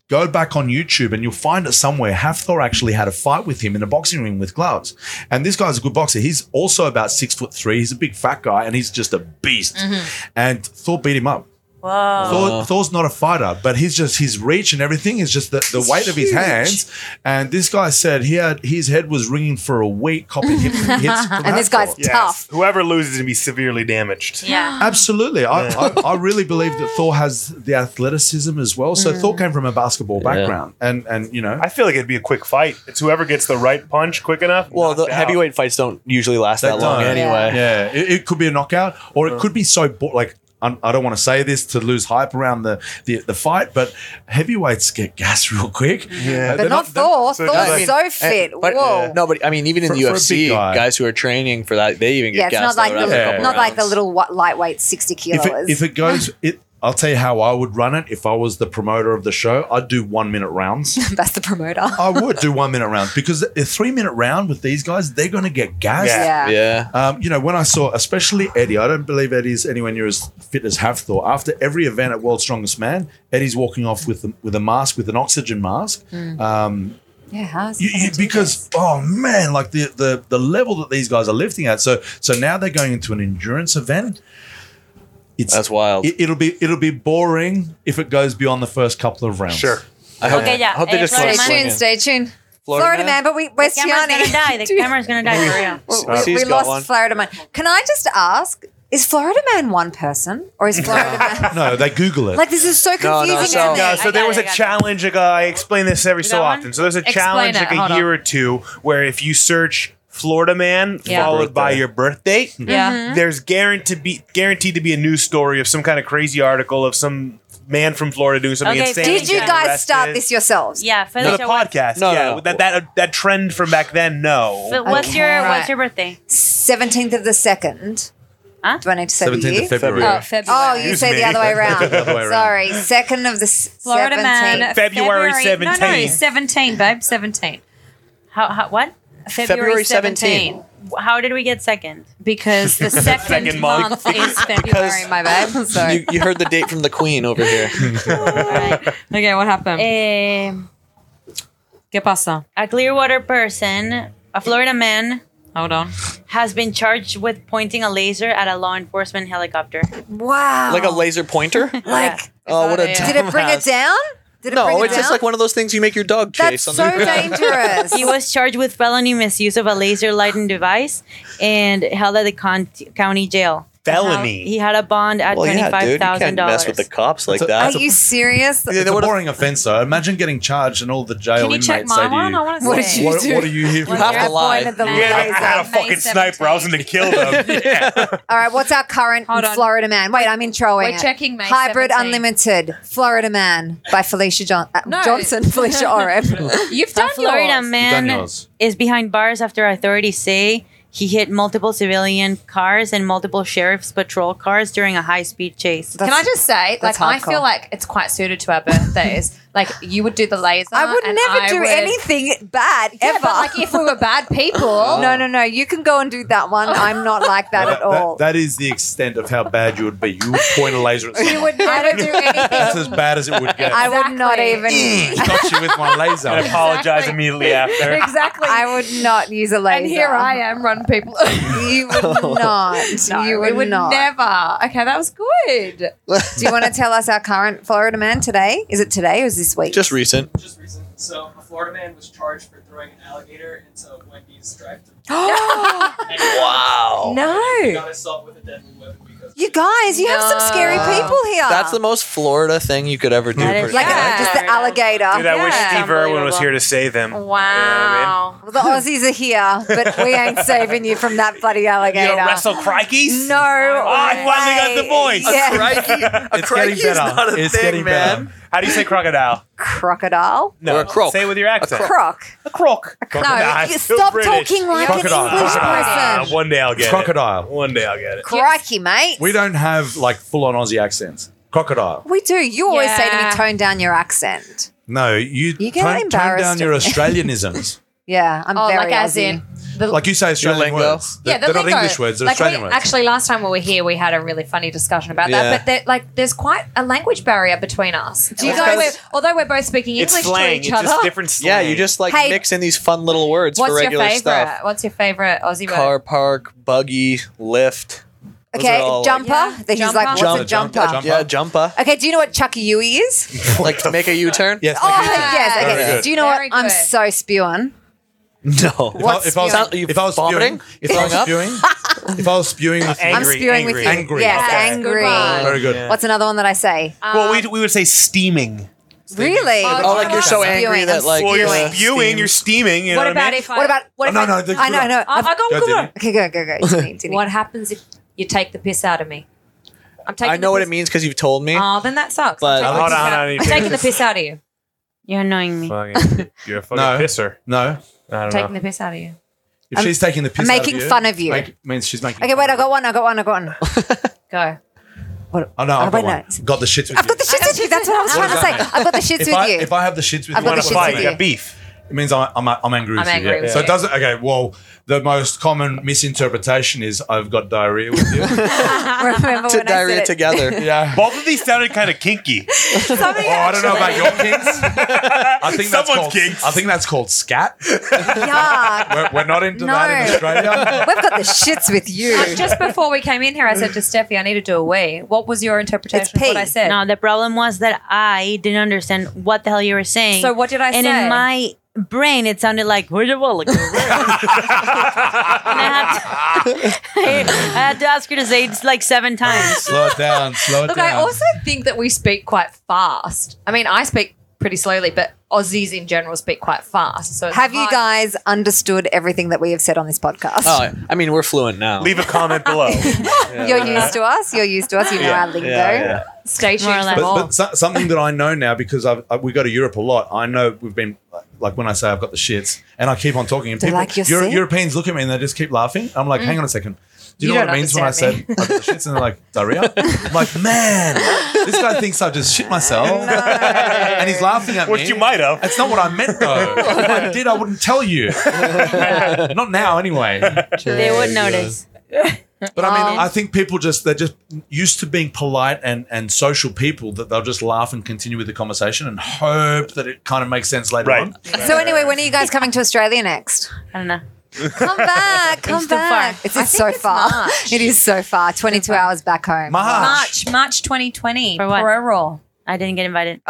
E: go back on YouTube and you'll find it somewhere. Hafthor actually had a fight with him in a boxing ring with gloves. And this guy's a good boxer. He's also about six foot three. He's a big fat guy and he's just a beast.
D: Mm-hmm.
E: And Thor beat him up.
A: Whoa.
D: Oh.
E: Thor, Thor's not a fighter, but he's just his reach and everything is just the, the weight of his hands. And this guy said he had his head was ringing for a week, copying hit, hits. from
D: And this
E: Hafthor.
D: guy's
C: Yes.
D: tough.
C: Whoever loses is going to be severely damaged.
A: Yeah.
E: Absolutely. I, I, I really believe that Thor has the athleticism as well. So
D: Mm.
E: Thor came from a basketball
B: Yeah.
E: background. And and you know
C: I feel like it'd be a quick fight. It's whoever gets the right punch quick enough.
B: Well, the
C: knocked out.
B: heavyweight fights don't usually last
E: They
B: that long
E: don't.
B: anyway.
E: Yeah, it, it could be a knockout, or it could be so bo- like I'm, I i do not want to say this to lose hype around the the, the fight, but heavyweights get gas real quick.
C: Yeah.
E: Uh,
D: But
E: they're
D: not
E: they're-
D: Thor.
C: so
D: Thor's
C: I mean,
D: Oh, so fit.
B: But
D: Whoa.
B: no, but I mean, even in
E: For-
B: the
E: for a
B: UFC,
E: big guy.
B: guys who are training for that, they even get
D: Yeah, it's not
B: gassed
D: like
B: out
D: the,
B: after a
E: Yeah.
B: couple
D: not like the
B: rounds.
D: little wa- lightweight 60 kilos.
E: If it, if it goes, it. I'll tell you how I would run it if I was the promoter of the show. I'd do one minute rounds.
D: That's the promoter.
E: I would do one minute rounds because a three minute round with these guys, they're going to get gassed.
C: Yeah.
D: Yeah.
B: Yeah.
E: Um, you know, when I saw, especially Eddie, I don't believe Eddie's anywhere near as fit as Hafthor. After every event at World's Strongest Man, Eddie's walking off with with a mask, with an oxygen mask, um,
D: Yeah, how's
E: you, you- because oh man, like the, the the level that these guys are lifting at. So so now they're going into an endurance event. It's
B: That's wild.
E: It, will be it'll be boring if it goes beyond the first couple of rounds.
C: Sure.
B: I hope,
A: Okay, yeah.
B: I hope they
A: Eh,
B: just
A: Florida
D: Stay
B: start
A: man.
D: tuned,
B: swinging.
D: stay tuned.
B: Florida
D: Florida man,
B: man?
D: but we, where's
A: camera's
D: Tiani?
A: gonna die. The
D: Do you-
A: camera's gonna die for real.
D: Well, we,
B: She's got
D: we lost
B: one.
D: Florida Man. Can I just ask, is Florida Man one person or is Florida Man
E: No, they Google it.
D: like this is so
B: no,
D: confusing?
B: so-
D: isn't it?
C: No,
A: I
C: so
A: got
C: there
A: it,
C: was
A: I
C: a
A: got it.
C: challenge. Like, uh, I explain this every so
A: got one?
C: often. So there's a
F: Explain
C: challenge
F: it,
C: like
F: hold
C: a
F: on.
C: year or two where if you search Florida man
F: Yeah.
C: followed by your birth date,
F: Yeah.
C: there's guaranteed to be guaranteed to be a news story of some kind of crazy article of some man from Florida doing something
A: Okay,
C: insane.
D: Did you
A: Yeah.
C: getting
D: guys start
C: arrested.
D: this yourselves?
A: Yeah,
C: For the
A: Felicia, what-
C: podcast,
B: No, no,
C: yeah,
B: no.
C: that that that trend from back then, no.
A: Fe- what's
D: Okay.
A: your what's
D: Right.
A: your birthday?
D: 17th of the 2nd.
A: Huh?
D: Do I need to say the year?
E: 17th of February.
F: Oh, February.
D: Oh, you
C: Excuse
D: say
C: me.
D: the other way around.
E: other way around.
D: Sorry, second of the s-
F: Florida
D: 17th.
F: man. uh,
C: February
F: No, no,
C: 17.
F: 17, babe. 17.
A: How, how what?
B: February
F: February,
B: 17.
F: 17.
A: How did we get second?
F: Because the second,
C: Second month.
F: month is February,
D: Sorry,
F: my
D: my
F: bad.
D: bad. Sorry.
B: You, you heard the date from the queen over here.
F: Okay, what happened?
A: Um,
F: ¿Qué pasa?
A: a Clearwater person, a Florida man,
F: Hold on.
A: has been charged with pointing a laser at a law enforcement helicopter.
D: wow.
B: like a laser pointer?
D: Like,
B: Oh, what a
F: Yeah.
D: did it bring it
B: dumbass.
D: down? Did it bring
B: No,
D: it
B: it's just
D: down?
B: like one of those things you make your dog
D: That's
B: chase. on
D: so
B: the ground.
D: dangerous.
A: He was charged with felony misuse of a laser lighting device and held at the con- county jail.
C: Felony.
A: He had a bond at
B: Well, yeah,
A: $25,000.
B: dude, you can't mess with the cops like
E: That's a-
B: that.
D: Are you serious?
E: It's
B: they
E: a
B: would've-
E: boring offense, though. Imagine getting charged and all the jail
F: Can you
E: inmates
F: check
E: say
F: my
E: to
F: one?
E: you,
F: I want to
D: What
F: see.
D: did
E: what, what are you here for?
B: You have to lie.
D: Pointed the
C: Yeah, I had a
D: laser.
C: fucking
F: May
C: sniper. I was going to kill them. Yeah.
D: All right, what's our current
F: Hold on.
D: Florida man? Wait, I'm introing.
F: We're
D: it.
F: checking May
D: Hybrid
F: 17.
D: Unlimited Florida Man by Felicia John- uh,
F: No.
D: Johnson. Felicia Orem.
F: You've done
A: A Florida
F: yours.
E: Done
A: man
E: yours.
A: is behind bars after authorities say he hit multiple civilian cars and multiple sheriff's patrol cars during a high-speed chase.
D: That's-
F: Can I just say, like,
D: that's
F: I
D: hardcore.
F: feel like it's quite suited to our birthdays. like, you would do the laser.
D: I would
F: and
D: never
F: I
D: do
F: would-
D: anything bad
F: Yeah,
D: ever.
F: but like if we were bad people,
D: no, no, no. You can go and do that one. I'm not like that at
E: That-
D: all.
E: that is the extent of how bad you would be. You would point a laser at
D: I
E: someone.
D: would never do
E: That's
D: anything.
E: as bad as it would get.
D: I would not
F: Exactly.
D: even.
E: Got you with my laser.
C: I apologize
F: Exactly.
C: immediately after.
F: exactly.
D: I would not use a laser.
F: and here I am, run people.
D: You would not.
F: No,
D: you
F: we
D: would, not.
F: never. Okay, that was good.
D: Do you want to tell us our current Florida man today? Is it today or is this week?
B: Just recent.
J: just recent. So a Florida man was charged for throwing an alligator into Wendy's drive-through.
D: no. Oh.
J: wow. He got assault with a deadly weapon because
D: You guys, you have some scary
F: No.
D: people here.
B: That's the most Florida thing you could ever do.
A: That is-
B: for-
D: like
F: Yeah.
D: uh, just the alligator.
F: Dude, I
D: yeah.
F: wish Steve Irwin was here
C: to say them.
F: Wow.
D: Well, the Aussies are here, but we ain't saving you from that bloody alligator.
C: crikeys?
D: uh, No.
C: I finally got the
D: way.
C: voice.
D: Yeah.
C: It's getting better. it's getting better. How do you say crocodile?
D: Crocodile.
C: No,
B: Or a croc.
C: say it with your accent.
D: Croc.
C: A croc.
D: No,
C: Crocodile.
D: you
C: Still
D: stop
C: British.
D: talking like
E: Crocodile.
D: an English
E: Crocodile.
C: Ah,
D: person.
C: one day I'll get it.
E: Crocodile.
C: One day I'll get it.
D: Crikey, mate.
E: We don't have like full on Aussie accents. Crocodile.
D: We do. You always say to
F: Yeah.
D: me, tone down your accent.
E: No, you,
D: You get
E: tone, tone
D: embarrassed
E: down your
D: of me.
E: Australianisms.
D: Yeah, I'm
F: Oh,
D: very
F: like
D: Aussie.
F: as in the
E: like you say Australian
B: lingo.
E: words. They're, they're not
F: lingo.
E: English words, they're
F: Like,
E: Australian
F: we-
E: words.
F: Actually, last time we were here, we had a really funny discussion about
B: Yeah.
F: that. But that, like, there's quite a language barrier between us.
D: you
F: although,
D: guys-
F: we're, although we're both speaking
K: It's
F: English
K: slang.
F: to
K: It's
F: each other.
K: just different
B: yeah,
K: slang.
B: you just like
D: Hey,
B: mix in these fun little words for
F: What's your
B: regular
F: favorite?
B: stuff.
F: What's your favorite Aussie
B: Car
F: word?
B: park, buggy, lift. Those
D: Okay,
B: are all, like-
D: jumper.
F: Yeah.
D: He's like, Oh, what's
F: Jumper.
D: a jumper?
B: Yeah, jumper.
D: Okay, do you know what Chuckayui is?
B: like to make a U turn.
E: yes.
D: Oh,
E: thank you.
D: yes. Okay,
B: E. Very good.
D: do you know
F: Very
D: what? I'm
F: good.
D: so spewing.
B: No.
E: If I-
D: What's
E: if I was-
B: Sound- you
E: if I was spewing,
B: vomiting?
E: if I was
B: Throwing up?
E: spewing, if I was spewing with
D: I'm spewing with you.
E: Angry.
D: Yes,
E: Okay.
D: angry.
F: Good one. Uh,
E: very good.
D: What's another one that I say?
C: Well, we, we would say steaming.
D: really?
F: Oh,
B: Oh, like you're so
D: I'm
B: angry
D: spewing,
B: that
D: I'm
B: like
D: Well, you're
B: uh,
C: Spewing, you're steaming. You
F: what
C: know
F: about
C: what I mean?
F: if I,
D: What about what
E: Oh,
D: if
E: no,
D: I,
E: no, the-
D: I know, I know.
F: I, I got
E: Go,
F: good
E: Dini.
F: one.
D: Okay, go, go, go. Dini, Dini.
F: What happens if you take the piss out of me? I'm taking.
B: I know
F: the
B: what
F: piss-
B: it means because you've told me.
F: Oh, then that sucks.
B: But-
F: I'm taking
C: Hold
F: the
C: on, hold
F: piss out-
C: on, you
F: I'm
C: take-
F: taking the piss out of you.
A: You're annoying me.
C: Fucking- you're a fucking
E: No.
C: pisser.
E: No,
C: I
F: I'm
C: don't
F: taking
C: know.
F: the piss out of you.
E: if she's taking the
D: I'm
E: piss, out
D: making
E: of you,
D: fun of you.
L: Make, means she's making.
D: Okay, wait, I got one, I got one, I got one.
F: Go.
D: What?
E: Oh no,
D: Oh,
E: I've got
D: wait,
E: one.
D: no.
E: Got the shits with
D: I've
E: you.
D: got the shits with you. That's what I was
E: What
D: trying to
E: does
D: say.
E: that mean?
D: I've got the shits
E: if
D: with
E: I
D: you.
E: if I have the shits with
D: I've
E: you,
D: got
C: Want
D: the
C: to
D: shits
C: fight?
D: with
C: You
D: you.
C: got beef.
E: it means I, I'm I'm angry with
F: I'm
E: you.
F: angry
E: yeah.
F: with
E: so it
F: you.
E: doesn't. Okay, well, the most common misinterpretation is I've got diarrhea with you.
D: Remember
B: to
D: when I
B: diarrhea
D: said it?
B: together.
E: yeah.
C: Both of these sounded kind of kinky.
E: Oh, I don't know about your kinks. I think
C: Someone's
E: that's called.
C: kinks.
E: I think that's called scat.
D: Yeah.
E: We're, we're not into
D: No.
E: that in Australia.
D: We've got the shits with you.
F: Uh, Just before we came in here, I said to Steffi, "I need to do a wee." What was your interpretation
D: It's
F: of what
D: pee.
F: I said?
A: No, the problem was that I didn't understand what the hell you were saying.
F: So what did I
A: and
F: say?
A: in my brain, it sounded like where the wall go? And I had, to, I had to ask her to say it like seven times.
E: slow it down. Slow it
F: Look,
E: down.
F: I also think that we speak quite fast. I mean, I speak pretty slowly, but Aussies in general speak quite fast. So it's
D: Have you
F: hard-
D: guys understood everything that we have said on this podcast?
B: Oh, I mean, we're fluent now.
C: Leave a comment below.
D: You're used to us. You're used to us. You know our lingo.
F: stay tuned
A: More or
F: for
A: less.
F: more?
E: but, but so, something that I know now because I've, I, we go to Europe a lot. I know we've been like when I say I've got the shits, and I keep on talking, and
D: They're
E: people,
D: like, "You're
E: Euro-
D: sick?"
E: Europeans look at me and they just keep laughing. I'm like, hang on a second. Do you,
F: Mm. You
E: know what
F: don't
E: it means when I said
F: understand
E: I've got the shits? And they're like, diarrhea? I'm like, man, this guy thinks I've just shit myself. and he's laughing at
C: Which
E: me.
C: you might have.
E: That's not what I meant, though. if I did, I wouldn't tell you. not now, anyway.
A: They would notice.
E: But I mean, I think people just they're just used to being polite and and social people that they'll just laugh and continue with the conversation and hope that it kind of makes sense later
C: Right.
E: on.
D: So anyway, when are you guys coming to Australia next?
A: I don't know.
D: Come back. Come
A: It's too
D: back.
A: far.
D: It's, it's so far.
F: March.
D: It is so far. 22 hours back home.
E: Maharaj.
F: March, March 2020,
A: For what?
F: Pro Roll.
A: I didn't get invited.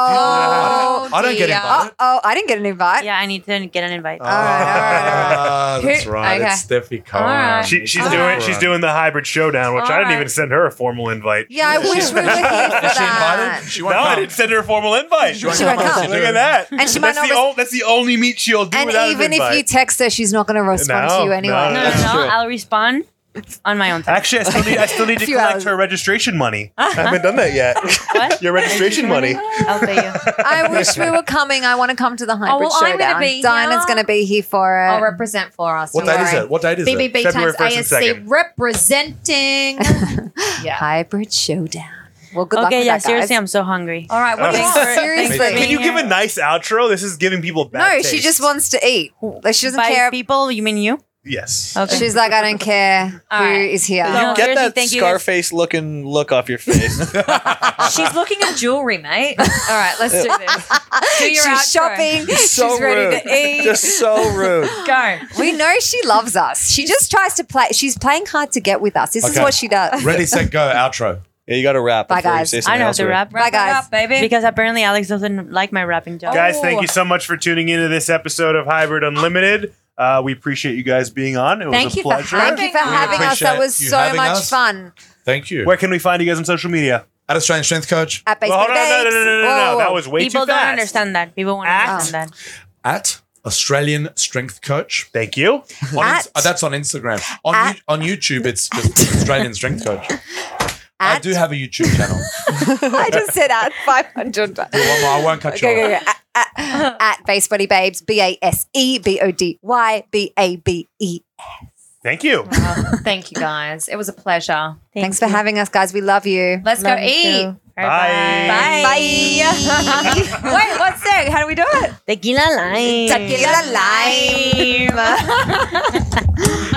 D: Uh-oh.
E: I don't get
F: dear.
E: invited.
D: Oh, I didn't get an invite.
A: Yeah, I need to get an invite.
D: All
C: Oh,
D: right, all right, all right.
E: Ah, that's
F: Who-
E: right.
F: okay.
E: It's Steffi Cohen.
F: All right.
C: She, she's
D: uh,
F: All
C: doing
F: right.
C: she's doing the hybrid showdown, which I didn't
F: All
C: even
F: right.
C: send her a formal invite.
D: Yeah, I wish we were here for
E: Is she
D: that.
E: invited? She
C: No,
E: won't
C: I
E: come.
C: didn't send her a formal invite.
E: won't
D: She won't
E: unless
D: come.
E: you
C: Look
E: do
C: at
E: it.
C: that.
D: And she might
C: that's,
D: not
C: the
D: res-
C: ol- that's the only meet she'll do
D: And
C: without
D: even
C: an invite.
D: if you text her, she's not going to respond
C: No,
D: to you anyway.
C: no,
A: No, no,
C: That's
A: no.
B: true.
A: I'll respond on my own time.
C: Actually, I still need, I still need to
D: Few
C: collect
D: hours.
C: her registration money. I haven't done that yet.
A: What?
C: Your registration money.
A: I'll pay you.
D: I wish we were coming. I want to come to the hybrid
F: well, I'm
D: showdown.
F: gonna be
D: Dinah's
F: here.
D: going to be here for it.
F: I'll represent for us.
E: What
F: don't
E: date is
F: worry.
E: it? What date is it?
F: BBB
C: February
F: times
C: 1st and
F: ASC
C: 2nd.
F: representing. yeah.
D: hybrid showdown. Well, good luck
A: Okay,
D: with
A: yeah,
D: that, guys.
A: seriously, I'm so hungry.
F: All right. What do you
D: Thanks
F: want?
D: for- Seriously.
A: thanks for
C: Can
A: being
C: you give
A: here.
C: a nice outro? This is giving people
D: No,
C: bad
D: she
C: taste.
D: just wants to eat. Like, she doesn't
A: By
D: care.
A: people, you mean you?
C: Yes.
A: Okay.
D: She's like, I don't care who is
F: All right.
D: here.
A: No,
B: Get
A: seriously,
B: that
A: thank you guys.
B: Scarface looking look off your face.
F: She's looking at jewelry, mate. All right, let's do this. Do your
D: She's
F: outro.
D: shopping.
B: so
D: she's
B: rude.
D: ready to eat.
B: Just so rude.
F: Go.
D: we know she loves us. She just tries to play. She's playing hard to get with us. This is
E: Okay.
D: what she does.
E: Ready, set, go. Outro.
B: Yeah, you got to wrap.
D: Bye,
B: before you
D: guys.
B: say
A: I
B: something
A: don't have
B: else
A: to
B: rude.
A: rap
D: Bye, guys.
F: Up, baby.
A: because apparently Alex doesn't like my rapping job.
D: Oh.
C: Guys, thank you so much for tuning into this episode of Hybrid Unlimited. Uh, we appreciate you guys being on. It was
F: Thank
C: a
F: you for
C: pleasure.
D: Thank you for
E: We
D: having us. That
E: appreciate
D: was
E: you
D: so
E: having
D: much
E: us.
D: fun.
E: Thank you.
C: Where can we find you guys on social media?
E: At Australian Strength Coach
D: At Baseball
C: Well, hold on, no, no,
D: Babes.
C: no, no, no, no,
D: Whoa.
C: that was way
A: People
C: too
A: don't
C: fast. Ah.
A: understand that. People won't
C: Act.
A: understand that.
E: at Australian Strength Coach.
C: Thank you.
E: On
D: At-
E: uh, that's on Instagram. On
D: At-
E: you, on YouTube, it's just Australian Strength Coach. I
D: At-
E: do have a YouTube channel.
D: I just said at 500 times.
E: One more, I won't cut you
D: Okay,
E: off.
D: okay, okay. At, at, at Base Body Babes, B A S E B O D Y B A B E.
C: Thank you.
F: Oh, thank you guys. It was a pleasure.
D: Thanks for having us, guys. We love you.
F: Let's
A: Love
F: go
A: you
F: eat.
A: too.
C: Bye.
A: Bye.
D: Bye.
F: Wait, what's that? How do we do it?
A: Tequila lime.
D: Tequila lime.